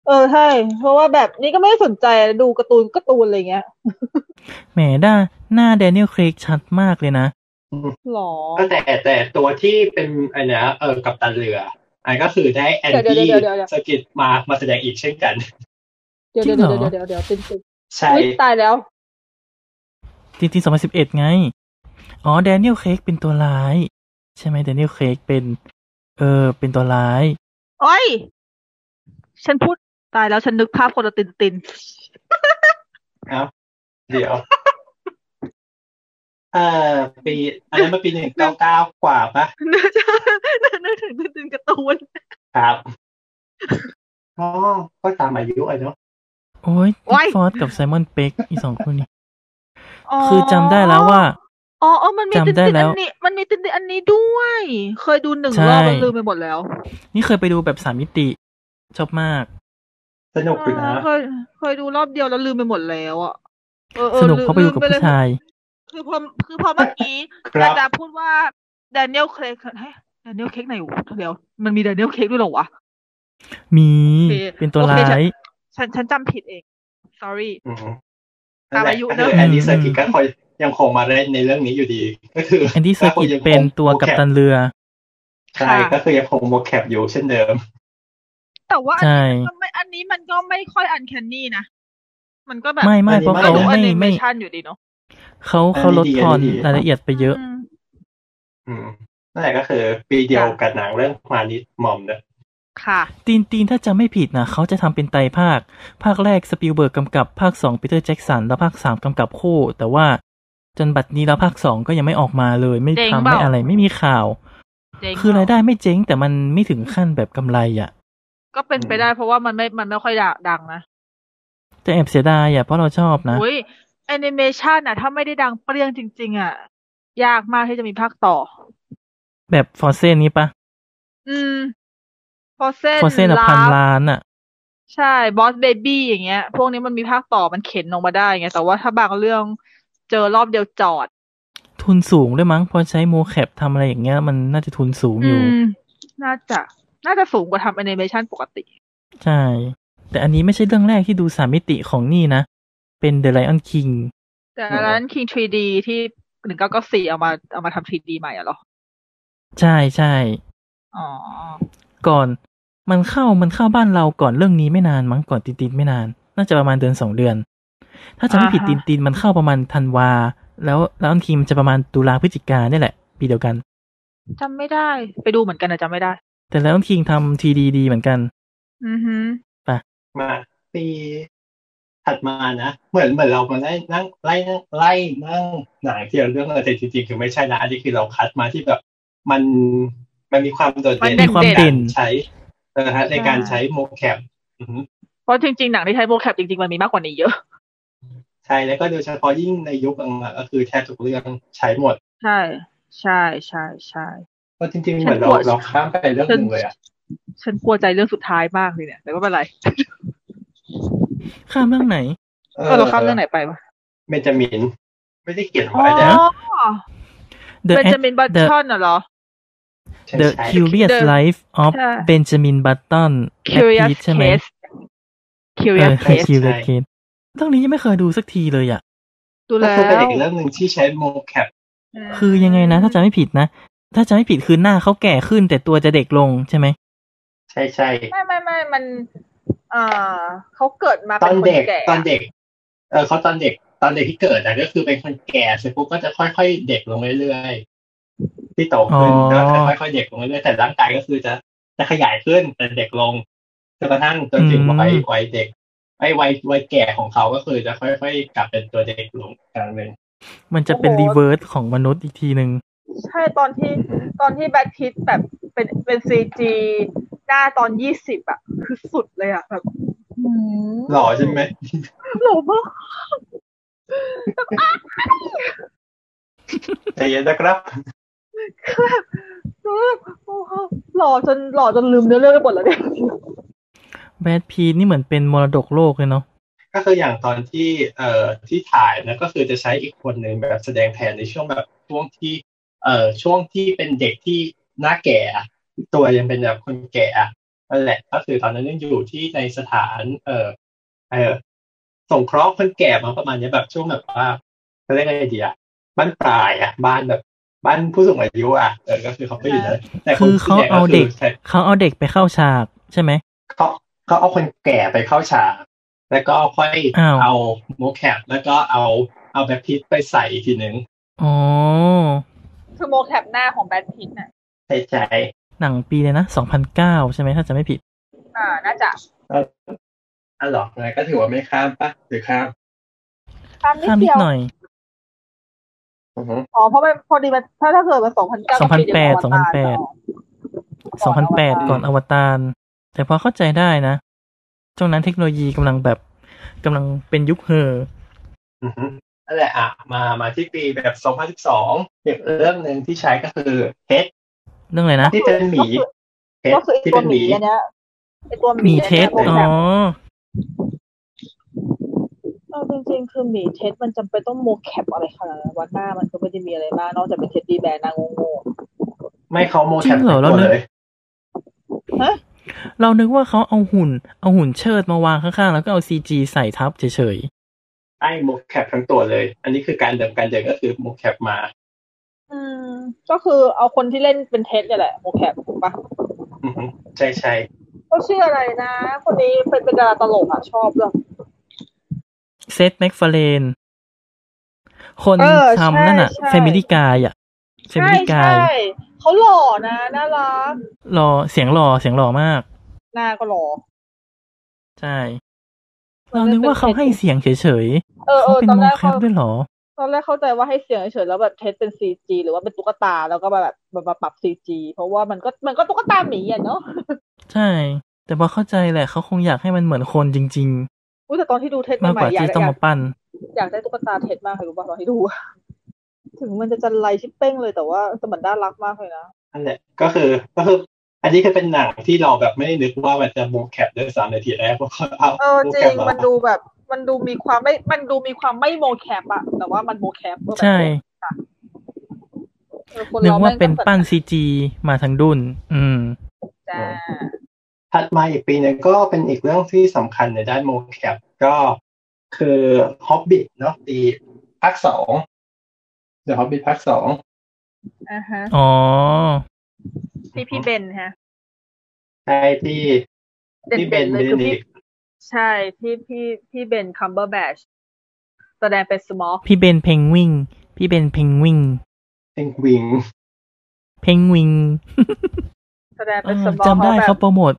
เออใช่เพราะว่าแบบนี่ก็ไม่ได้สนใจดูการ์ตูนการ์ตูนอะไรเงี้ย
แหมด้าหน้าแดเนียลเครกชัดมากเลยนะ
หรอ
ก็แต่แต่ตัวที่เป็นอันเนี้ยเออกัปตันเรือ อันก็คือได้แอน
เดี๋ยว
ดี้
เดี๋ยวเดี๋ยวเดี๋ยว
สกิดมามาแสด งอีกเช่นกัน
เดี๋ยว
จริ
เดี๋ยว
งเหรอ
เดี๋ยวเดี๋ยวเดี๋ยวตินติน
ใช่
อุ๊ยตายแล้ว
จริงๆสองพันสิบเอ็ดไง อ๋อ แดเนียลเครกเป็นตัวร้าย ใช่ไหมแดเนียลเครกเป็น เออ เป็นตัวร้าย
โอ้ย ฉันพูดตายแล้วฉันนึกภาพคนละตินติน
ครับเดี๋ยวเออปี อันนั้นมันปีหนึ่งเก้าเก้ากว่าปะ
นึกนึกถึงตินตินการ์ตูน
ครับ อ๋อ ก็ตามอายุอะเนาะ
โอ้ย
โอ๊ย
ฟอร์ดกับไซมอนเป๊กอีสองคนนี้ คือจำได้แล้วว่า
อ๋ออ๋อมันมีติน
จำได้
ติน
แล้
อั
วน
นี้ มันมีตินตินอันนี้ด้วย เคยดูหนึ่ง
ใช่
รอบแล้วลืมไปหมดแล้ว
นี่เคยไปดูแบบสามมิติ ชอบมาก
สนุกอยู่
อ่า
นะ
เคย เคยดูรอบเดียวแล้วลืมไปหมดแล้วอ่ะออออ
สนุก
ลืม
เพราะไปดูกับ
ลืม
ผู้
เล
ชาย
คือพอคือพอเมื่อ กี้
ครับ
นาดาพูดว่าแดเนียลเครกเฮ้ยแดเนียลเครกไหนวะเดี๋ยวมันมีแดเนียลเครกด้วยเหรอวะ
มี
โอเค
เป็นตัว
โอเค
ร้า
จ้ะ
ย
ฉันฉันจำผิดเอง sorry
อืม
ตามอายุเนอะ
ก็คือแอนดี้
อืม
เซอร์กิตก็คอยยังคงมาเล่นในเรื่องนี้อยู่ดี ก็คือ
แอนดี้เซอร์กิต
ยังคง
เป็นตัวกัปตันเรือ
ใช่ก็คือยังคงโมแคปอยู่เช่นเดิม
แต่ว่าอัน
ใช่
นี้มันก็ไม่อันนี้มันก็ไม่ค่อยอันแคนนี่นะ มันก็แบบ
ไม่ไม่เพราะ
อันนี้
ดูแอ
เขาไม่
นิเม
ไม่
ชันอยู่ดีเนาะ
เขาเขาลดทอน
อันนี้ดีอันนี้ดี
รายละเอียดไปเยอะ
ม
อืมนั่นแหละก็คือ ปีเดียวกับหนังเรื่องมานิดหม่อมนะ
ค่ะ
ตีนตีนถ้าจำไม่ผิดนะเขาจะทำเป็นไตรภาค ภาคแรกสปิลเบิร์กกำกับ ภาคสองปีเตอร์แจ็กสัน แล้วภาคสามกำกับคู่ แต่ว่าจนบัดนี้แล้วภาคสองก็ยังไม่ออกมาเลย ไม่
เจ๊ง
ทำ
เปล่า
ไม่อะไรไม่มีข่าว
เจ๋ง
คือรายได้ไม่เจ๊งแต่มันไม่ถึงขั้นแบบกำไรอ่ะ
ก็เป็นไปได้เพราะว่ามันไม่มันไม่ค่อยดังนะ
แต่แอบเสียดายอ่ะเพราะเราชอบนะ
อุ้ยแอนิเมชันอ่ะ ถ้าไม่ได้ดังเปรี้ยงจริง ๆ อ่ะ ยากมากที่จะมีภาคต่อ
แบบฟอร์เซนนี้ปะ
อืม พอเส้น
ฟอร์เซนอ่ะ
ลา
พัน
ฟ
ล้านอ่ะ
ใช่บอสเบบี้อย่างเงี้ย พวกนี้มันมีภาคต่อมันเข็นลงมาได้ไงแต่ว่าถ้าบางเรื่องเจอรอบเดียวจอด
ทุนสูงด้วยมั้งเพอใช้โมแคปทำอะไรอย่างเงี้ย มันน่าจะทุนสูง
อื
อยู่
ม น่าจะน่าจะสูงกว่าทำแอนิเมชันปกติ
ใช่ แต่อันนี้ไม่ใช่เรื่องแรกที่ดูสามมิติของนี่นะ เป็น The Lion King
แต่อันนั้น King 3D ที่หนึ่งเก้าเก้าสี่เอามาเอามาทำ 3D ใหม่อะเหรอ
ใช่ใช่
อ๋อ
ก่อนมันเข้ามันเข้าบ้านเราก่อนเรื่องนี้ไม่นานมั้งก่อนตินตินไม่นาน น่าจะประมาณเดือนสองเดือน ถ้าจำไม่ผิด
อ่า
ติ
ฮะ
นตินมันเข้าประมาณธันวา แล้วแล้วอันคิมจะประมาณตุลาพฤศจิกาเนี่ยแหละ ปีเดียวกัน
จำไม่ได้ ไปดูเหมือนกันนะจำไม่ได้
แต่แล้วอันคิงทำทีดีดีเหมือนกัน
อือฮึ
มาปีถัดมานะ เหมือนเหมือนเรามาไล่นั่งไล่นั่งไล่นั่งหนังที่เราเรื่องอะไรแต่จริงๆคือไม่ใช่นะอันนี้คือเราคัดมาที่แบบ มันมันมีความโดด
มัน
เด่
เด่
น
มีควา
น
มเด่
เด่น
น
ใช้นะฮะในการใช้โมแคปอือฮึ
เพราะจริงๆ หนังที่ใช้โมแคปจริงๆ มันมีมากกว่านี้เยอะ
ใช่แล้วก็โดยเฉพาะยิ่งในยุคหลังๆก็คือแทบทุกเรื่องใช้หมด
ใช่ ใช่ใช่ใช่
ก็จริงๆเหมือนเรา
ฉันปวด
เราข้ามไปเรื่องหนึ่งเลยอ่ะ
ฉันกลัวใจเรื่องสุดท้ายมากเลยเนี่ย แต่ก็ไม่เป็นไร
ข้ามเรื่องไหน
เออเราข้ามเรื่องไหนไปวะ
เบนจามิน ไม่ได้เขียน
อ๋อ
ไว้นะ
เบ
The
นจามินบัต
The
ชอนน่ะเหรอ
ใช่
The
ใช่
Curious
The-
Life of
ใช่
Benjamin Button at
Curious
Peace ใช่ไหม
Case
เอ
Curious
อ
Case
คิวเลเกนเรื่องนี้ยังไม่เคยดูสักทีเลยอ่ะ
ดู
ก็
แล้
คือเป็น
ว
อีกเรื่องหนึ่งที่ใช้โมแคป
คือยังไงนะ ถ้าจำไม่ผิดนะ ถ้าจำไม่ผิดคือหน้าเขาแก่ขึ้นแต่ตัวจะเด็กลงใช่ไหม
ใช่ใช่
ไม่ไม่ไม่มัน เอ่อเขาเกิดมา
ต
เป็
อนน
คน
เด็ก
แก่
ตอนเด็กเออเขาตอนเด็กตอนเด็กที่เกิดนะก็คือเป็นคนแก่เสร็จปุ๊บก็จะค่อยๆเด็กลงเรื่อยๆที่โตขึ้น
อ๋อ
แล้วก็ค่อยๆเด็กลงเรื่อยๆแต่ร่างกายก็คือจะจะขยายขึ้นแต่เด็กลงจนกระทั่งจนถึงวัยวัยเด็กไอ้วัยวัยแก่ของเขาก็คือจะค่อยๆกลับเป็นตัวเด็กลงกลางหนึ่ง
มันจะเป็นรีเวิร์สของมนุษย์อีกทีหนึ่ง
ใช่ตอนที่ตอนที่แบทพิทแบบเป็นเป็นซีจีหน้าตอนยี่สิบอะคือสุดเลยอะแบบหืม
หล่อใช่ไหม
หล่อมาก
ใจเย็นนะครับ
เออโอ้โหหล่อจนหล่อจนลืมเนื้อเรื่องไปหมดแล้วเนี่ย
แบดพีนี่เหมือนเป็นมรดกโลกเลยเนาะ
ก็คืออย่างตอนที่เอ่อที่ถ่ายนะก็คือจะใช้อีกคนหนึ่งแบบแสดงแทนในช่วงแบบช่วงที่ เอ่อช่วงที่เป็นเด็กที่หน้าแก่อะตัวยังเป็นแบบคนแก่อะนั่นแหละ ก็คือตอนนั้นยังอยู่ที่ในสถาน เอ่อเอ่อสงเคราะห์คนแก่มาประมาณเนี้ยแบบช่วงแบบว่าเขาเรียกอะไรดีอะบ้านปลายอะบ้านแบบบ้านผู้สูงอายุอะเออก็คือเขาก็อยู่นั้นแต่น
คือ
ผู้
เขา
ใหญ่
เอาเด็ก
ใช้
เขาเอาเด็กไปเข้าฉากใช่ไหม
เขาเขาเอาคนแก่ไปเข้าฉากแล้วก็ค่อย
อ้าว
เอาโมแคปแล้วก็เอาเอาแบ็คพิทไปใส่อีกทีหนึ่ง
อ๋อ
คือโมแคปหน้าของแบทพิทน่ะ
ใช่ใช่
หนังปีเลยนะสองพันเก้าใช่ไหมถ้าจำไม่ผิด
อ่า น่าจะ
อ่ะหรอกนะก็ถือว่าไม่ข้ามปะหรือข้าม
ตามนิด
ข้ามนิ
เดี
ด
ยว
หน่อย
อือฮึ
อ๋อ เพราะมันพอดีมันถ้าถ้าเกิดมันสองพันเก้า
สองพันแปดสองพันแปดสองพันแปดก่อนอวตารแต่พอเข้าใจได้นะช่วงนั้นเทคโนโลยีกำลังแบบกำลังเป็นยุคเฮอ
อือฮึนั่นแหละอ่ะมามาที่ปีแบบ 2012อีกเรื่องหนึ่งที่ใช้ก็คือเฮด
เรื่องอะไรนะ
ที่เป็นหมีเฮด
ก็คือไอ
ที่
ตั
เป็
วน ห
ห
มี
มี
อันเนี้ยไอตัวห
หมี
มี
เท
นี่ย
ส
โม
อ๋
แค
อ
ปเออจริงๆ คือหมีเท็ดมันจำเป็นต้องโมแคปอะไรขนาดนั้นวันหน้ามันก็ไม่ได้มีอะไรมาก นอกจากเป็นเท็ดดี้แบร์หนางโง่
ไม่เขาโมแค
จริ
ป
งเหรอแล้ว
ตัว
นึก
เลย
เรานึกว่าเขาเอาหุ่น เอาหุ่นเชิดมาวางข้างๆ แล้วก็เอาซีจีใส่ทับเฉย
ไอ้โมแคปทั้งตัวเลย อันนี้คือการเดิมการเดิมก็คือโมแคปมา
ๆอืม ก็คือเอาคนที่เล่นเป็นเท็ดเนี่ยแหละโมแคปถูกปะ
อือฮึใช่ใช่
เขาชื่ออะไรนะ คนนี้เป็นเป็นดาราตลกอ่ะชอบเลย
ๆ เซตแม็กฟาเลน คน
เออ
ทำนั่นอะ
ใช่ใช่
เฟมิลี่กายอะเฟ
ใช่
มิลี่กาย
ใช่เขาหล่อนะน่ารัก
รอเสียงหล่อเสียงหล่อมาก
หน้าก็หล่อ
ใช่ เรานึกว่าเขาให้เสียงเฉย
เอ
ๆ
อเอ
เขา
อ
เป็น
ตอน
โม
แรก
แค
เขา
ปด้วยเหรอ
ตอนแรกเข้าใจว่าให้เสียงเฉยๆแล้วแบบเทสเป็นซีจีหรือว่าเป็นตุ๊กตาแล้วก็มาแบบมามาปรับซีจีเพราะว่ามันก็มันก็ตุ๊กตาหมีอ่ะเนาะ
ใช่ แต่พอเข้าใจแหละเขาคงอยากให้มันเหมือนคนจริง
อุ้ยแต่ตอนที่ดูเทส
ๆ มาก
ใหม่
กว่า
ๆอยาก
ที่ต้อง
อยาก
มาปั้น
อยากได้ตุ๊กตาเทสมากเลยรู้ป่ะตอนที่ดู ถึงมันจะจันไรชิปเป้งเลยแต่ว่าแต่มันน่ารักมากเลยนะ
นั่นแหละก็คือก็คือไอ อันนี้คือเป็นหนังที่เราแบบไม่ได้นึกว่ามันจะมูฟแคปด้วยซ้ำในทีแรกเพราะว่าเอา
เออ
มูฟ
จริ
แค
ง
ปมา
มันดูแบบ มันดูมีความไม่ มันดูมีความไม่โมแคปอะแต่ว่ามันโมแคปก็แบบ
ใช่
เออคน
นึก
เราแม่
ว่า
ง
เป็นปั้นซีจีมาทางดุนอืม
จ้า
ถัดมาอีกปีหนึงก็เป็นอีกเรื่องที่สำคัญในด้านมูฟแคปก็คือฮอบบิทเนาะปีภาคสองเดอะฮอบบิทภาคสอง
อ่าฮะ
อ๋อ
ที่พี่เบนฮะ
ใช่ที่
เด่
ที่เบ
น
น
ๆเลย
เบน
คือ
ดิ
พี่
ก
ใช่ที่พี่พี่เบนคัมเบอร์แบชแสดงเป็นสมอล
พี่เบนเพงวิ่ง พี่เบนเพงวิ่ง
เอ็งวิง
เพง วิ่ง
แสดง
เอ
เป็น
อ
สมอล
จำได้
แบ
เขา
บ
โปรโมท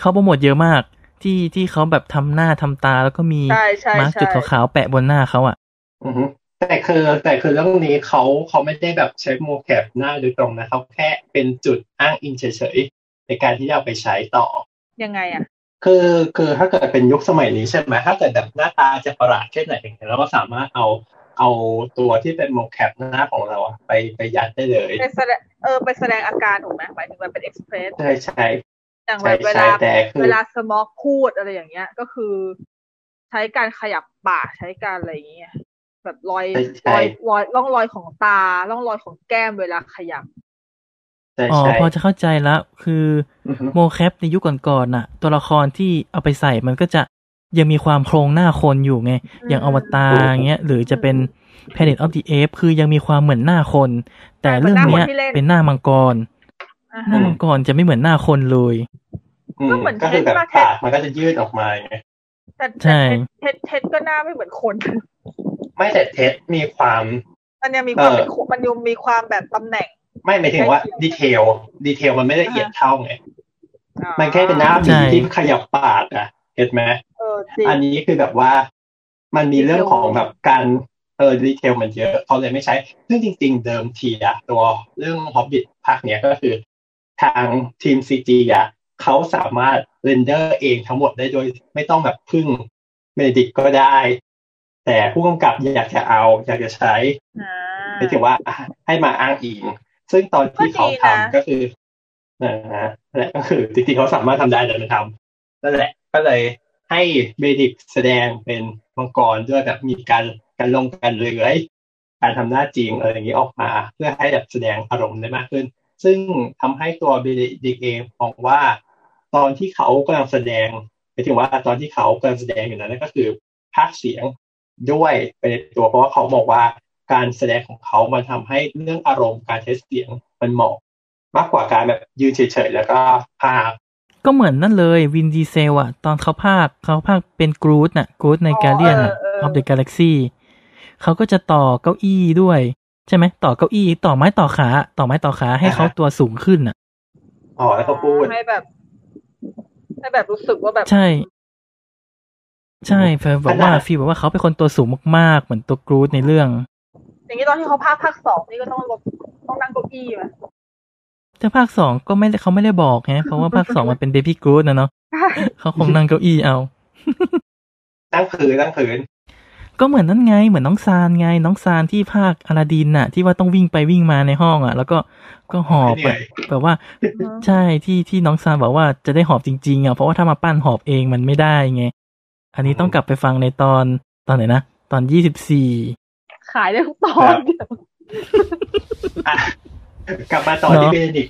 เขาโปรโมทเยอะมาก ที่ที่เขาแบบทำหน้าทำตาแล้วก็มี
ใช่ใช่
มาร์ก
ใช่
จุดขาวๆแปะบนหน้าเขาอ่ะ
อือฮึแต่คือแต่คือเรื่องนี้เขาเขาไม่ได้แบบใช้โมแคปหน้าโดยตรงนะเขาแค่เป็นจุดอ้างอิงเฉยๆในการที่จะเอาไปใช้ต่อ
ยังไงอ่ะ
คือคือถ้าเกิดเป็นยุคสมัยนี้ใช่ไหมถ้าเกิดแบบหน้าตาจะประหลาดแค่ไหนเราก็สามารถเอาเอาตัวที่เป็นโมแคปหน้าของเราอะไปไปยัดได้เลย
เป็นแสดงเออไปแสดงอาการถูกไหมหมายถึงมันเป็นเอ็กซ์เพรส
ใช่ใช่
อย่าง
ใช่
แบบเว
ใช่
ลา
แต่คือ
เวลาสมอลพูดอะไรอย่างเงี้ย ก็คือ ใช้การขยับปากใช้การอะไรอย่างเงี้ยแบบรอย
ใช่ใช่
รอยรอยร่องรอยของตาร่องรอยของแก้มเวลาขยับ
ใช่
อ๋อ
ใช่
พอจะเข้าใจละคือ
อือฮึ
โมแคปในยุคก่อนๆน่ะ ตัวละครที่เอาไปใส่มันก็จะยังมีความโครงหน้าคนอยู่ไง อย่างอวตารเงี้ย หรือจะเป็น Planet of the Apes คือยังมีความเหมือนหน้าคน แต่เรื่องเนี้
เหมือนห
ย
น้าคนที่เล่น
เป็นหน้ามังกร
อ่า
หน้า
ฮะ
มังกรจะไม่เหมือนหน้าคนเลย
อืม
ก็เหมือน
ก็คือแบบ
เทสมาเทส
ปากมันก็จะยืดออกมาไง
แต่
ใช่
แต่เท็ดเท็ดเท็ดก็หน้าไม่เหมือนคน
ไม่แต่เทสมีความ
มันยังมีความ
เออ
เป็นคนมันยังมีความแบบตำแหน่ง
ไม่หมายถึงว่า
ใกล้เคี
ดี
ยง
เทลดีเทลมันไม่ละเอียดเท่าไง
อ่า
มันแค่เป็นหน้า
ใช่
บีที่ขยับปากอ่ะเห็นไหม
เออจริง
อันนี้คือแบบว่ามันมีเรื่องของแบบการเออดีเทลมันเยอะเขาเลยไม่ใช้ ซึ่งจริง ๆ เดิมทีอะตัวเรื่อง Hobbit ภาคเนี้ยก็คือ ทางทีมซีจีอะเขาสามารถเรนเดอร์เองทั้งหมดได้โดยไม่ต้องแบบพึ่งเมดิกก็ได้ แต่ผู้กำกับอยากจะเอา อยากจะใช้
อ่า
หมายถึงว่าอ่ะให้มาอ้างอิง ซึ่งตอนที่เขา
ก็ดีนะ
ทำก็คือนะฮะและก็คือจริงๆเขาสามารถทำได้แต่ไม่ทำนั่นแหละก็เลยให้เบดิกแสดงเป็นมังกรด้วยแบบมีการการลงการเลื้อยการทำหน้าจริงอะไรอย่างนี้ออกมา เพื่อให้แบบแสดงอารมณ์ได้มากขึ้น ซึ่งทำให้ตัวเบดิกเองมองว่า ตอนที่เขากำลังแสดงหมายถึงว่าตอนที่เขากำลังแสดงอยู่นั้นก็คือพากย์เสียงด้วยไปในตัวเพราะว่าเขาบอกว่า การแสดงของเขา มันทำให้เรื่องอารมณ์การใช้เสียงมันเหมาะ มากกว่าการแบบยืนเฉยๆ แล้วก็พาก
ก็เหมือนนั่นเลยวินดีเซลอะตอนเขาภาคเขาภาคเป็นกรูดน่ะกรูด
อ๋อก
ในาเลียนอะ
เออ
อ
เออ
อฟเดอะกาแล็กซี่เขาก็จะต่อเก้าอี้ด้วย ใช่ไหมต่อเก้าอี้ต่อไม้ต่อขา ต่อไม้ต่อขาให้เขาตัวสูงขึ้นอ่ะ
อ๋อแล้วก็พูด
ให้แบบให้แบบรู้สึกว่าแบบ
ใช่ ใช่ฟีลแบ
ข
บ
นา
ว่า
ด
ฟีลแบบว่าเขาเป็นคนตัวสูงมากๆ เหมือนตัวกรูดในเรื่อง
อย่างนี้ตอนที่เขาพากย์ภาคสองนี่ก็ต้องลบต้องนั่งเก้าอี้ไหม
แต่ภาคสองก็ไม่ได้เขาไม่ได้บอกไงเพราะว่าภาคสองมันเป็นเบบี้กรูดนะเนาะเขาคงนั่งเก้าอี้เอา
ตั้งผืนตั้งผืน
ก็เหมือนนั่นไง เหมือนน้องซานไง น้องซานที่ภาคอลาดินน่ะ ที่ว่าต้องวิ่งไปวิ่งมาในห้องอ่ะ แล้วก็ก็หอบ
เห
แบ
นื่อ
บ
ย
แบบว่า ใช่ที่ที่น้องซานบอกว่าจะได้หอบจริงๆอ่ะเพราะว่าถ้ามาปั้นหอบเองมันไม่ได้ไงอันนี้ต้องกลับไปฟังในตอนตอนไหนนะตอนยี่สิบสี่
ขายได้ทุกตอน
อ่ะกลับมาต่อที่
เนอะ
เบนดิก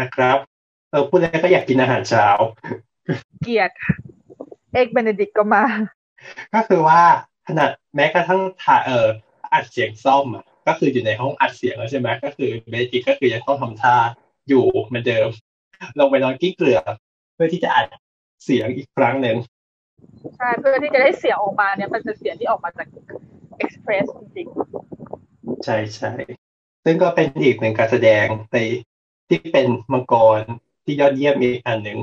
นะครับเออพูดแล้วก็อยากกินอาหารเช้า
เกลียดเอ็กเบนเดดิกก็มา
ก็คือว่าขนาดแม้กระทั่งถ่ายเอออัดเสียงซ่อมอ่ะก็คืออยู่ในห้องอัดเสียงแล้วใช่ไหมก็คือเบสิกก็คือยังต้องทำท่าอยู่เหมือนเดิม ลงไปนอนกิ้งเกลือเพื่อที่จะอัดเสียงอีกครั้งหนึ่ง
ใช่เพื่อที่จะได้เสียงออกมาเนี่ยมันเป็นเสียงที่ออกมาจากเอ็กซ์เพรสจริง
ใช่ใช่ซึ่งก็เป็นอีกหนึ่งการแสดงในที่เป็นมังกรที่ยอดเยี่ยมอีกอันหนึ่ง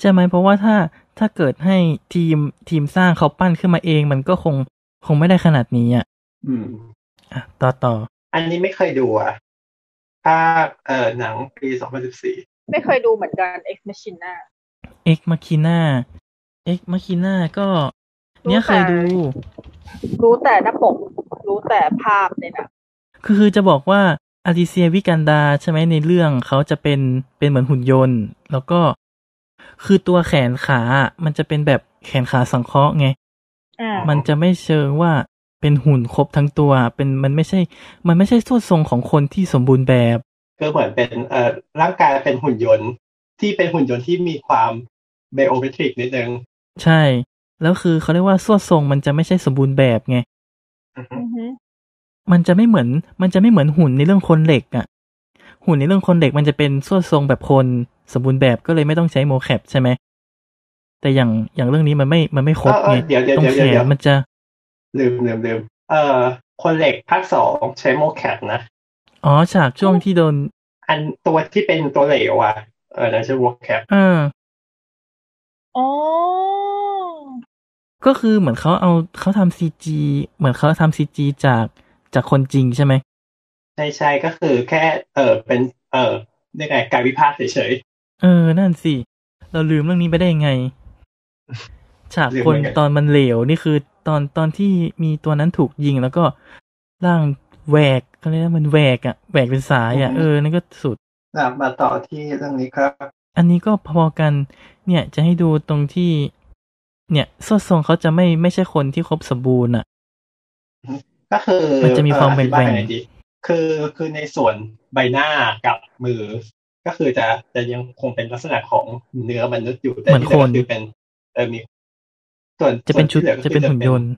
ใช่ไหมเพราะว่าถ้าถ้าเกิดให้ทีมทีมสร้างเขาปั้นขึ้นมาเอง มันก็คงคงไม่ได้ขนาดนี้อ่ะ
อืม
อ่ะต่อต่อ
อันนี้ไม่เคยดูอ่ะภาคเอ่อหนังปี 2014
ๆไม่เคยดูเหมือนกันเอ็กซ์เมชิน่า
เอ็กมาคิน่าเอ็กมาคิน่าก็ เนี่ยเคยดู
รู้แต่หน้าปก รู้แต่ภาพในหนัง
คือคือจะบอกว่า อลิเซียวิกันดาใช่ไหมในเรื่องเขาจะเป็นเป็นเหมือนหุ่นยนต์ แล้วก็คือตัวแขนขา มันจะเป็นแบบแขนขาสังเคราะห์ไง
อ่า
มันจะไม่เชิงว่าเป็นหุ่นครบทั้งตัว เป็นมันไม่ใช่ มันไม่ใช่ส่วนทรงของคนที่สมบูรณ์แบบ
ก็เหมือนเป็นเอ่อร่างกายเป็นหุ่นยนต์ ที่เป็นหุ่นยนต์ที่มีความไบโอเมตริกนิดนึง
ใช่ แล้วคือเขาเรียกว่าส่วนทรงมันจะไม่ใช่สมบูรณ์แบบไง
อือฮึ
อือฮึ
มันจะไม่เหมือน มันจะไม่เหมือนหุ่นในเรื่องคนเหล็กอะหุ่นในเรื่องคนเหล็กมันจะเป็นส่วนทรงแบบคนสมบูรณ์แบบก็เลยไม่ต้องใช้โมแคปใช่ไหม แต่อย่างอย่างเรื่องนี้มันไม่ มันไม่ครบ
เออเอ
ไง
อเดี๋ยวเดี๋ยว
ตรง
เดี๋ยว
แข
เดี๋ยวนเดี๋ยว
มันจะ
ลืมลืมลืมเอ่อคนเหล็กภาคสองใช้โมแคปนะ
อ๋อฉากช่วงที่โดน
อันตัวที่เป็นตัวเหลวอ่ะเออนะชื่อวอลแคป
เออ
อ๋อ
ก็คือเหมือนเขาเอาเขาทำซีจีเหมือนเขาทำซีจีจากจากคนจริงใช่ไหม
ใช่ใช่ก็คือแค่เออเป็นเออเรียกไงการวิพากษ์เฉย
เออ นั่นสิ เราลืมเรื่องนี้ไปได้ยังไง ฉาก
ลืม
คน
ได้ไง
ตอนมันเหลวนี่คือตอนตอนที่มีตัวนั้นถูกยิงแล้วก็ร่างแหวกเขาเรียกว่ามันแหวกอะแหวกเป็นสายอะเออ นั่นก็สุด
ๆอ่ะมาต่อที่เรื่องนี้ครับ
อันนี้ก็พอๆกัน เนี่ยจะให้ดูตรงที่ เนี่ยสวดทรงเขาจะไม่ไม่ใช่คนที่ครบสมบูรณ์อะ
ก็คือ
มันจะมีความ
เอ่ออธิบาย
แบ่งๆ
หน่อยดิคือคือในส่วนใบหน้ากับมือ ก็คือจะจะยังคงเป็นลักษณะของเนื้อมนุษย์อยู่แต่ที่เหลือก็คือเป็นเออมีส่วน
จะเป็นชุด
ส่วที่หลือก็
จะ
คือ
เป็นหุ่นยนต์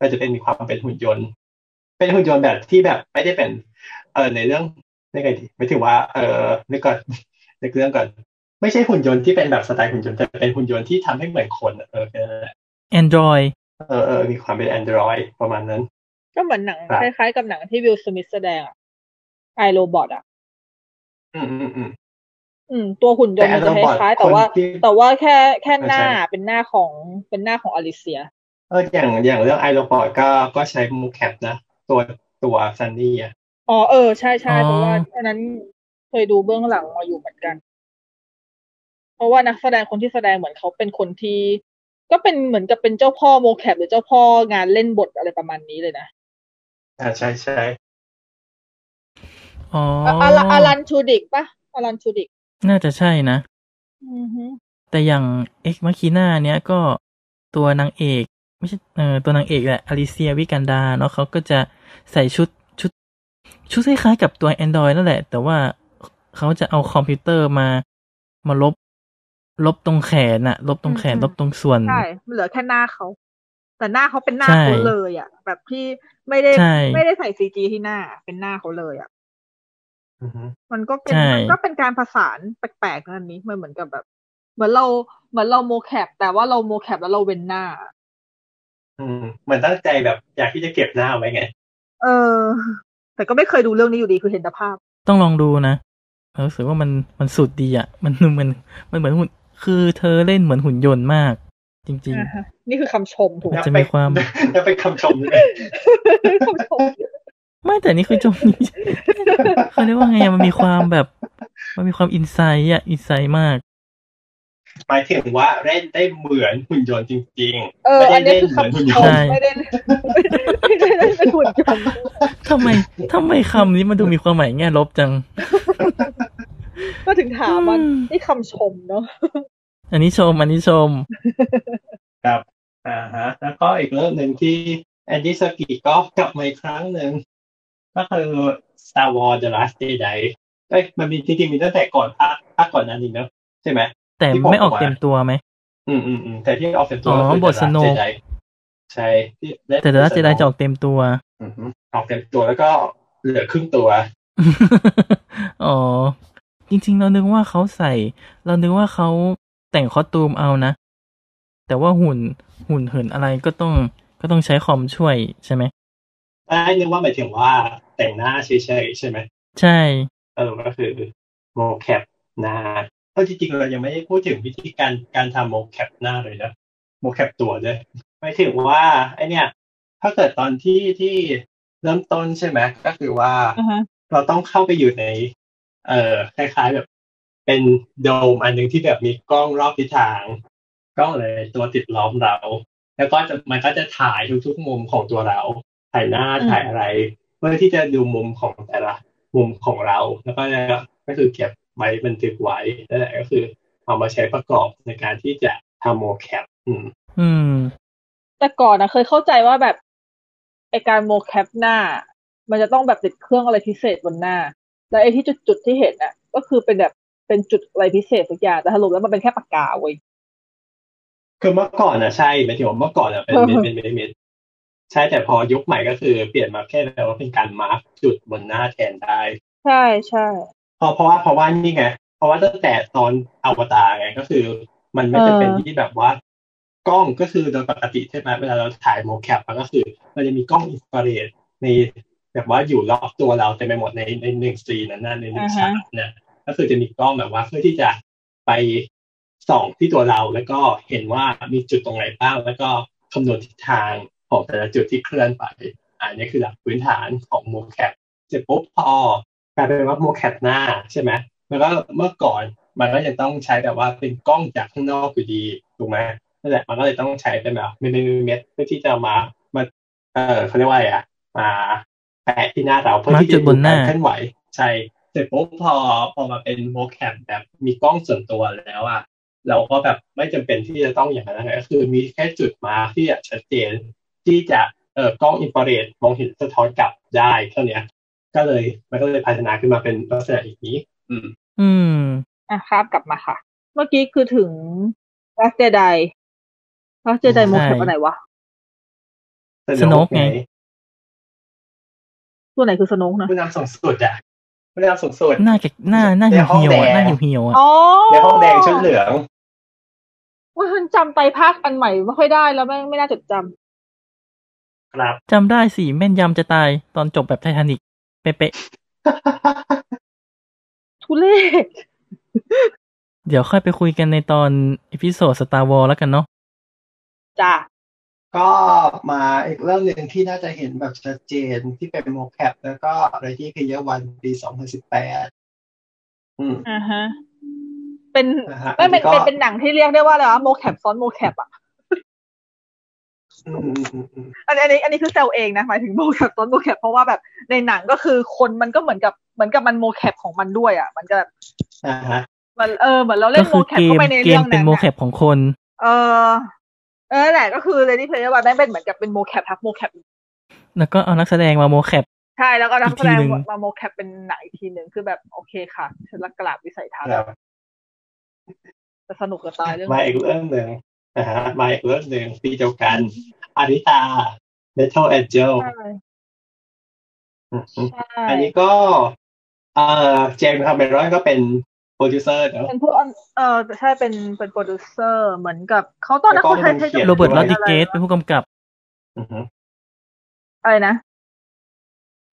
ก็จะเป็นมีความเป็นหุ่นยนต์ เป็นหุ่นยนต์แบบที่แบบไม่ได้เป็น เออในเรื่องในไงดีไม่ถึงว่า เออนึกก่อน นึกเรื่องก่อน ไม่ใช่หุ่นยนต์ที่เป็นแบบสไตล์หุ่นยนต์แต่เป็นหุ่นยนต์ที่ทำให้เหมือนคนอะเออแค่นั้นแหละ
Android
เออเออมีความเป็นแอนดรอยประมาณนั้น
ก็เหมือนหนัง
ครับ
คล้ายๆกับหนังที่วิลสมิธแสดงอะไอโรบอทอ่ะ
อืมอืมอืม
อืม ตัวหุ่นยนต์มันจะคล้ายๆแต่ว่า
คนที่
แต่ว่าแค่แค่หน้า
ใช่
เป็นหน้าของเป็นหน้าของอลิเซีย
เอออย่างอย่างเรื่องไอโรบอทก็ก็ใช้มูแคปนะ ตัวตัวซันนี่อ่ะ
อ๋อเออใช่ใช่
อ๋อ
เพราะว่าอันนั้นเคยดูเบื้องหลังมาอยู่เหมือนกัน เพราะว่านักแสดงคนที่แสดงเหมือนเขาเป็นคนที่ ก็เป็นเหมือนกับเป็นเจ้าพ่อโมแคปหรือเจ้าพ่องานเล่นบทอะไรประมาณนี้เลยนะ
อ่าใช่ใช่
อ๋อ
อะอารันอารันชูดิกปะอารันชูดิก
น่าจะใช่นะ
อือฮึ
แต่อย่างเอ็กมาคีนาเนี้ยก็ตัวนางเอก ไม่ใช่เออตัวนางเอกแหละอลิเซียวิกันดาเนาะเขาก็จะใส่ชุดชุด ชุดคล้ายๆกับตัว Android นั่นแหละ แต่ว่าเขาจะเอาคอมพิวเตอร์มามาลบ ลบตรงแขนน่ะ ลบตรงแขน ลบตรงส่วน
ใช่มันเหลือแค่หน้าเขา แต่หน้าเขาเป็นหน้า
ใช่
เขาเลยอ่ะ แบบที่ไม่ได้
ใช่
ไม่ได้ใส่ซีจีที่หน้า เป็นหน้าเขาเลยอ่ะ
อือฮึ
มันก็เป็น
ใช่
มันก็เป็นการผสานแปลกๆนะอันนี้มันเหมือนกับแบบ เหมือนเราเหมือนเราโมแคปแต่ว่าเราโมแคปแล้วเราเว้นหน้า
อืมเหมือนตั้งใจแบบอยากที่จะเก็บหน้าไว้ไง
เออ แต่ก็ไม่เคยดูเรื่องนี้อยู่ดีคือเห็นแต่ภาพ
ต้องลองดูนะเรารู้สึกว่ามันมันสุดดีอ่ะ มันมันมันเหมือนหุ่นคือเธอเล่นเหมือนหุ่นยนต์มาก จริง
อ่าฮะ นี่คือคำชมถูกไหม
จะมี ความ
จะเป็นคำชมเลย
คำชม
ๆ ไม่แต่นี่คือจ ม เขาเรียกว่าไงอะมันมีความแบบ มันมีความอินไซต์อะอินไซต์มาก
หมายถึงว่าเล่นได้เหมือนหุ่นยนต์จริง
เออ
ไม่
อัน
ได้
นี้คือคำ
เล่น
ช
เห
ม
มือนหุ่นยนต์
ไม่ได้ไม่ได้เล่นเป็นหุ่นยนต์
ทำไมทำไมคำนี้มันดูมีความหมายแง่ลบจัง
ก็ถึงถามมัน
อืม
นี่คำชมเนาะ
อันนี้ชม อันนี้ชม
ๆอ่าฮะ แล้วก็อีกเรื่องหนึ่งที่แอนดี้สกีก็กลับมาอีกครั้งหนึ่งก็คือ Star Wars The Last Jedi เอ้ยมันมีจริงๆมีตั้งแต่ก่อนภาคภาคก่อนหนั้านอีกเนอะใช่ไหม
แต่
ที่บอก
ไม่ออก
ว่า
เต็มตัวไหม
อืมอืมอืมแต่ที่ออกเป็นตัวก็
อ๋
คือ
อบท
The Last
Snoke
Jedi ใช่ที่ล่น
แต่เดอะลาสเจไดจะออกเต็มตัว
อือฮึออกเต็มตัวแล้วก็เหลือครึ่งตัว
อ๋อ จริง ๆ เรานึกว่าเขาใส่ เรานึกว่าเขาแต่งคอสตูมเอานะ แต่ว่าหุ่นหุ่นเหินอะไรก็ต้องก็ต้องใช้คอมช่วยใช่ไหม
ได้นึกว่าหมายถึงว่าแต่งหน้าเฉยๆใช่ไหม
ใช่
เออก็คือโมแคปหน้าเพราะจริงๆเรายังไม่ได้พูดถึงวิธีการการทำโมแคปหน้าเลยนะโมแคปตัวด้วยหมายถึงว่าไอเนี่ย ถ้าเกิดตอนที่ที่เริ่มต้นใช่ไหมก็คือว่า
อ่าฮะ
เราต้องเข้าไปอยู่ใน เอ่อคล้ายๆแบบ เป็นโดมอันหนึงที่แบบมีกล้องรอบทิศทางกล้องอะไรตัวติดล้อมเรา แล้วก็จะมันก็จะถ่ายทุกๆมุมของตัวเรา ถ่ายหน้าถ่ายอะไร เพื่อที่จะดูมุมของแต่ละ มุมของเรา แล้วก็จะก็คือเก็บไว้บันทึกไว้นั่นแหละก็คือเอามาใช้ประกอบในการที่จะทำโมแคปอืม
อืม
แต่ก่อนนะเคยเข้าใจว่าแบบไอการโมแคปหน้า มันจะต้องแบบติดเครื่องอะไรพิเศษบนหน้า แล้วไอที่จุดๆที่เห็นน่ะ ก็คือเป็นแบบเป็นจุดอะไรพิเศษสักอย่างแต่สรุปแล้วมันเป็นแค่ปากกาเว้ย
คือเมื่อก่อนอ่ะใช่หมายถึงว่าเมื่อก่อน อ่ะเป็นเม็ดเป็นเม็ดเป็นเม็ดใช่แต่พอยุคใหม่ก็คือเปลี่ยนมาแค่แล้วว่าเป็นการมาร์กจุดบนหน้าแทนได้
ใช่ใช่
เพราะเพราะว่าเพราะว่านี่ไงเพราะว่าตั้งแต่ตอนอวตารไงก็คือ มันไม่
เออ
จำเป็นที่แบบว่ากล้องก็คือโดยปกติใช่ไหมเวลาเราถ่ายโมแคปมันก็คือมันจะมีกล้องอินฟราเรดในแบบว่าอยู่รอบตัวเราเต็มไปหมดในในหนึ่งซีนนั้นนะในหนึ่งฉากเนี่ย ก็คือจะมีกล้องแบบว่าเพื่อที่จะไปส่องที่ตัวเราแล้วก็เห็นว่ามีจุดตรงไหนบ้าง แล้วก็คำนวณทิศทางของแต่ละจุดที่เคลื่อนไปอันนี้คือหลักพื้นฐานของโมแคปเสร็จปุ๊บพอกลายเป็นว่าโมแคปหน้าใช่ไหมมันก็เมื่อก่อนมันก็จะต้องใช้แบบว่าเป็นกล้องจากข้างนอกอยู่ดีถูกไหมนั่นแหละมันก็เลยต้องใช้เป็นแบบเม็ดๆๆเม็ดเพื่อที่จะมามาเออเขาเรียกว่าอะไรอะมาแปะที่หน้าเราเพื่อที่
มาจุ
จะ
ดบนหน้า
กรเคลื่อนไหวใช่ เสร็จปุ๊บพอพอมาเป็นโมแคปแบบมีกล้องส่วนตัวแล้วอะเราก็แบบไม่จำเป็นที่จะต้องอย่างนั้นนะก็คือมีแค่จุดมาที่จะชัดเจน ที่จะเอ่อกล้องอินฟราเรดมองเห็นสะท้อนกลับได้เท่าเนี้ย ก็เลยมันก็เลยพัฒนาขึ้นมาเป็นลักษณะอย่างนี้ อืม
อืม
อ่ะครับกลับมาค่ะ เมื่อกี้คือถึงลัสเจไดลัสเจได
ใช่
โมแคปอะไรวะ
สนุกไง
ตัวไหนคือสโนกนะ
ผู้นำสูงสุดอะผู้นำสูงสุด
หน้าแกหน้าหน้า
ใน
เหี่ยว
ห้อง
เหี่ยวๆอะ
แดง
หน้าเหี่ยวเหี่ยวๆอะ
อ๋อ
ในห้องแดงชุดเหลือง
ว่าฉันจำไปภาคอันใหม่ไม่ค่อยได้แล้วไม่งไม่น่าจดจ
ครับ
จำได้สิแม่นยำจะตายตอนจบแบบไททานิกเป๊ะ
ำทุเรศ
ๆเดี๋ยวค่อยไปคุยกันในตอนอีพิโซดสตาร์วอลแล้วกันเนาะ
จ้ะ
ก็มาอีกเรื่องหนึ่งที่น่าจะเห็นแบบชัดเจนที่เป็นโมแคปแล้วก็อะไรที่คือเยาวันปีสองพันสิบแปดอืม
อ่าฮะ เป็น
นะฮะ
ไม่เป็นเป็น น
อันี้ก็
เป็นหนังที่เรียกได้ว่าอะไรวะโมแคปซ้อนโมแคปอ่ะ
อืมอืมอืมอืม
อันอันนี้อันนี้คือเซลเองนะหมายถึงโมแคปซ้อนโมแคปเพราะว่าแบบในหนังก็คือคนมันก็เหมือนกับเหมือนกับมันโมแคปของมันด้วยอ่ะมันก็แบบ
อ่าฮะ
มันเออเหมือนเราเล่
ก็
นโม
คือ
แคป
เก
เข้าม ไปใน
เก
เรื่
ม
องนั้น
เป็นโม
น่ะ
แคปของคน
เออเออแหละก็คือ Lady Player One แม่งเป็นเหมือนกับเป็นโมแคปทับโมแคป
แล้วก็เอานักแสดงมาโมแคป
ใช่แล้วก็นักแสดง
อีกทีหนึ่ง
มาโมแคปเป็นหนังอีกทีหนึ่งคือแบบโอเคค่ะฉันรักกราบวิสัยทัศน์
ครับ
แต่สนุกจะตายเรื่อง
มาอีกเรื่องหนึ่งนะฮะมาอีกเรื่องหนึ่งปีเดียวกันอาริตา Metal Angel
ใช่
อืมอืม
ใช่
อันนี้ก็เอ่อเจมส์คาเมรอนก็เป็นโปรดิวเซอร์เนอะ
เป็นผู้เออใช่เป็นเป็นโปรดิวเซอร์เหมือนกับเขาตอนนั้น
แล้วก็
เขาใช้
เป็น
ใช้
เขีย
โรเบิร์ต
ด้
ล
ว
อย ดดิเกตเป็นผู้กำกับ
อือฮึ
อะไรนะ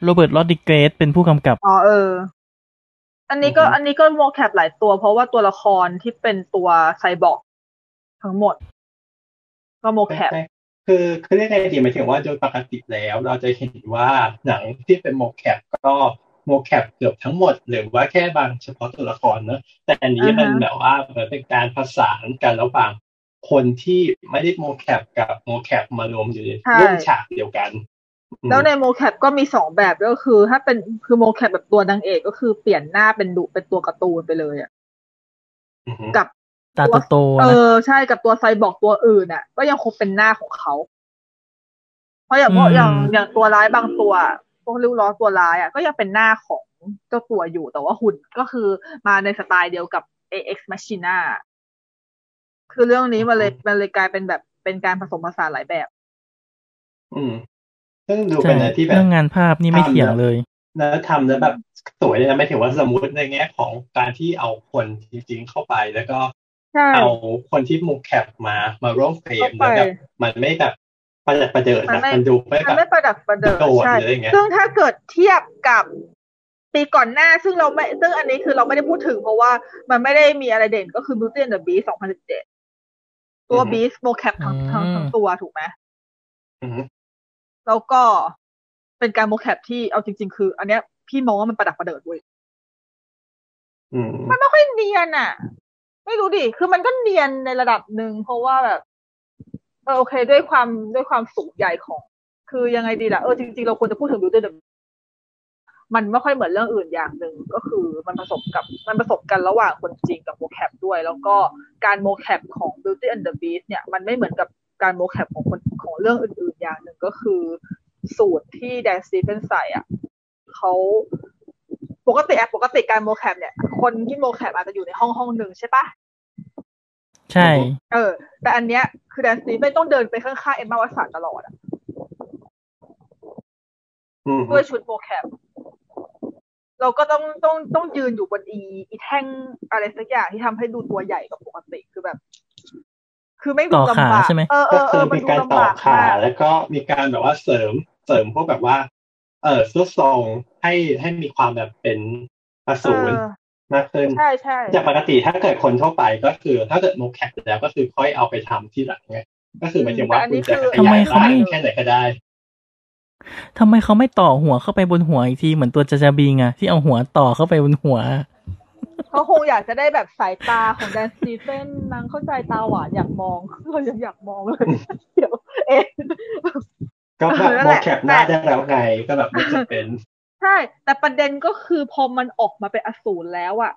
โรเบิร์ตลอดดิเกตเป็นผู้กำกับ
อ๋อเออ อันนี้ก็
อือฮึ
อันนี้ก็โมแคปหลายตัว เพราะว่าตัวละครที่เป็นตัวไซบอร์กทั้งหมด ก็โมแคป
ใช่คือคือเรียกไงดีหมายถึงว่าโดยปกติแล้ว เราจะเห็นว่าหนังที่เป็นโมแคปก็โมแคปเกือบทั้งหมด หรือว่าแค่บางเฉพาะตัวละครเนอะแต่อันนี้
อ่าฮะ
มันแบบว่าเหมือนเป็นการผสานกันระหว่างคนที่ไม่ได้โมแคปกับโมแคปมารวมอยู่ในเรื่องฉากเดียวกันอืม
แล้วในโมแคปก็มีสองแบบก็คือ ถ้าเป็นคือโมแคปแบบตัวนางเอกก็คือเปลี่ยนหน้าเป็นดุเป็นตัวการ์ตูนไปเลยอะ
อือฮึ
กับ
ตาโตๆ
เอ
นะ
อใช่กับตัวไซบอร์กตัวอื่นอ่ะ ก็ยังคงเป็นหน้าของเขาเพราะอย่างพวก
อืม
อย่างอย่างตัวร้ายบางตัวพวกริ้วล้อตัวร้ายอ่ะก็ยังเป็นหน้าของเจ้าตัวอยู่แต่ว่าหุ่นก็คือมาในสไตล์เดียวกับ AX Machina คือเรื่องนี้มันเลยมันเลยกลายเป็นแบบเป็นการผสมผสานหลายแบบ
อืมซึ่งดู
ใช่
เป็นอะไรที่แบบ
เรื่องงานภาพนี่ไม่เถียงเลย
แล้วทำแล้วแบบสวยเลยนะไม่ถึงว่าสมมติในแง่ของการที่เอาคนจริงๆเข้าไปแล้วก็
ใช่
เอาคนที่มูแคปมามาร่วมเฟรมแล้วแบบมันไม่แบบประดัดประเดิด
มัน
นะ
ไม่
มันดูไม่แบ
มัน
บ
ไม่ประดับประเดิม
โดด
ใช่
หรืออะไรอย่างเงี้ย
ซึ่งถ้าเกิดเทียบกับปีก่อนหน้า ซึ่งเราไม่ ซึ่งอันนี้คือเราไม่ได้พูดถึงเพราะว่ามันไม่ได้มีอะไรเด่นก็คือ Beauty and the Beast 2017 ตัว Beast mocap ทั้ง
อืม
ทั้งทั้งตัวถูกไหม
อือฮึ
แล้วก็เป็นการ mocap ที่เอาจริง ๆ คือ อันเนี้ยพี่มองว่ามันประดับประเดิดเว้ย
อืม
มันไม่ค่อยเนียนอ่ะ ไม่รู้ดิ คือมันก็เนียนในระดับหนึ่งเพราะว่าแบบเออโอเคด้วยความด้วยความสูงใหญ่ของ คือยังไงดีล่ะ เออจริงๆ เราควรจะพูดถึง Beauty and the มันไม่ค่อยเหมือนเรื่องอื่นอย่างหนึ่งก็คือมันผสมกับมันผสมกันระหว่างคนจริงกับโมแคปด้วย แล้วก็การโมแคปของ Beauty and the Beast เนี่ยมันไม่เหมือนกับการโมแคปของคนของเรื่องอื่นๆอย่างหนึ่งก็คือ สูตรที่แดนซีเป็นใส่อ่ะเขาปกติอะปกติการโมแคปเนี่ย คนที่โมแคปอาจจะอยู่ในห้องห้องหนึ่งใช่ปะ
ใช่
เออ แต่อันเนี้ยคือแดนซีไม่ต้องเดินไปข้างๆเอ็มมาวัตสันตลอดอะ
อืม
ด้วยชุดโมแคปเราก็ต้องต้องต้องยืนอยู่บนอีอีแท่งอะไรสักอย่างที่ทำให้ดูตัวใหญ่กว่าปกติคือแบบ คือไม่ดู
ต่อขา
ลำบาก
ใช่ไหม
เออเอ
ก็
อเอ
คืออ
มัน
มี
ดู
การต่อบ
ลำาก
ขา
มา
แล้วก็มีการแบบว่าเสริมเสริมพวกแบบว่า เออซุดทรงให้ให้มีความแบบเป็นอ
เอ
สูร
อ
มากขึ้น
ใช่ใช่
จากปกติถ้าเกิดคนทั่วไปก็คือถ้าเกิดโมแคปแล้วก็คือค่อยเอาไปทำที่หลังไงก็คือหมันจะว่าคุณจะขยายบ้านแค่ไหนก็ได้
ทำไมเขาไม่ต่อหัวเข้าไปบนหัวอีกทีเหมือนตัวจาจาบิงอะที่เอาหัวต่อเข้าไปบนหัว
เขาคงอยากจะได้แบบสายตาของแดนซีเฟนนางเข้าใจตาหวานอยากมอง เรายังอยากมองเลยเดี๋ยวเอ๊ะ
ก็แบบ
นั่น
โม
แหละ
แคปหน้า
แต่
ได้แล้วไงก็แบบมันจะเป็น
ใช่ แต่ประเด็นก็คือพอมันออกมาเป็นอสูรแล้วอะ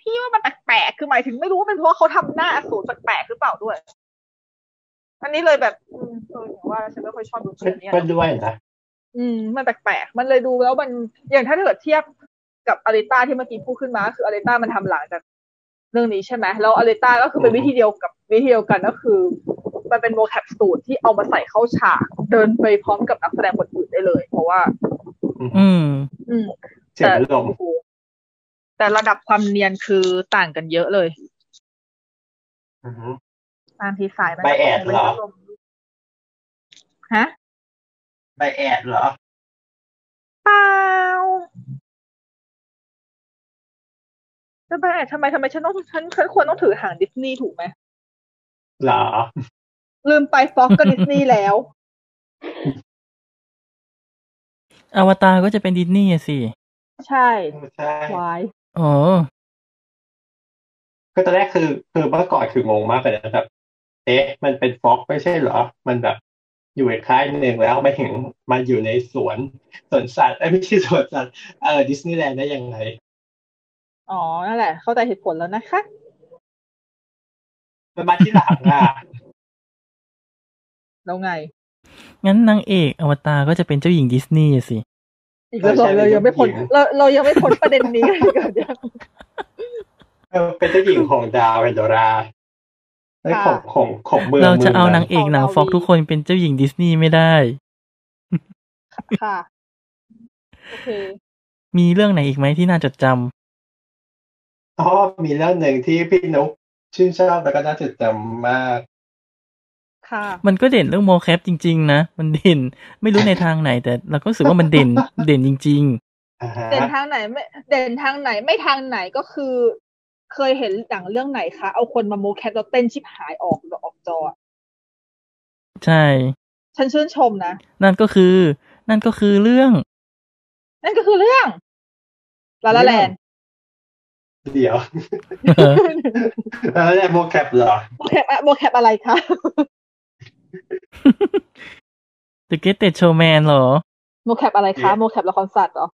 พี่ว่ามันแปลกๆคือหมายถึงไม่รู้ว่าเป็นเพราะว่าเขาทำหน้าอสูรแปลกๆหรือเปล่าด้วย อันนี้เลยแบบอืมเอออย่างว่าฉันไม่ค่อยชอบดูเรื่องเนี้ย
ก็ด้วยนะ
อืม มันแปลกๆมันเลยดูแล้วมันอย่างถ้าเกิดเทียบกับอาริต้าที่เมื่อกี้พูดขึ้นมา คืออาริต้ามันทำหลังจากเรื่องนี้ใช่ไหมแล้วอาริต้าก็คือเป็น
อืม
วิธีเดียวกับวิธีเดียวกันก็คือ มันเป็นโมแคปสูตรที่เอามาใส่เข้าฉากเดินไปพร้อมกับนักแสดงคนอื่นได้เลย เพราะว่า
อืม
อืม
เสียงลม
โอ้โหแต่ระดับความเนียนคือต่างกันเยอะเลย
อือฮึ
บางทีสายมัน
Bias เหรอ
ฮะ
ไปแอดเหรอ
เปล่าจะไปแอบทำไมทำไมฉันต้องฉันฉันควรต้องถือหางดิสนีย์ถูกไหม
เหรอ
ลืมไปฟ็อกกับดิสนีย์แล้ว
อวตารก็จะเป็นดิสนีย์อะสิ
ใช่
ใช่
วาย
อ๋อ
ก็ตอนแรกคือคือเมื่อก่อนคืองงมากเลยนะแบบ เอ๊ะ มันเป็นฟอกไม่ใช่เหรอ มันแบบอยู่อีกค่ายหนึ่งแล้วไม่ถึงมาอยู่ในสวนสวนสัตว์เอ้ยไม่ใช่สวนสัตว์เออดิสนีย์แลนด์ได้ยังไง
อ๋อ นั่นแหละ เข้าใจเหตุผลแล้วนะคะ
มันมาที่หลังอ่ะ
แล้วไง
งั้นนางเอกอวตารก็จะเป็นเจ้าหญิงดิสนีย์อะสิ
อีกแล้วเหรอ
ไม่ใช่
เรายังไม่พ้น
ผู้หญิง
เราเรายังไม่พ้นประเด็นนี้เลยกันเนี่ย
เออเป็นเจ้าหญิงของดาวแอนโดราไอ้ยของของของเมือง
เราจะเอา
มื
นางเอกหนังฟอกทุกคนเป็นเจ้าหญิงดิสนีย์ไม่ได้
ค่ะ โอเค
มีเรื่องไหนอีกไหมที่น่าจดจำ
อ๋อมีเรื่องหนึ่งที่พี่นุ๊กชื่นชอบแล้วก็น่าจดจำมาก
ค่ะ
มันก็เด่นเรื่องโมแคปจริง ๆ นะ มันเด่นไม่รู้ในทางไหนแต่เราก็รู้สึกว่ามันเด่ น เด่นจริง
อ่าฮะ
เด่นทางไหนไม่เด่นทางไหนไม่ทางไหนก็คือ เคยเห็นหนังเรื่องไหนคะเอาคนมาโมแคทแล้วเต้นชิบหายออกออกจออะ
ๆ ใช่
ฉันชื่นชมนะ
นั่นก็คือ นั่นก็คือเรื่อง
นั่นก็คือเรื่องลาลาแลน
เดี๋ยว แล้วเนี่ยโมแคปเหรอ
โมแคทโมแคทอะไร คะ
The Greatest Showman เหรอ
โมแคทอะไรคะโมแคทละครสัตว์เหรอ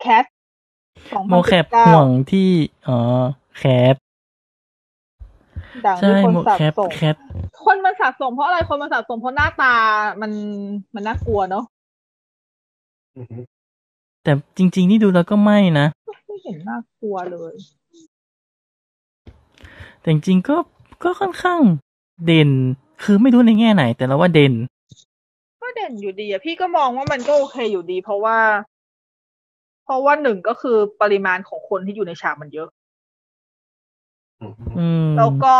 แคท
โมแคปห่วงที่อ๋อแคป
ดังที่
ใช่
คน
โม
สับ
แคป
ส่ง
แคป
คนมันสะสมเพราะอะไร คนมันสะสมเพราะหน้าตามันมันน่ากลัวเนาะ
อือฮึ
แต่จริง ๆ นี่ดูแล้วก็ไม่นะ
ไม่เห็นน่ากลัวเลย
แต่จริงๆก็ก็ค่อนข้างเด่น คือไม่รู้ในแง่ไหน แต่เราว่าเด่น
ก็เด่นอยู่ดีอะพี่ก็มองว่ามันก็โอเคอยู่ดี เพราะว่า เพราะว่าหนึ่งก็คือปริมาณของคนที่อยู่ในฉากมันเยอะ
อือฮึ
อืม
แล้วก็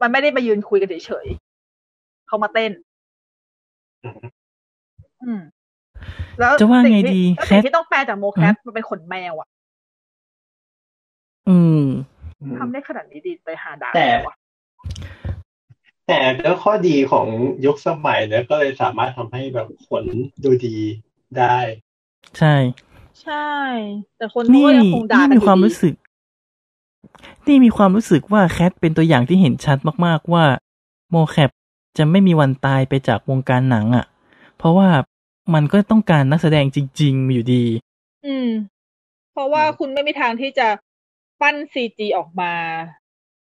มันไม่ได้มายืนคุยกันเฉยๆเขามาเต้น อืม แล้ว
จะว่าไง
สิ่
ดี
ที่แล้ว
แค
สิ่ง
ป
ที่ต้องแปลจากโมแค
ฮะ
ปมันเป็นขนแมวอะ
อืม
ทำได้ขนาดนี้ดีไปหาด่า
แต่
แล้วอะ
แต่แล้วข้อดีของยุคสมัยเนี่ยก็เลยสามารถทำให้แบบขนดูดีได้
ใช่
ใช่ แต่คน
นี่
ก็ยังคงด่ากั
นี่
น
มี
อยู่
ความ
ดี
รู้สึก นี่มีความรู้สึกว่าแคทเป็นตัวอย่างที่เห็นชัดมากๆว่าโมแคปจะไม่มีวันตายไปจากวงการหนังอะ่ะ เพราะว่า มันก็ต้องการนักแสดงจริง ๆ อยู่ดี
อืม เพราะว่าคุณไม่มีทางที่จะปั้นซีจีออกมา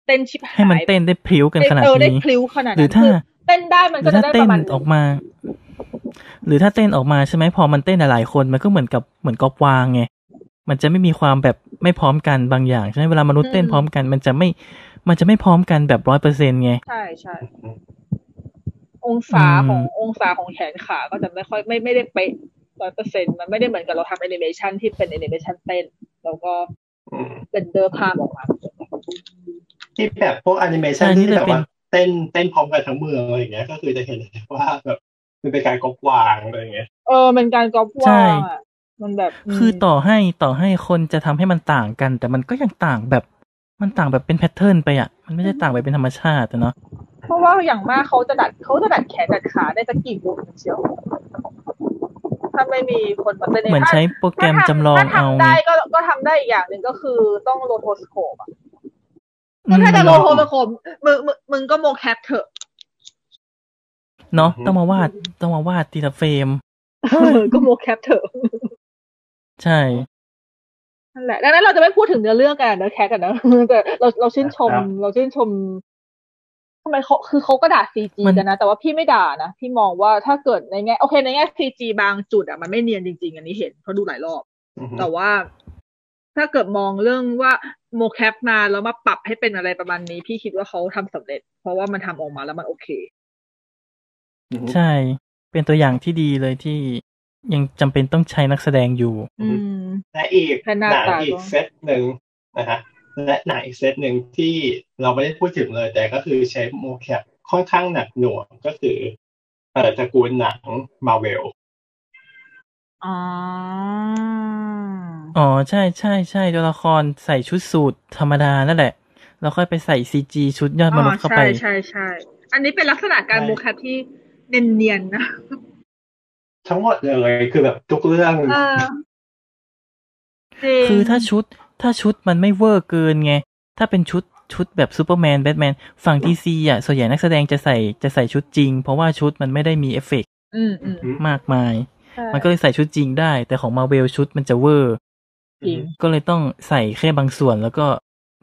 เต้นชิบหาย
ให้มันเต้นได้พริ้วกันขนาด
เออได้
นี้
พลิ้วขนาด
หรื
นั้
อน ถ้า
คือเต้นได้มัน
หรื
ก็
อ
จะ
ถ้า
ได้ป
เต้น
ระมาณ
ออกมา หรือถ้าเต้นออกมาใช่ไหมพอมันเต้นหลายๆคนมันก็เหมือนกับเหมือนกอบวางไงมันจะไม่มีความแบบไม่พร้อมกันบางอย่างใช่ไหมเวลามนุษย์เต้นพร้อมกัน มันจะไม่มันจะไม่พร้อมกันแบบร้อยเปอร์เซ็นต์ไง
ใช่ใช่องศาของ
อืม
องศาของแขนขาก็จะไม่ค่อยไม่ไม่ได้เป๊ะร้อยเปอร์เซ็นมันไม่ได้เหมือนกับเราทำแอนิเมชันที่เป็นแอนิเมชันเต้น แล้วก็
อืม
เรนเดอร์ภาพออกมา
ที่แบบพวกแอนิเมชัน
ใช่
ที่แบบ
นี่จะเป็น
ว่าเต้นเต้นพร้อมกันทั้งเมืองอะไรอย่างเงี้ยก็คือจะเห็นเลยว่าแบบมันเป็นการกบวางอะไรอย่างเงี้ย
เออมันการก๊อป
ใช่
ว่างอะมันแบบม
คือต่อให้ต่อให้คนจะทำให้มันต่างกัน แต่มันก็ยังต่างแบบมันต่างแบบเป็นแพทเทิร์นไปอ่ะ มันไม่ได้ต่างไปเป็นธรรมชาติอะเนาะ
เพราะว่าอย่างมากเขาจะดัดเขาจะดัดแขนดัดขาได้สักกี่มุมเชียวถ้าไม่มีคนมาเต้น
เหมือน
ถ้า
ใช้โปรแกรมจำลอง
ถ้
เอา
ทำ
ไง
ได้ก็ก็ทำได้อีกอย่างหนึ่งก็คือต้องโรโทสโคปอ่ะ
อื
ก็
ม
ถ้าจะ
ล
โร
อง
โทสโคปมึงมึงมึงก็โมแคปเถอะ
เนาะต้องมาวาดต้องมาวาดทีละเฟรม
ก็โมแคปเถอะ
ใช่
นั่นแหละดังนั้นเราจะไม่พูดถึงเนื้อเรื่องกันเนื้อแคปกันนะ แต่เราเราชื่นชม
ครับ
เราชื่นชมทำไมเขาคือเขาก็ด่าซีจีกันนะ แต่ว่าพี่ไม่ด่านะพี่มองว่าถ้าเกิดในแง่โอเคในแง่ซีจีบางจุดอ่ะมันไม่เนียนจริงๆ อันนี้เห็นเพราะดูหลายรอบ
อือฮึ
แต่ว่าถ้าเกิดมองเรื่องว่าโมแคปมาแล้วมาปรับให้เป็นอะไรประมาณนี้ พี่คิดว่าเขาทำสำเร็จ เพราะว่ามันทำออกมาแล้วมันโอเค
อือฮึ
ใช่ เป็นตัวอย่างที่ดีเลยที่ยังจำเป็นต้องใช้นักแสดงอยู่
อื
อืม
มและอีก
และห
ห
น้า
นัง
ตา
อีก
ด้วย
เซตหนึ่งนะฮะและหนังอีกเซตหนึ่งที่เราไม่ได้พูดถึงเลย แต่ก็คือใช้โมแคปค่อนข้างหนักหน่วงก็คือเอ่อตระกูลหนังมาเวล
อ๋อ
อ๋อใช่ใช่ใช่ตัวละครใส่ชุดสูทธรรมดานั่นแหละ แล้วค่อยไปใส่ซีจีชุดยอดมนุษย์เข้าไป
อ๋อใช่ใช่ใช่ อันนี้เป็นลักษณะการโมคาที่เนียนๆนะ
ทั้งหมดเลยคือแบบทุกเรื่อง
เออจริง
คือถ้าชุดถ้าชุดมันไม่เวอร์เกินไง ถ้าเป็นชุดชุดแบบซูเปอร์แมนแบทแมนฝั่งดีซีอ่ะส่วนใหญ่นักแสดงจะใส่จะใส่ชุดจริง เพราะว่าชุดมันไม่ได้มีเอฟเฟกต์
อืมอืม
มากมาย
ใช่
มันก็เลยใส่ชุดจริงได้ แต่ของมาเวลชุดมันจะเวอร์
จริง
ก็เลยต้องใส่แค่บางส่วนแล้วก็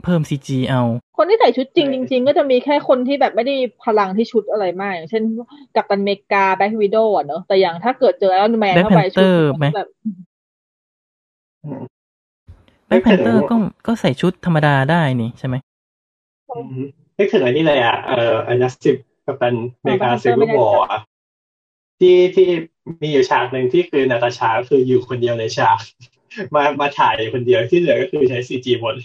เพิ่มซีจีเอา
คนที่ใส่ชุดจริง
ใช่
จริง ๆ ก็จะมีแค่คนที่แบบไม่ได้มีพลังที่ชุดอะไรมาก อย่างเช่นกัปตันอเมริกาแบ็ควิดโอ่ะเนอะแต่อย่างถ้าเกิดเจอไอรอนแมน
Black
เข้าไปชุด
Panther
มันก็แบบ
แบ็คแพนเตอร์ก็ก็ใส่ชุดธรรมดาได้นี่ใช่ไหม
อือฮึนึกถึงอันนี้เลยอ่ะเอ่ออันนัสซิบกับตันเมกา
อ๋อ
ซิล
Black Panther
เวอร์วอร์อะที่ที่มีอยู่ฉากหนึ่งที่คือนาตาชาคืออยู่คนเดียวในฉาก มามาถ่ายคนเดียวที่เหลือก็คือใช้ซีจีหมด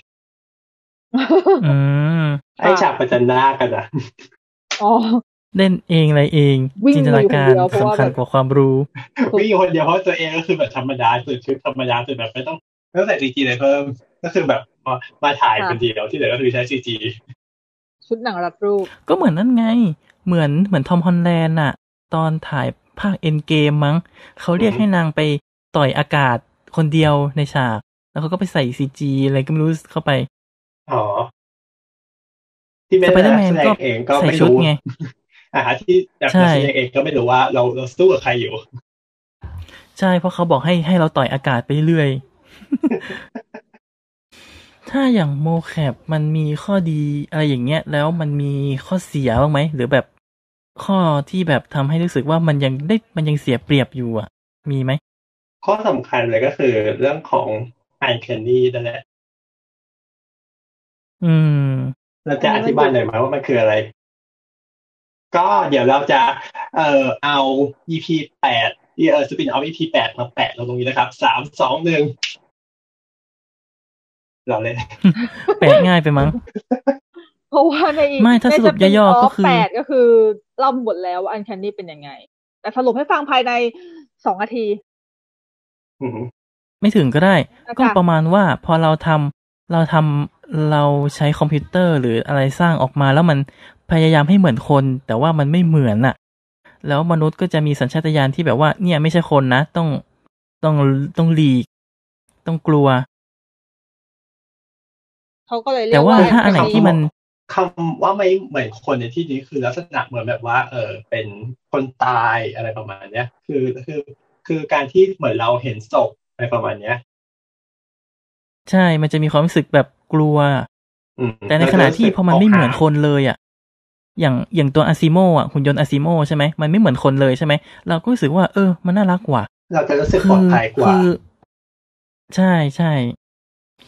อืม
ไอ้ฉากประจันหน้ากันอ่ะ
อ๋อ
เล่นเองอะไรเอง
วิ่ง
จินตนาการ
อยู่คนเดียวเพราะ
สำ
ว่า
คัญ
แบบ
กว่าความรู้
วิ่งคนเดียวเพราะตัวเองก็คือแบบธรรมดาตื่นชุดธรรมดาตื่นแบบไม่ต้องไม่ต้องใส่ซีจีเลยเพิ่มก็คือแบบมามาถ่ายคนเดียวที่เหลือก็คือใช้ซีจี
ชุดหนังรัดรูป
ก็เหมือนนั่นไง เหมือนเหมือนทอมฮอลแลนด์อะตอนถ่ายภาคเอ็นเกมมั้ง เขาเรียกให้นางไปต่อยอากาศคนเดียวในฉาก แล้วเขาก็ไปใส่ซีจีอะไรก็ไม่รู้เข้าไป
อ๋อที่ไม่
สไป
ได้
เดอร์แม
แส
น
ด
ก็
งเองก็
ใส่
ไม่
ชุด
รู้
ไง
อาหารที่แบบ
ใช่
นักแสดงเองก็ไม่รู้ว่าเราเราสู้กับใครอยู่
ใช่เพราะเขาบอกให้ให้เราต่อยอากาศไปเรื่อย ถ้าอย่างโมแคปมันมีข้อดีอะไรอย่างเงี้ย แล้วมันมีข้อเสียบ้างไหม หรือแบบข้อที่แบบทำให้รู้สึกว่ามันยังได้มันยังเสียเปรียบอยู่อ่ะ มีไหม
ข้อสำคัญเลยก็คือเรื่องของไอแคนนี่นั่นแหละ
อืม
เราจะอธิบายหน่อยไหมว่ามันคืออะไร ก็เดี๋ยวเราจะ เอ่อเอา EP แปดเอ่อสปินออฟ EP แปดมาแปะลงตรงนี้นะครับสามสองหนึ่งเราเลย
แปลง่ายไปมั้ง
เพราะว่าใน
ไม่ถ้าสรุป
ใน Japanese
ย่อๆก็
Off
คือ
แปดก็คือเล่าหมดแล้วว่าอันแคนนี่เป็นยังไง แต่สรุปให้ฟังภายในสองนาที
อือหือ
ไม่ถึงก็ได้
อ่ะ
ก็
ค่ะ
ประมาณว่าพอเราทำเราทำเราใช้คอมพิวเตอร์หรืออะไรสร้างออกมาแล้วมันพยายามให้เหมือนคน แต่ว่ามันไม่เหมือนน่ะ แล้วมนุษย์ก็จะมีสัญชาตญาณที่แบบว่า เนี่ยไม่ใช่คนนะ ต้องต้องต้องหลีก ต้องกลัว
เขาก็เลยเรีย
แต่
ก
ว่า
ว่า
ถ้าอันไหนที่มัน
คำว่าไม่เหมือนคนในที่นี้คือลักษณะเหมือนแบบว่า เออเป็นคนตายอะไรประมาณเนี้ย คือคือ คือการที่เหมือนเราเห็นศพอะไรประมาณเนี้ย
ใช่ มันจะมีความรู้สึกแบบกลัว
อืม
แต่ในขณะที่พอมันไม่เหมือน
ราจะรู้สึกก
คนเลยอ่ะ อย่างอย่างตัวอาซิโมอ่ะหุ่นยนต์อาซิโมใช่ไหมมันไม่เหมือนคนเลยใช่ไหมเราก็รู้สึกว่า เออ มันน่ารักว่ะ
เราจะรู้สึกปลอดภัยกว่า
คือใช่ใช่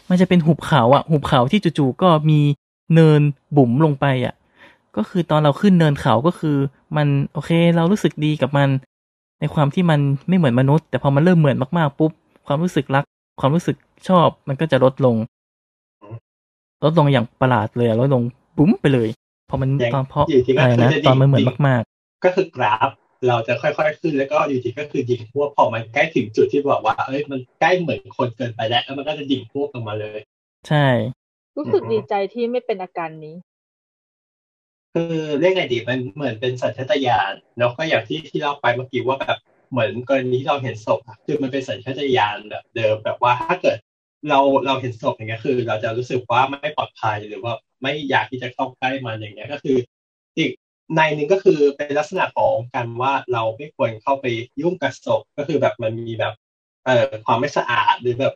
มันจะเป็นหุบเขาอ่ะ หุบเขาที่จู่ๆก็มีเนินบุ๋มลงไปอ่ะ ก็คือตอนเราขึ้นเนินเขาก็คือ มันโอเค เรารู้สึกดีกับมัน ในความที่มันไม่เหมือนมนุษย์ แต่พอมันเริ่มเหมือนมากๆปุ๊บ ความรู้สึกรัก ความรู้สึกชอบ มันก็จะลดลง
อืม
ลดลงอย่างประหลาดเลยอะลดลงบุ๋มไปเลยพอมัน
อย่าง
ตอนเพราะ
อยู่ดีก็
อะไร
คือ
นะ
จะ
ตอนมันเหมือน
ดิ่ง
มาก
ก็คือกราฟ เราจะค่อยๆขึ้นแล้วก็อยู่ดีก็คือดิ่งพวกพอมันใกล้ถึงจุดที่บอกว่า เอ้ยมันใกล้เหมือนคนเกินไปแล้วแล้วมันก็จะดิ่งพวกลงมาเลย
ๆ ใช่
รู้สึกดีใจที่ไม่เป็นอาการนี้
คือเรียกไงดีมันเหมือนเป็นสัญชาตญาณเนาะก็อย่างที่ที่เราไปเมื่อกี้ว่าแบบเหมือนกรณีที่เราเห็นศพอะคือมันเป็นสัญชาตญาณแบบเดิมแบบว่าถ้าเกิดเราเราเห็นศพอย่างเงี้ยคือ เราจะรู้สึกว่าไม่ปลอดภัยหรือว่าไม่อยากที่จะเข้าใกล้มันอย่างเงี้ยก็คือ อีกในหนึ่งก็คือเป็นลักษณะของการว่าเราไม่ควรเข้าไปยุ่งกับศพก็คือแบบมันมีแบบ เอ่อความไม่สะอาดหรือแบบ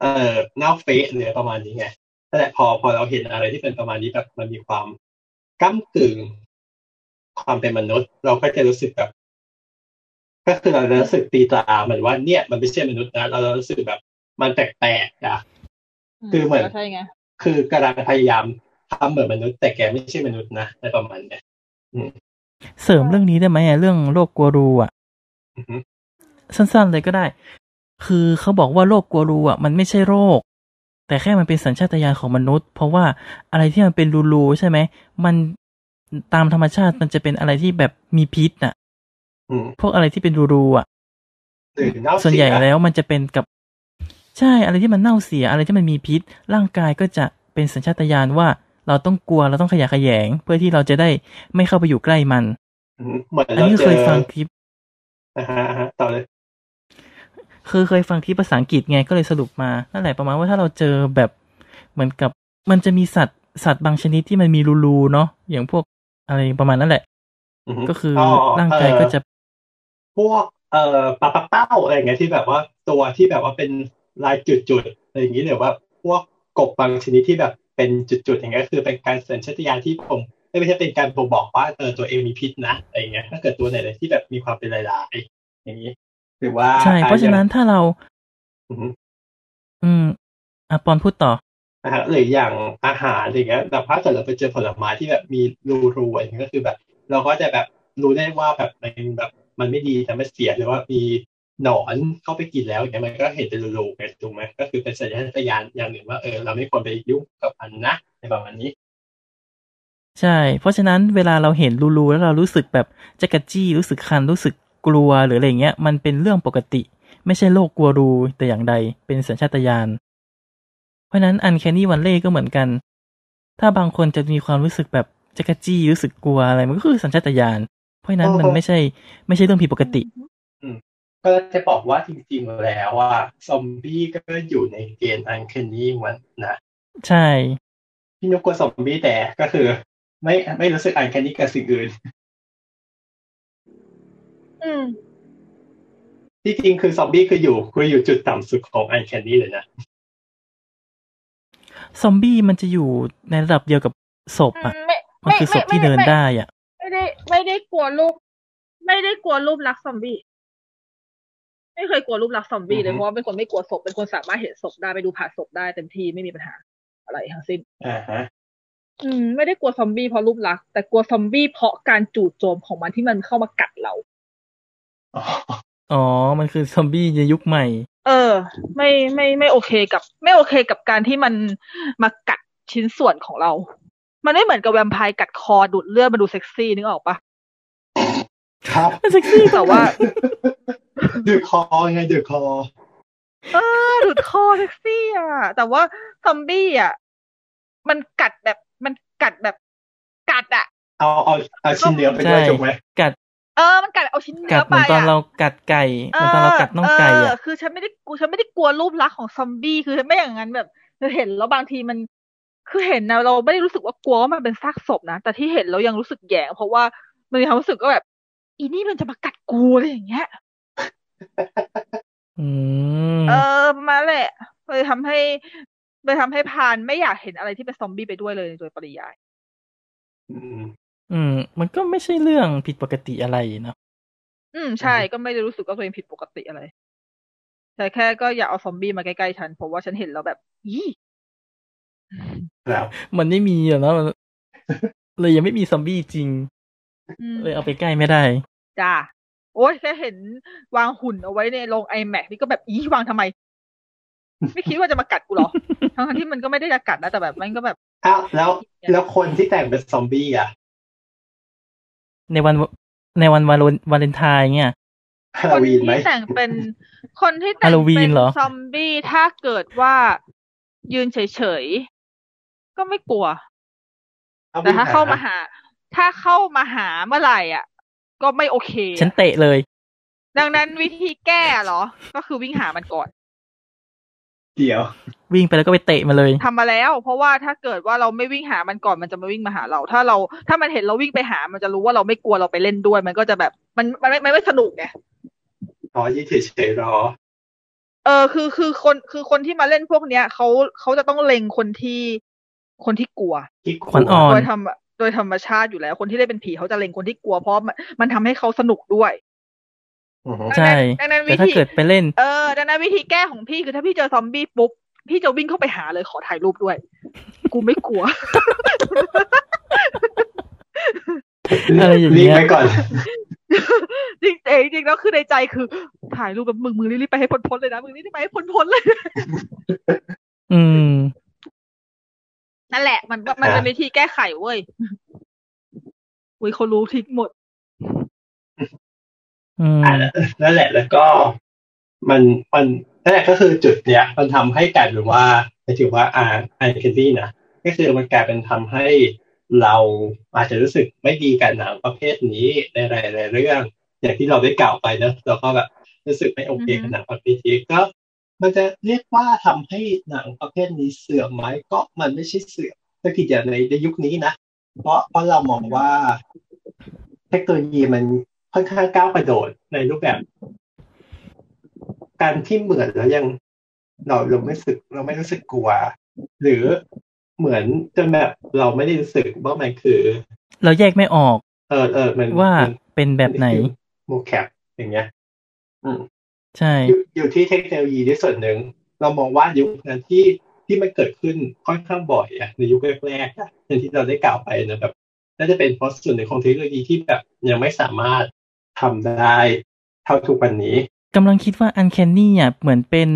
เอ่อเน่าเฟะหรือประมาณนี้ไง นั่นแหละพอพอเราเห็นอะไรที่เป็นประมาณนี้แบบมันมีความก้ากึ่งความเป็นมนุษย์ เราก็จะรู้สึกแบบ ก็คือเราจะรู้สึกตีตราเหมือนว่าเนี่ย มันไม่ใช่มนุษย์นะเราเรารู้สึกแบบ มันแปลกๆอ่ะ
อื
คือเหมือน
ก็ใช่ไง
คือกำลังพยายามทำเหมือนมนุษย์ แต่แกไม่ใช่มนุษย์นะอะไรประมาณเนี้ย
เสริมเรื่องนี้ได้ไหมอะเรื่องโรคกัวรูอ่ะ
อือฮึ
สั้นๆเลยก็ได้ คือเขาบอกว่าโรคกัวรูอ่ะมันไม่ใช่โรค แต่แค่มันเป็นสัญชาตญาณของมนุษย์ เพราะว่าอะไรที่มันเป็นรูรูๆใช่ไหม มันตามธรรมชาติมันจะเป็นอะไรที่แบบมีพิษน่ะ
อืม
พวกอะไรที่เป็นรูรูๆอ่ะ
หรือเน่าเสีย
ส่วนใหญ่แล้วมันจะเป็นกับ ใช่อะไรที่มันเน่าเสียอะไรที่มันมีพิษ ร่างกายก็จะเป็นสัญชาตญาณว่า เราต้องกลัวเราต้องขยะแขยง เพื่อที่เราจะได้ไม่เข้าไปอยู่ใกล้มัน
อืมเหมือน
อัน
เรา
นี้
เจ
เค
อย
ฟังคลิป
อ่าฮะอ่าฮะต่อเลย
คือเคยฟังที่ภาษาอังกฤษไงก็เลยสรุปมา นั่นแหละประมาณว่าถ้าเราเจอแบบเหมือนกับมันจะมีสัตว์สัตว์บางชนิดที่มันมีรูรูๆเนาะอย่างพวกอะไรประมาณนั่นแหละ
อือฮึ
ก็คือ
อ๋อ
ร่างกาย
เอ่อ
ก็จะ
พวกเอ่อปลาปลาเป้าอะไรอย่างเงี้ยที่แบบว่าตัวที่แบบว่าเป็นลายจุดๆอะไรอย่างนี้หรือว่าพวกกบบางชนิดที่แบบเป็นจุดๆอย่างเงี้ยก็คือเป็นการสัญชาตญาณที่ผมเอ้ยไม่ใช่เป็นการบ่งบอกว่าเออตัวเองมีพิษนะอะไรอย่างเงี้ยถ้าเกิดตัวไหนเลยที่แบบมีความเป็นลายๆอย่างนี้หรือว่า
ใช่เพราะฉะนั้นถ้าเรา
อือฮึ
อืมอ่ะปอนพูดต่อ
นะฮะหรืออย่างอาหารอย่างเงี้ยแบบถ้าเกิดเราไปเจอผลไม้ที่แบบมีรูๆอย่างเงี้ยก็คือแบบ เราก็จะแบบรู้ได้ว่าแบบมันแบบมันไม่ดีทำให้เสียหรือว่ามีหนอนเข้าไปกินแล้วอย่างเงี้ยมันก็เห็นเป็นรูๆไงถูกไหมก็คือเป็นสัญชาตญาณอย่างหนึ่งว่าเออเราไม่ควรไปยุ่งกับมันนะในประมาณนี้
ใช่ เพราะฉะนั้นเวลาเราเห็นรูรูแล้วเรารู้สึกแบบจักรจี้รู้สึกคันรู้สึกกลัวหรืออะไรอย่างเงี้ยมันเป็นเรื่องปกติ ไม่ใช่โรคกลัวรูแต่อย่างใดเป็นสัญชาตญาณเพราะฉะนั้นอันแคนี่วันเล่ก็เหมือนกัน ถ้าบางคนจะมีความรู้สึกแบบจักรจี้รู้สึกกลัวอะไรมันก็คือสัญชาตญาณเพราะฉะนั้นมันไม่ใช่ไม่ใช่เรื่องผิดปกติ
ก็จะบอกว่าจริงๆแล้วว่าซอมบี้ก็อยู่ในเกณฑ์อันเคนี่วันนะ
ใช่
พี่นุกกลัวซอมบี้แต่ก็คือ ไม่ไม่รู้สึกอันเคนี่กับสิ่งอื่น
อืม
ที่จริงคือซอมบี้คืออยู่คืออยู่จุดต่ำสุดของอันเคนี่เลยนะ
ซอมบี้มันจะอยู่ในระดับเดียวกับศพอ่ะ
ไม่
มันคือศพที่เดินได้อ่ะ
ไม่ได้ ไม่ได้กลัวรูป ไม่ได้กลัวรูปลักษณ์ซอมบี้ไม่เคยกลัวรูปลักษณ์ซอมบี้เล
อื
ย
อฮึ
เพราะว่าเป็นคนไม่กลัวศพเป็นคนสามารถเห็นศพได้ไปดูผ่าศพได้เต็มที่ไม่มีปัญหา อะไรทั้งสิ้น
อ่าฮะ
อืมไม่ได้กลัวซอมบี้เพราะรูปลักษณ์แต่กลัวซอมบี้เพราะการจู่โจมของมันที่มันเข้ามากัดเรา
อ๋อ
อ๋อ มันคือซอมบี้ในยุคใหม่
เออ ไม่ไม่ไม่โอเคกับ ไม่โอเคกับการที่มันมากัดชิ้นส่วนของเรา มันไม่เหมือนกับแวมไพร์กัดคอดูดเลือดมาดูเซ็กซี่นึกออกปะ
ครับ
เซ็กซี่
แต่ว่า
ดือคอไงดือคอ
เออหลุดคอแท็กซี่อ่ะ แต่ว่าซอมบี้อ่ะ มันกัดแบบมันกัดแบบกัดอ่ะ
เอาเอาเอาชิ้นเนื้อไปด้วยถูกไหม
กัด
เออ มันกัดเอาชิ้น
กั
เนื้
ด
อ
เห
ไป
มือนตอน
อ่ะ
เรากัดไก่เหมือนตอนเรากัดน่องไก่อ่ะ
เคือฉันไม่ได้กูฉันไม่ได้กลัวรูปลักษณ์ของซอมบี้คือไม่อย่างนั้นแบบเราเห็นแล้วบางทีมัน คือเห็นนะเราไม่ได้รู้สึกว่ากลัวว่ามันเป็นซากศพนะแต่ที่เห็นเรายังรู้สึกแหยงเพราะว่ามันมีความรู้สึกก็แบบ อีนี่มันจะมากัดกูอะไรอย่างเงี้ย
อืม
เออประมาณนั้นแหละเลยทำให้เลยทำให้พานไม่อยากเห็นอะไรที่เป็นซอมบี้ไปด้วยเลยโดยปริยาย
อืม
อืม มันก็ไม่ใช่เรื่องผิดปกติอะไรเนอะ
อืมใช่
อือฮึ
ก็ไม่ได้รู้สึกว่าตัวเองผิดปกติอะไร แต่แค่ก็อย่าเอาซอมบี้มาใกล้ๆฉันเพราะว่าฉันเห็นแล้วแบบอี
ครับ
มันไม่มีอะเนาะมันเลยยังไม่มีซอมบี้จริง
อืม
เลยเอาไปใกล้ไม่ได้
จ้าโอ้ยแค่เห็นวางหุ่นเอาไว้ในโรงไอแม็กนี่ก็แบบอีวางทำไม ไม่คิดว่าจะมากัด กูเหรอ ทั้งๆที่มันก็ไม่ได้จะกัดนะแต่แบบมันก็แบบ
อ้าวแล้วแล้วคนที่แต่งเป็นซอมบี้อ่ะ
ในวันในวันวาเลนวาเลนไทน์เนี่ย
ฮา
ค
โล
น
วีนไหม
ที่แต่งเป็นคนที่แต่ง
ฮาโลวี
เป็น น
เหรอ
ซอมบี้ถ้าเกิดว่ายืนเฉยๆ ก็ไม่กลัว
อ
แต่
วิ่ง
ถ้าเข้ามาหา ถ้าเข้ามาหาเมื่อไหร่อ่ะ ก็ไม่โอเคอะ
ฉันเตะเลย
ดังนั้นวิธีแก้เหรอ ก็คือวิ่งหามันก่อน
เดี๋ยว
วิ่งไปแล้วก็ไปเตะมาเลย
ทำมาแล้ว เพราะว่าถ้าเกิดว่าเราไม่วิ่งหามันก่อนมันจะมาวิ่งมาหาเรา ถ้าเรา ถ้ามันเห็นเราวิ่งไปหา มันจะรู้ว่าเราไม่กลัวเราไปเล่นด้วย มันก็จะแบบมันมันไม่มันไม่สนุกไง
อ๋อยี่เฉยๆรอ
เออคือคือคนคือคนที่มาเล่นพวกเนี้ยเขาเขาจะต้องเล็งคนที่คนที่กลัว
ที่
ขวัญอ่อน
โดยธรรมโดยธรรมชาติอยู่แล้ว คนที่เล่นเป็นผีเขาจะเล็งคนที่กลัวเพราะมันมันทำให้เขาสนุกด้วย
อือฮึ
ใช่
ดังนั้น
แต่
วิ
ถ้า
ธี
เกิดไปเล่น
เออดังนั้นวิธีแก้ของพี่คือถ้าพี่เจอซอมบี้ปุ๊บพี่จะวิ่งเข้าไปหาเลยขอถ่ายรูปด้วย กูไม่กลัว
อะไรอย่างเงี้ย
รีบไปก่อน
จริงๆจริงๆแล้วคือในใจคือ ถ่ายรูปแบบมึงมึงรีบๆไปให้พ้นๆเลยนะมึงรีบๆไปให้พ้นๆเลย
อืม
นั่นแหละมันมันเป็นวิธีแก้ไขเว้ยอุ้ยเขารู้ทริกหมด
อืม
อ่ะนั่นแหละแล้วก็ มันมันนั่นแหละก็คือจุดเนี้ย มันทำให้กลายเป็นว่าหมายถึงว่าอ่าไอเคนดี้นะก็คือมันกลายเป็นทำให้เราอาจจะรู้สึกไม่ดีกับหนังประเภทนี้ในหลายๆเรื่อง อย่างที่เราได้กล่าวไปนะเราก็แบบรู้สึกไม่โอเค
อือฮึ
กับหนังประเภทนี้ก็ มันจะเรียกว่าทำให้หนังประเภทนี้เสื่อมไหมก็มันไม่ใช่เสื่อมถ้าผิดอย่างในในยุคนี้นะ เพราะเพราะเรามองว่าเทคโนโลยีมันค่อนข้างก้าวกระโดดในรูปแบบ การที่เหมือนแล้วยังเราเราไม่รู้สึก เราไม่รู้สึกกลัว หรือเหมือนจนแบบเราไม่ได้รู้สึกว่ามันคือ
เราแยกไม่ออก
เออเออมัน
ว่าน เป็นแบบไหน
โมแคปอย่างเงี้ย
ใช่
อยู่อยู่ที่เทคโนโลยีด้วยส่วนหนึ่ง เรามองว่ายุคนั้นที่ที่มันเกิดขึ้นค่อนข้างบ่อยอะในยุคแรกๆอะอย่างที่เราได้กล่าวไปนะแบบน่าจะเป็นเพราะส่วนหนึ่งของเทคโนโลยีที่แบบยังไม่สามารถทำได้เท่าทุกวันนี้
กำลังคิดว่าอันแคนนี่อ่ะเหมือนเป็น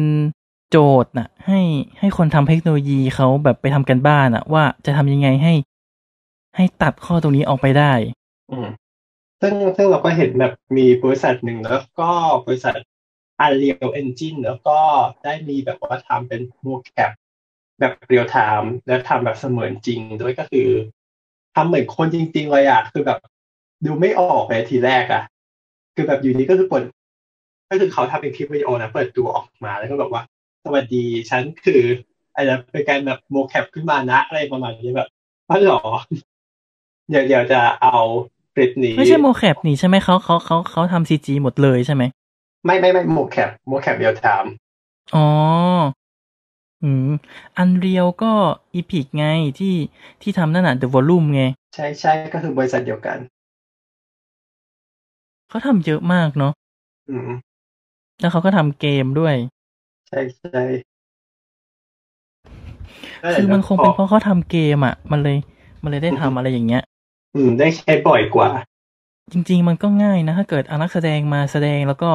โจทย์น่ะ ให้ให้คนทำเทคโนโลยีเขาแบบไปทำกันบ้านอ่ะ ว่าจะทำยังไงให้ ให้ตัดข้อตรงนี้ออกไปได้
อืมซึ่งซึ่งเราก็เห็นแบบมีบริษัทหนึ่งแล้วก็บริษัท Unreal Engine แล้วก็ได้มีแบบว่าทำเป็น mocap แบบเรียลไทม์แล้วทำแบบเสมือนจริงด้วยก็คือทำเหมือนคนจริง ๆ เลยอ่ะ คือแบบ ดูไม่ออกเลยทีแรกอ่ะ คือแบบอยู่ดีก็คือเปิดก็คือเขาทำเป็นคลิปวิดีโอนะเปิดตัวออกมาแล้วก็แบบว่า สวัสดีฉันคืออาจจะเป็นการแบบโมแคปขึ้นมานะอะไรประมาณนี้แบบอ๋อเหรอ เดี๋ยวเดี๋ยวจะเอาคลิปนี้
ไม่ใช่โมแคปนี่ใช่ไหมเขาเขาเขาเขาทำซีจีหมดเลยใช่ไหม
ไม่ไม่ไม่โมแคปโมแคปเรียลไทม์
อ๋อ อืม อันเรียวก็อีพิกไงที่ที่ทำนั่นน่ะเดอะวอลลุ่มไง
ใช่ใช่ก็คือบริษัทเดียวกัน
เขาทำเยอะมากเนาะ
อืม
แล้วเขาก็ทำเกมด้วย
ใช่ใช่
คือมันคงเป็นเพ
พอ
ราะเขาทำเกมอ่ะ มันเลย มันเลยได้ทำอะไรอย่างเงี้ย
อืม ได้ใช้บ่อยกว่า
จริง ๆ มันก็ง่ายนะ ถ้าเกิดเอานักแสดงมาแสดงแล้วก็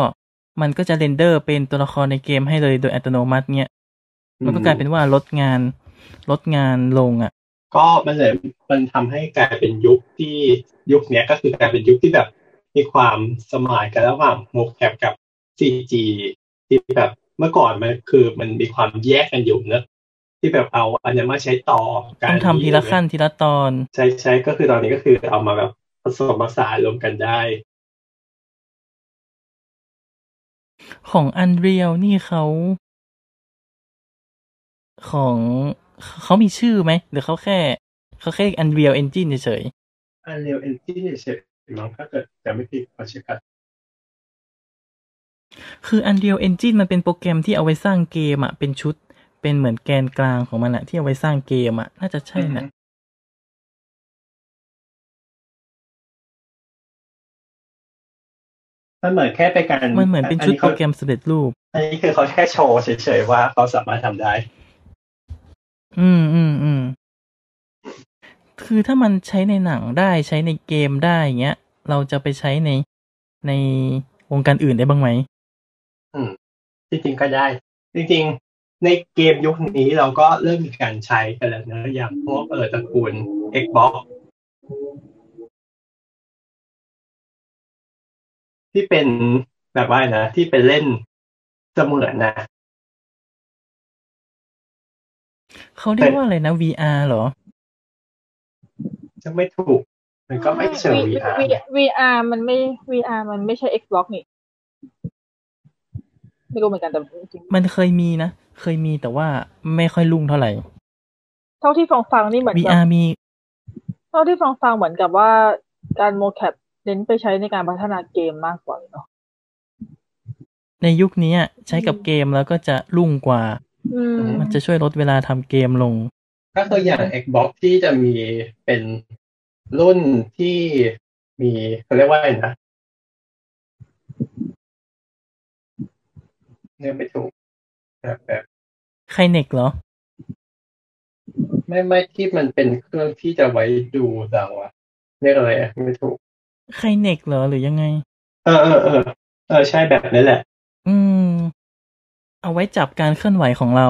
มันก็จะเรนเดอร์เป็นตัวละครในเกมให้เลยโดยอัตโนมัติเนี่ย
อืม
มันก็กลายเป็นว่าลดงานลดงานลงอ่ะ
ก็มันเลยมันทำให้กลายเป็นยุคที่ยุคเนี้ยก็คือกลายเป็นยุคที่แบบมีความสมานกันระหว่างโมแคปกับซีจีที่แบบเมื่อก่อนมันคือมันมีความแยกกันอยู่เนอะที่แบบเอาอันเนี้ยมาใช้ต่อกั
ต้
น
องทำทีละขั้นทีละตอน
ใช่ใช่ก็คือตอนนี้ก็คือเอามาแบบผสมผสานรวมกันได้
ของอันเรียลนี่เขา ของเขามีชื่อไหม หรือเขาแค่ เขาแค่อันเรียลเอนจินเฉย
Unreal Engine เฉยๆมั้งถ้าเกิดจะไม่ผิดขอเช็คกัน
คือ Unreal Engine มันเป็นโปรแกรมที่เอาไว้สร้างเกมอะเป็นชุด เป็นเหมือนแกนกลางของมันอะที่เอาไว้สร้างเกมอะน่าจะใช่นะ
มันเหมือนแค่เป็นการ
มันเหมือนเป็นชุดโปรแกรมสำเร็จรูป
อันนี้คือเขาแค่โชว์เฉยๆว่าเขาสามารถทำได้
อืมอืมอืมคือถ้ามันใช้ในหนังได้ใช้ในเกมได้อย่างเงี้ย เราจะไปใช้ในในวงการอื่นได้บ้างไหม
จริงๆก็ได้ จริงๆ ในเกมยุคนี้เราก็เริ่มมีการใช้กันแล้วนะอย่างพวกเออตระกูล Xbox ที่เป็นแบบว่านะ ที่เป็นเล่นเสมือนนะ
เขาเรียกว่าอะไรนะ VR เหรอ
จะไม่ถูก มันก็ไม่เชิง VR
V- V- VR มันไม่ VR มันไม่ใช่ Xbox นี่ ไม่รู้เหมือนกันแต่จริง
มันเคยมีนะ เคยมีแต่ว่าไม่ค่อยรุ่งเท่าไหร่
ๆเท่าที่ฟังฟังๆนี่เหมือนแบบ
VR มี
เท่าที่ฟังฟังๆเหมือนกับว่าการโมแคปเน้นไปใช้ในการพัฒนาเกมมากกว่าเนาะ
ในยุคนี้อะใช้กับเกมแล้วก็จะรุ่งกว่า
อืม
มันจะช่วยลดเวลาทำเกมลง
ก็คืออย่าง Xbox ที่จะมีเป็นรุ่นที่มีเขาเรียกว่าอะไรนะเนี่ยไม่ถูกแบบแบบ
ใครเน็กเหรอ
ไม่ไม่ที่มันเป็นเครื่องที่จะไว้ดูเราอะเรียกอะไรอะไม่ถูก
ใครเน็กเหรอหรือยังไง
เออเออเออเออใช่แบบนั้นแหละ
อืม เอาไว้จับการเคลื่อนไหวของเรา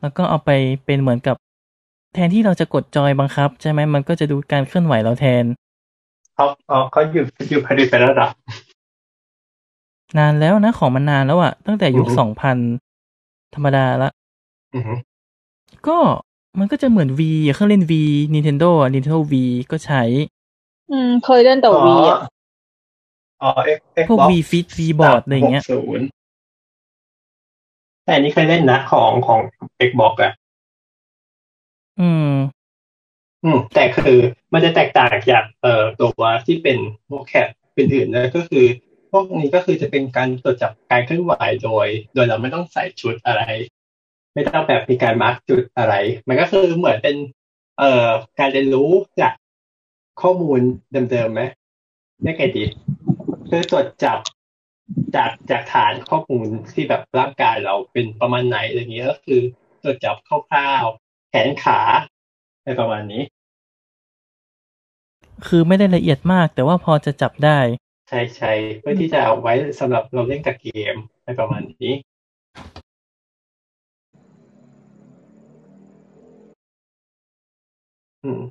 แล้วก็เอาไปเป็นเหมือนกับ แทนที่เราจะกดจอยบังคับ ใช่ไหมมันก็จะดูการเคลื่อนไหวเราแทน
เขาเขาเขาอยู่อยู่ผลิตไปแล้วเหรอน
านแล้วนะของมันนานแล้วอะตั้งแต่ยุคสองพันธรรมดาละ
อือหือ
ก็มันก็จะเหมือน V เครื่องเล่น V Nintendo อะ Nintendo V ก็ใช้
อืม เคยเล่นแต่วีอ่ะ
อ๋อเอ็กเอ็ก
พวก V Fit V Board อะไรอย่างเงี้ย
ศูนย์แต่อันนี้เคยเล่นนะของของ Xbox อะ
อืม
อืมแต่คือมันจะแตกต่างจากเอ่อตัวที่เป็นโมแคปอื่นๆนะก็คือ พวกนี้ก็คือจะเป็นการตรวจจับการเคลื่อนไหวโดย โดยเราไม่ต้องใส่ชุดอะไร ไม่ต้องแบบมีการมาร์กจุดอะไร มันก็คือเหมือนเป็น เอ่อการเรียนรู้จากข้อมูลเดิมๆไหมไม่ไงดีคือตรวจจับจากจากฐานข้อมูลที่แบบร่างกายเราเป็นประมาณไหนอะไรอย่างเงี้ยก็คือตรวจจับคร่าวๆแขนขาอะไรประมาณนี้
คือไม่ได้ละเอียดมาก แต่ว่าพอจะจับได้
ใช่ใช่เพื่อที่จะเอาไว้สำหรับเราเล่นกับเกมอะไรประมาณนี้ อืม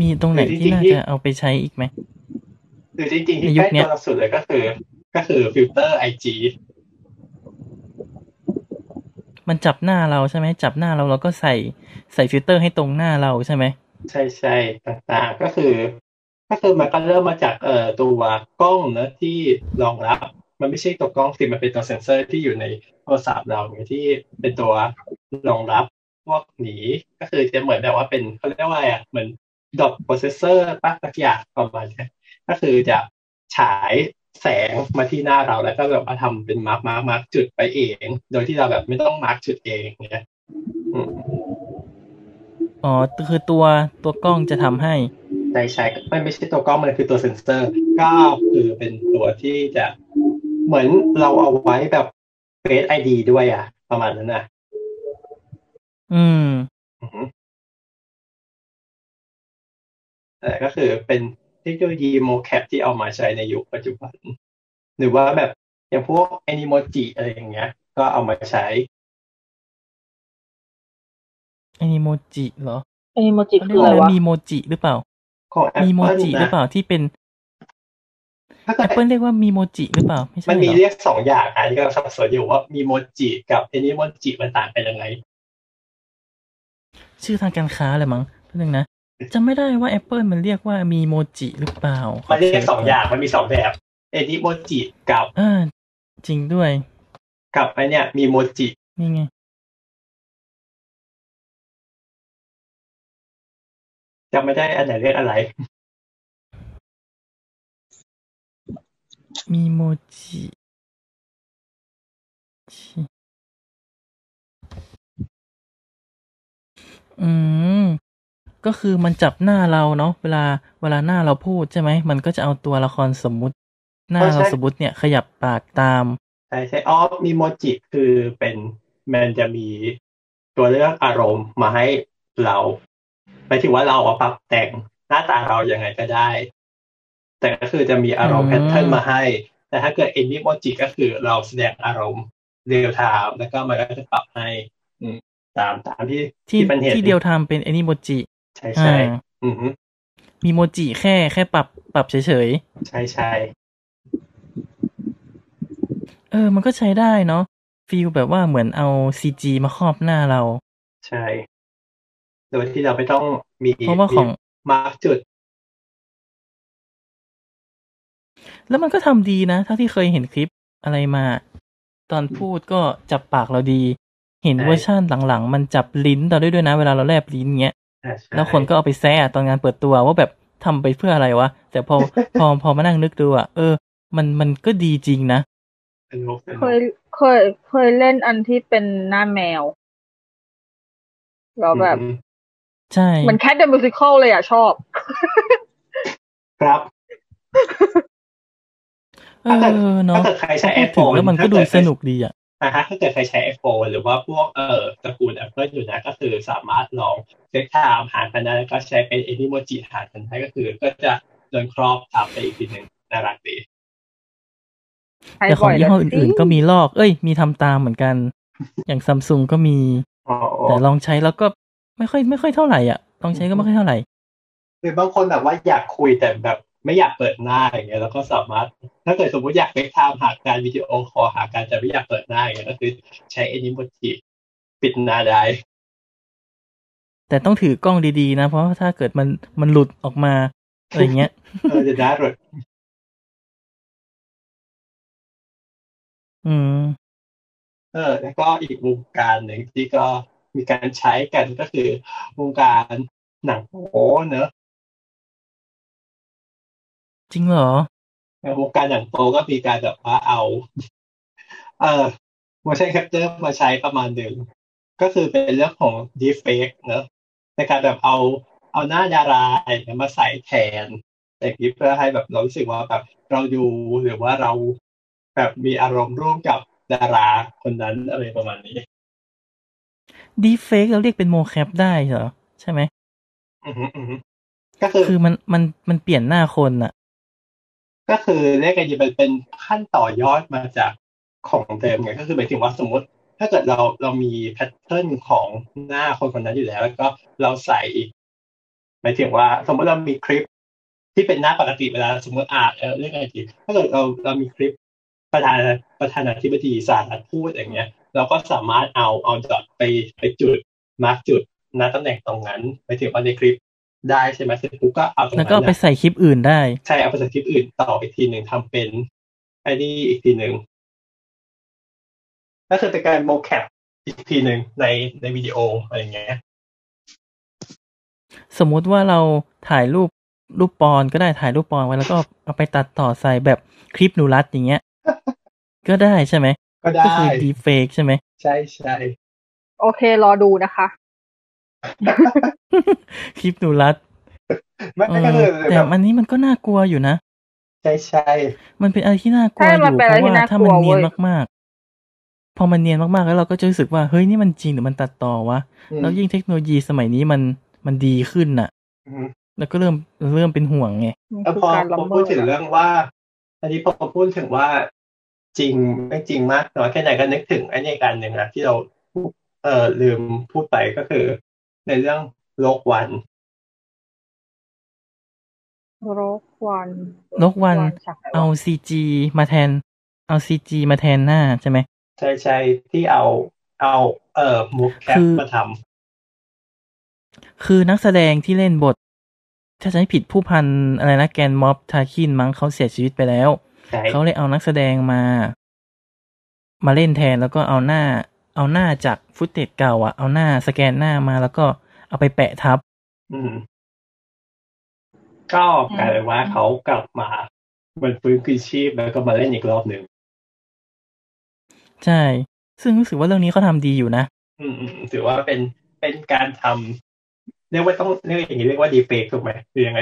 มีตรงไหน
คือจริ
ที่
งๆ
น่า
ที่
จะเอาไปใช้อีกไหม
คือจริงๆที่
ในยุ
ใกล้
คเนี้
ตั
ย
วเราสุดเลยก็คือ ก็คือฟิลเตอร์ไอจี
มันจับหน้าเราใช่ไหม จับหน้าเราเราก็ใส่ใส่ฟิลเตอร์ให้ตรงหน้าเราใช่ไหม
ใช่ใช่ต่างๆ ก็คือ ก็คือมันก็เริ่มมาจากเอ่อตัวกล้องเนอะที่รองรับ มันไม่ใช่ตัวกล้องสิมันเป็นตัวเซ็นเซอร์ที่อยู่ในโทรศัพท์เราเนี่ยที่เป็นตัวรองรับพวกหนีก็คือจะเหมือนแบบว่าเป็นเขาเรียกว่าอะไรอ่ะเหมือนดอทโปรเซสเซอร์ปะสักอย่างประมาณเนี้ยก็คือจะฉายแสงมาที่หน้าเราแล้วก็แบบมาทำเป็นมาร์กมาร์กจุดไปเอง โดยที่เราแบบไม่ต้องมาร์กจุดเองเนี่ยอืม
อ๋อ คือตัวตัวกล้องจะทำให้
ใช่ใช่มันไม่ใช่ตัวกล้องมันคือตัวเซ็นเซอร์เก้าคือเป็นตัวที่จะเหมือนเราเอาไว้แบบเฟซไอดีด้วยอ่ะ ประมาณนั้นนะ
อืม
อือฮึแต่ก็คือเป็นเทคโนโลยีโมแคปที่เอามาใช้ในยุคปัจจุบัน หรือว่าแบบอย่างพวกแอนิโมจิอะไรอย่างเงี้ย ก็เอามาใช้
a อนิโมจิเหรอ
ไอโมจิ
เขา
คื
เรีย
อก อะไร
อะไร
วะ
มีโมจิหรือเปล่า
ของ Apple
มีโมจิหรือ
นะ
เปล่าที่เป็น
ถ้าเกิด
Apple เรียกว่ามีโมจิหรือเปล่า ไม่ใช่
มัน
เหร
มี
อ
เรียกสองอย่างอันนี้ก็สับสนอยู่ว่ามีโมจิกับแอนิโมจิมันต่างกันยังไง
ชื่อทางการค้าอะไรมั้งนิดนึงนะจำไม่ได้ว่า Apple มันเรียกว่ามีโมจิหรือเปล่า
มันเรียกสองอย่าง มันมีสองแบบเอนิโมจิกับ
เออจริงด้วย
กับไอเนี่ย มีโมจิ
นี่ไง
จำไม่ได้อันไหนเรียกอะไร
มีโมจิ อืม ก็คือมันจับหน้าเราเนาะเวลาเวลาหน้าเราพูดใช่ไหม มันก็จะเอาตัวละครสมมุติ หน้าเราสมมุติเนี่ย ขยับปากตาม
ใช่ใช่อ๋อมีโมจิคือเป็นมันจะมีตัวเลือกอารมณ์มาให้เราหมายถึงว่าเราอะปรับแต่งหน้าตาเรายังไงก็ได้ แต่ก็คือจะมีอารมณ์
อื
แพ
ม
ทเทิร์นมาให้ แต่ถ้าเกิดเอ็นนิโมจิก็คือเราแสดงอารมณ์เรียลไทม์แล้วก็มันก็จะปรับให้ อืมตามตามที่
ที่
มันเห็น
ที่เดียวทำเป็น a n นิโมจิ
ใช่ใช่
อ่า
อืม
มีโมจิแค่แค่ปรับปรับเฉย
ใช่ใช่
ๆ เออ มันก็ใช้ได้เนาะฟีลแบบว่าเหมือนเอาซีจีมาครอบหน้าเรา
ใช่โดยที่เราไม่ต้องมี
เพราะว่าของ
มาร์กจุด
แล้วมันก็ทำดีนะเท่าที่เคยเห็นคลิปอะไรมา ตอนพูดก็จับปากเราดี เห็น
ใช่
เวอร์ชั่นหลังๆ มันจับลิ้นเราด้วยด้วยนะ เวลาเราแลบลิ้นเงี้ย
อ่ะใช่
แล้วคนก็เอาไปแซะตอนงานเปิดตัวว่าแบบทำไปเพื่ออะไรวะ แต่พอ พอพอมานั่งนึกดูอ่ะเออ มันมันก็ดีจริงนะ
สนุกสนุก
เคยเคยเคยเล่นอันที่เป็นหน้าแมวแล้วแบบ
อืม
ใช่
มันแคทเดอะมิวสิควลเลยอ่ะ ชอบ
ครับ
เออเนาะ
ถ้าเกิดใครใช้
พูดถึง
iPhone
แล้วมันก็ดู
ถ้าเ
สนุกดีอ่ะ
นะฮะถ้าเกิดใครใช้ iPhone หรือว่าพวกเอ่อตระกูล Apple อยู่นะ ก็คือสามารถลองเซ็ตไทม์หารกันได้แล้วก็ใช้เป็น Animoji หารกันได้ก็คือ ก็จะโดนครอบตามไปอีกทีหนึ่งน่ารักดี
ใช้
แต่ข
บ่
อง
อย
ยี่ห้ออื่นๆ ก็
จริ
มีลอก เอ้ย มีทำตามเหมือนกัน อย่างซัมซุงก็มี
อ๋อ
แต่ลองใช้แล้วก็ไม่ค่อยไม่ค่อยเท่าไหร่อ่ะ ลองใช้ก็ไม่ค่อยเท่าไหร่
หรือบางคนแบบว่าอยากคุยแต่แบบไม่อยากเปิดหน้าอย่างเงี้ยแล้วก็สามารถ ถ้าเกิดสมมติอยากเซ็ตไทม์หาการวิดีโอคอลหาการแต่ไม่อยากเปิดหน้าอย่างเงี้ยก็คือใช้ Animoji ปิดหน้าได้
แต่ต้องถือกล้องดีๆนะ เพราะว่าถ้าเกิดมันมันหลุดออกมาอะไรเงี้ย
เออจะได้หรอ
อืม
เออแล้วก็อีกวงการหนึ่งที่ก็มีการใช้กันก็คือวงการหนังโป๊เนอะ
จริงเหรอ
ในวงการหนังโป๊ก็มีการแบบว่าเอา เออมาใช้แคปเจอร์มาใช้ประมาณหนึ่งก็คือเป็นเรื่องของดีเฟกเนอะในการแบบเอาเอาหน้าดาราอย่างเงี้ยมาใส่แทนแต่างนี้เพื่อให้แบบเรารู้สึกว่าแบบเราดูหรือว่าเราแบบมีอารมณ์ร่วมกับดาราคนนั้นอะไรประมาณนี้
ดีเฟกเราเรียกเป็นโมแคปได้เหรอ ใช่ไหม
อือฮึอือฮึก็คือ
คือมันมันมันเปลี่ยนหน้าคนอ่ะ
ก็คือเรียกกันดีมันเป็นขั้นต่อยอดมาจากของเดิมไงก็คือหมายถึงว่าสมมติ ถ้าเกิดเราเรามีแพทเทิร์นของหน้าคนคนนั้นอยู่แล้ว แล้วก็เราใส่อีกหมายถึงว่า สมมติเรามีคลิปที่เป็นหน้าปกติเวลาสมมติอ่าเออเรื่องอะไรดีถ้าเกิดเราเรามีคลิปประธานประธานาธิบดีสหรัฐพูดอย่างเงี้ย เราก็สามารถเอาเอาดอทไปไปจุดมาร์กจุดณตำแหน่งตรงนั้นหมายถึงว่าในคลิปได้ใช่ไหมเสร็จปุ๊บก็เอาตรง
แล้
นั้
วน ก็เอา
น่ะ
ไปใส่คลิปอื่นได้
ใช่เอาภาษาคลิปอื่นต่ออีกทีหนึ่งทำเป็นไอ้นี่อีกทีหนึ่งก็คือเป็นการโมแคปอีกทีหนึ่งในในวิดีโออะไรอย่างเงี้ ย
สมมุติว่าเราถ่ายรูปรูปปอนก็ได้ถ่ายรูปปอนไว้แล้วก็เอาไปตัดต่อใส่แบบคลิปนูรัตอย่างเงี้ย ก็ได้ใช่ไหม
ก็
ก็
ได้
คือดีเฟกใช่ไหม
ใช่ใช่
โอเครอดูนะคะ
คลิปนูรัต
ไม่
เอ
ไม่ ก็คืออ
แต่
แบบ
อันนี้มันก็น่ากลัวอยู่นะ
ใช่ใช่
มันเป็นอะไรที่น่ากลัว
ใช่
อ
มัน
ยู่
เป็น
เพ
อะไรที่
ราะว่า
น่ากลัว
ถ้ามันเนียน
เว้ย
มากๆ พอมันเนียนมากๆแล้วเราก็จะรู้สึกว่าเฮ้ยนี่มันจริงหรือมันตัดต่อวะ
อืม
แล้วยิ่งเทคโนโลยีสมัยนี้มันมันดีขึ้นน่ะ
อืม
แล้วก็เริ่มเริ่มเป็นห่วงไง
มัน
แล้ว
คือ
พอ
การละ
ผม
เมิ
พูด
ด
ถึง
อะ
เรื่องว่า อันนี้พอพูดถึงว่าจริงไม่จริงมากน้อยแค่ไหนก็นึกถึงไอ้นี่การหนึ่งนะที่เราพูดเออลืมพูดไปก็คือ ในเรื่องโลกวัน
โรควัน
โรควัน
จากไหนวะ
เอาซีจีมาแทน เอาซีจีมาแทนหน้าใช่ไหม
ใช่ใช่ที่เอาเอาเอ่อมูฟแคป
คือ
มาท
คือนักแสดงที่เล่นบท ถ้าจะไม่ผิดผู้พันอะไรนะแกนม็อบทาคินมั้งเขาเสียชีวิตไปแล้ว
ำใช่
เขาเลยเอานักแสดงมา มาเล่นแทนแล้วก็เอาหน้า เอาหน้าจากฟุตเทจเก่าอะเอาหน้าสแกนหน้ามาแล้วก็เอาไปแปะทับ
อืม ก็กลายเป็นว่าเขากลับมาเหมันฟื้นคืนชีพแล้วก็มาเล่นอีกรอบหนึ่ง
ใช่ ซึ่งรู้สึกว่าเรื่องนี้เขาทำดีอยู่นะ
อืมอืมถือว่าเป็นเป็นการทำเรียกว่าต้องเรียกอย่างนี้เรียกว่าดีเฟกถูกไหมคือยังไง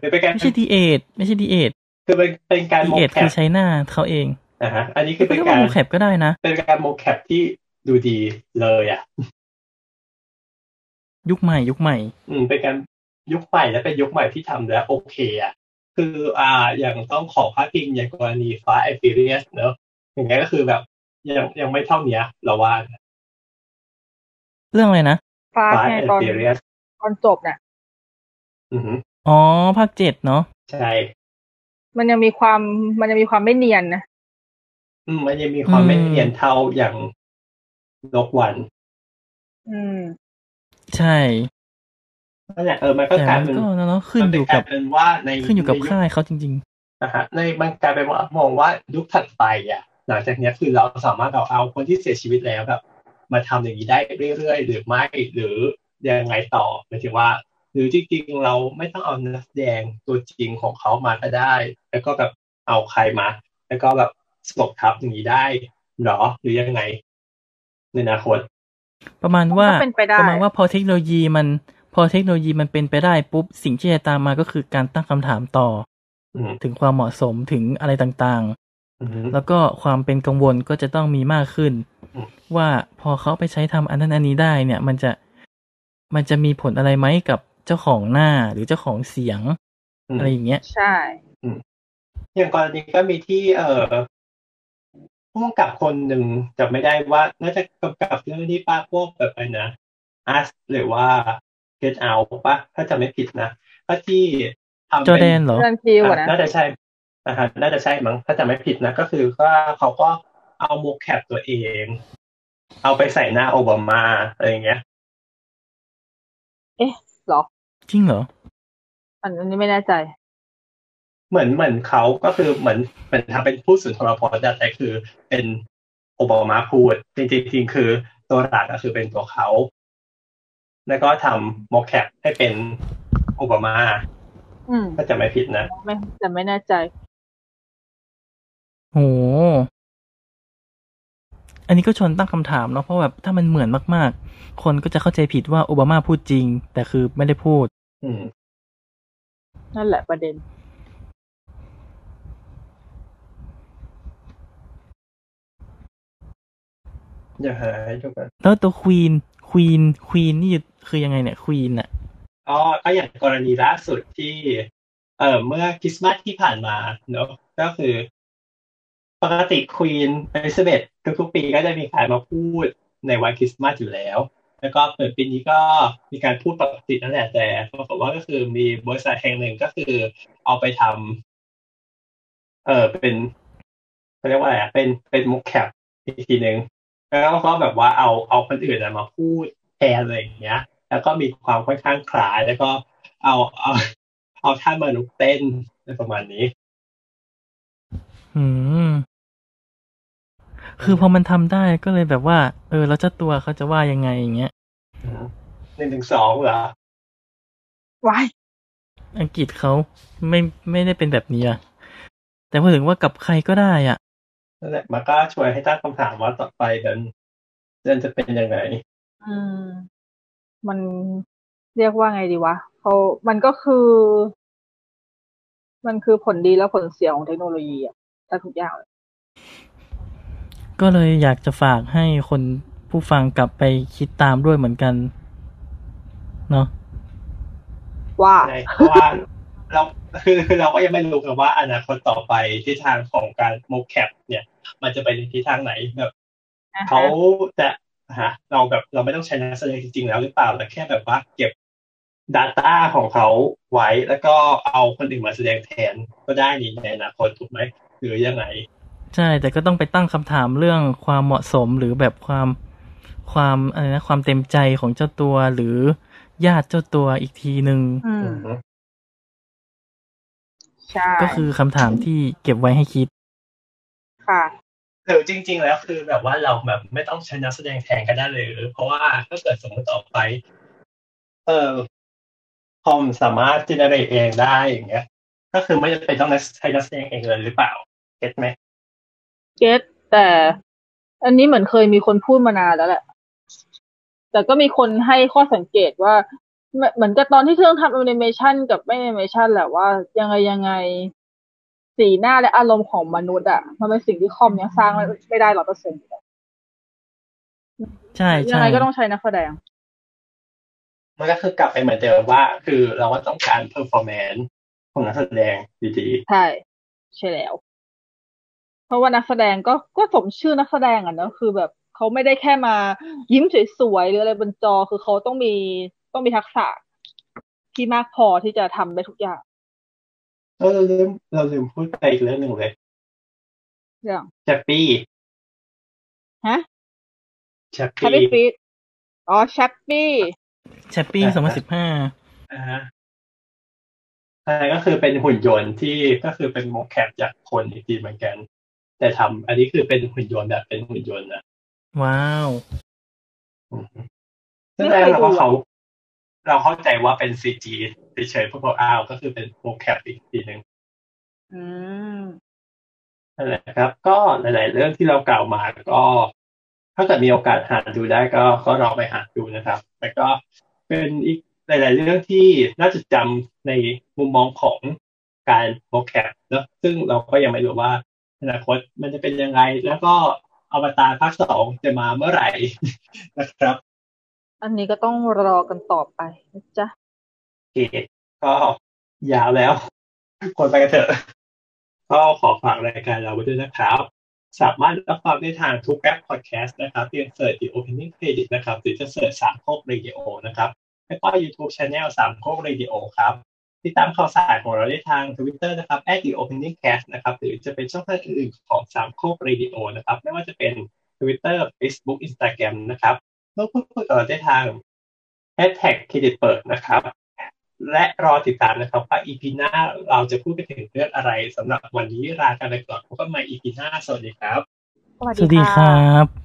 หรือเป็นการ
ไม่ใช่ดีเอทไม่ใช่ดีเอท
คือเป็นเป็นการ
ดี
โม
เอท
แค
คือ
ป
ใช้หน้าเขาเอง
นะฮะอันนี้คือ
ไม่
เป็น
เรียก
การ
ว่าโมแคปก็ได้นะ
เป็นการโมแคปที่ดูดีเลยอ่ะ
ยุคใหม่ยุคใหม่
อืมเป็นการยุคใหม่และเป็นยุคใหม่ที่ทำแล้วโอเคอ่ะคืออ่าอย่างต้องขอพาดพิงอย่างกรณีฟ้าไอฟิเรียสเนอะอย่างไงก็คือแบบยังยังไม่เท่าเนี้ยเราว่า
เรื่องอะไรนะ
ฟาส
ฟ้า
ไง
ไอ
ตอน
ฟิเรียส
ตอนจบน่ะ
อือหือ
อ๋อ ภาคเจ็ดเนาะ
ใช่
มันยังมีความมันยังมีความไม่เนียนนะ
อืมมันยังมีความไม่
อืม
เนียนเท่าอย่างนกวัน
อืม
ใช่
นั่นแหละเออมันก็
แต่
กลาย
มัน
เป็น
ก็เนาะขึ้นอยู่
มั
กั
ลา
บ
เป็นว่าใน
ขึ้นอยู่กับ
ใน
ค่ายเขาจริง
นะฮะในมันกลายเป็นว่ามองว่ายุคถัดไปอ่ะหลังจากเนี้ยคือเราสามารถเอาเอาคนที่เสียชีวิตแล้วแบบมาทำอย่างนี้ได้เรื่อยๆ หรือไม่หรือยังไงต่อหมายถึงว่า หรือจริงๆเราไม่ต้องเอานักแสดงตัวจริงของเขามาก็ได้ แล้วก็แบบเอาใครมา แล้วก็แบบสบทับอย่างนี้ได้หรอหรือยังไงในอนาคต
ๆ ประมาณว่า
ก็เป็นไปได้
ประมาณว่าพอเทคโนโลยีมันพอเทคโนโลยีมันเป็นไปได้ปุ๊บสิ่งที่จะตามมาก็คือการตั้งคำถามต่อ
อืม
ถึงความเหมาะสมถึงอะไรต่าง
อืม
ๆ แล้วก็ความเป็นกังวลก็จะต้องมีมากขึ้น
อืม
ว่าพอเขาไปใช้ทำอันนั้นอันนี้ได้เนี่ย มันจะมันจะมีผลอะไรไหมกับเจ้าของหน้าหรือเจ้าของเสียง
อืม
อะไรอย่างเงี้ย
ใช่
อย่างกรณีก็มีที่เอ่อผู้กำกับคนหนึ่งจะไม่ได้ว่าน่าจะกำกับเรื่องนี้ป้าพวกแบบอะไรนะ Us หรือว่า Get Out ปะถ้าจำไม่ผิดนะก็ที่ทำ
จอร์แด
เป็น
เหรอ
เรื่องจิว
อ่ะ
อะนะ
น่าจะใช่อ่าฮะน่าจะใช่มั้งถ้าจำไม่ผิดนะก็คือก็เขาก็เอาโมแคปตัวเอง เอาไปใส่หน้าโอบามาอะไรอย่างเงี้ย
จริงเหรอ
อันนี้ไม่แน่ใจ
เหมือนเหมือนเขาก็คือเหมือนเหมือนทำเป็นผู้สุนทรพจน์อะแต่คือเป็นโอบามาพูด จริงๆจริงคือตัวหลักก็คือเป็นตัวเขา แล้วก็ทำโมแคปให้เป็นโอบามา
อืม
ก็จะไม่ผิดนะ
ไม่แต่ไม่แน่ใจ
โห อันนี้ก็ชวนตั้งคำถามเนาะ เพราะแบบถ้ามันเหมือนมาก ๆ คนก็จะเข้าใจผิดว่าโอบามาพูดจริง แต่คือไม่ได้พูด
อืม
นั่นแหละประเด็น
อย่าหายทุกคน
แล้วตัวควีน ควีน ควีนนี่คือยังไงเนี่ย ควีนอะ
อ๋อก็อย่างกรณีล่าสุดที่ เอ่อเมื่อคริสต์มาสที่ผ่านมาเนอะก็คือ ปกติควีนเอลิซาเบธทุกๆปีก็จะมีการมาพูดในวันคริสต์มาสอยู่แล้ว แล้วก็เปิดปีนี้ก็มีการพูดปกตินั่นแหละแต่ปรากฏว่าก็คือมีบริษัทแห่งหนึ่งก็คือเอาไปทำเออเป็นเขาเรียกว่าอะไรอะเป็นเป็นมุกแคปอีกทีหนึ่งแล้วก็แบบว่าเอาเอาคนอื่นอะมาพูดแทนอะไรอย่างเงี้ย แล้วก็มีความค่อนข้างคล้าย แล้วก็เอาเอาเอาท่ามนุษย์เต้นอะไรประมาณนี้
อืม คือพอมันทำได้ก็เลยแบบว่า เออ แล้วเจ้าตัวเขาจะว่ายังไงอย่างเงี้ย
หนึ่งถึงสองเหรอ
ไว้าย
อังกฤษเขาไม่ไม่ได้เป็นแบบนี้อะแต่พูดถึงว่ากับใครก็ได้อะ
นั่นแหละมันก็ช่วยให้ตั้งคำถามว่าต่อไปเดินเดินจะเป็นยังไง
อืม มันเรียกว่าไงดีวะเขามันก็คือ มันคือผลดีและผลเสียของเทคโนโลยีอะแต่ทุกอย่างเลย
ก็เลยอยากจะฝากให้คนผู้ฟังกลับไปคิดตามด้วยเหมือนกัน เนาะ
ว่า
ใช่เพราะว่าเราคือคือเราก็ยังไม่รู้กันว่าอนาคตต่อไปทิศทางของการโมแคปเนี่ย มันจะไปในทิศทางไหนแบบ เขาจะฮะเราแบบเราไม่ต้องใช้นักแสดงจริงๆแล้วหรือเปล่าแต่แค่แบบว่าเก็บ Data ของเขาไว้แล้วก็เอาคนอื่นมาแสดงแทนก็ได้นี่ในอนาคตถูกไหมหรือยังไง
ใช่ แต่ก็ต้องไปตั้งคำถามเรื่องความเหมาะสมหรือแบบความความอะไรนะความเต็มใจของเจ้าตัวหรือญาติเจ้าตัวอีกทีหนึ่ง
อืม ใช่
ก็คือคำถามที่เก็บไว้ให้คิด
ค่ะ
หรือจริง ๆ แล้วคือแบบว่าเราแบบไม่ต้องใช้นักแสดงแทนก็ได้เลยหรือเพราะว่าถ้าเกิดสมมติต่อไป เออคอมสามารถ generate เองได้อย่างเงี้ย ก็คือไม่จำเป็นต้องใช้นักแสดงเองเลยหรือเปล่าเก็ตไหม
เก็ตแต่ อันนี้เหมือนเคยมีคนพูดมานานแล้วแหละ แต่ก็มีคนให้ข้อสังเกตว่าเหมือนเหมือนกับตอนที่เครื่องทำแอนิเมชันกับไม่แอนิเมชันแหละว่ายังไงยังไง สีหน้าและอารมณ์ของมนุษย์อะมันเป็นสิ่งที่คอมยังสร้างไม่ได้ร้อยเปอร์เซ็นต์
ใช่
ยั
ใช่
งไงก็ต้องใช้นักแสดง
มันก็คือกลับไปเหมือนเดิมว่า คือเราก็ต้องการเพอร์ฟอร์แมนซ์ของนักแสดงดี
ใช่ ใช่แล้ว เพราะว่านักแสดงก็ก็สมชื่อนักแสดงอ่ะเนอะคือแบบเขาไม่ได้แค่มายิ้มสวยๆหรืออะไรบนจอคือเขาต้องมีต้องมีทักษะที่มากพอที่จะทำได้ทุกอย่าง
ๆเออเราลืมเราลืมพูดไปอีกเรื่องหนึ่งเลย
อย่าง
แชปปี้
ฮะ
แชป
แฮปปี้
ปี้
ฟีดอ๋อแชปปี้
แชปปี้สองพันสิบห้า
อ่าฮะอันนั้นก็คือเป็นหุ่นยนต์ที่ก็คือเป็นโมแคปจากคนอีกทีเหมือนกัน แต่ทำอันนี้คือเป็นหุ่นยนต์แบบเป็นหุ่นยนต์นะ
ว้าว
ซึ่งแรกเราก็เขาเราเข้าใจว่าเป็นซีจีเฉยๆเพราะบอกอ้าวก็คือเป็นโปรแคปอีกทีหนึ่ง
อืม
นั่นแหละครับ ก็หลาย ๆ เรื่องที่เรากล่าวมาก็ถ้าเกิดมีโอกาสหาดูได้ก็ก็ลองไปหาดูนะครับ แต่ก็เป็นอีกหลาย ๆ เรื่องที่น่าจดจำในมุมมองของการโปรแคปเนอะซึ่งเราก็ยังไม่รู้ว่าอนาคตมันจะเป็นยังไง แล้วก็อวตารภาคสองจะมาเมื่อไห ร่นะครับ
อันนี้ก็ต้องรอกันต่อไปนะจ๊ะ
โอเคก็ยาวแล้ว คนไปกันเถอะ ก็ขอฝากรายการเราไว้ด้วยนะครับ สามารถรับฟังได้ทางทุกแอปพอดแคสต์นะครับเพียงเสิร์ช The Opening Credit นะครับหรือจะเสิร์ชสามโคกเรดิโอนะครับ แล้วก็ YouTube Channel สามโคกเรดิโอครับ ติดตามข่าวสารของเราได้ทาง Twitter นะครับ The Opening Cast นะครับ หรือจะเป็นช่องทางอื่นๆของสามโคกเรดิโอนะครับ ไม่ว่าจะเป็น Twitter Facebook Instagram นะครับร่วมพูดคุยกับเราได้ทาง Hashtag เครดิตเปิดนะครับ และรอติดตามนะครับว่า EP หน้าเราจะพูดไปถึงเรื่องอะไรสำหรับวันนี้ลากันไปก่อนพบกันใหม่ EP หน้าสวัสดีครับ
สวัสดีครับ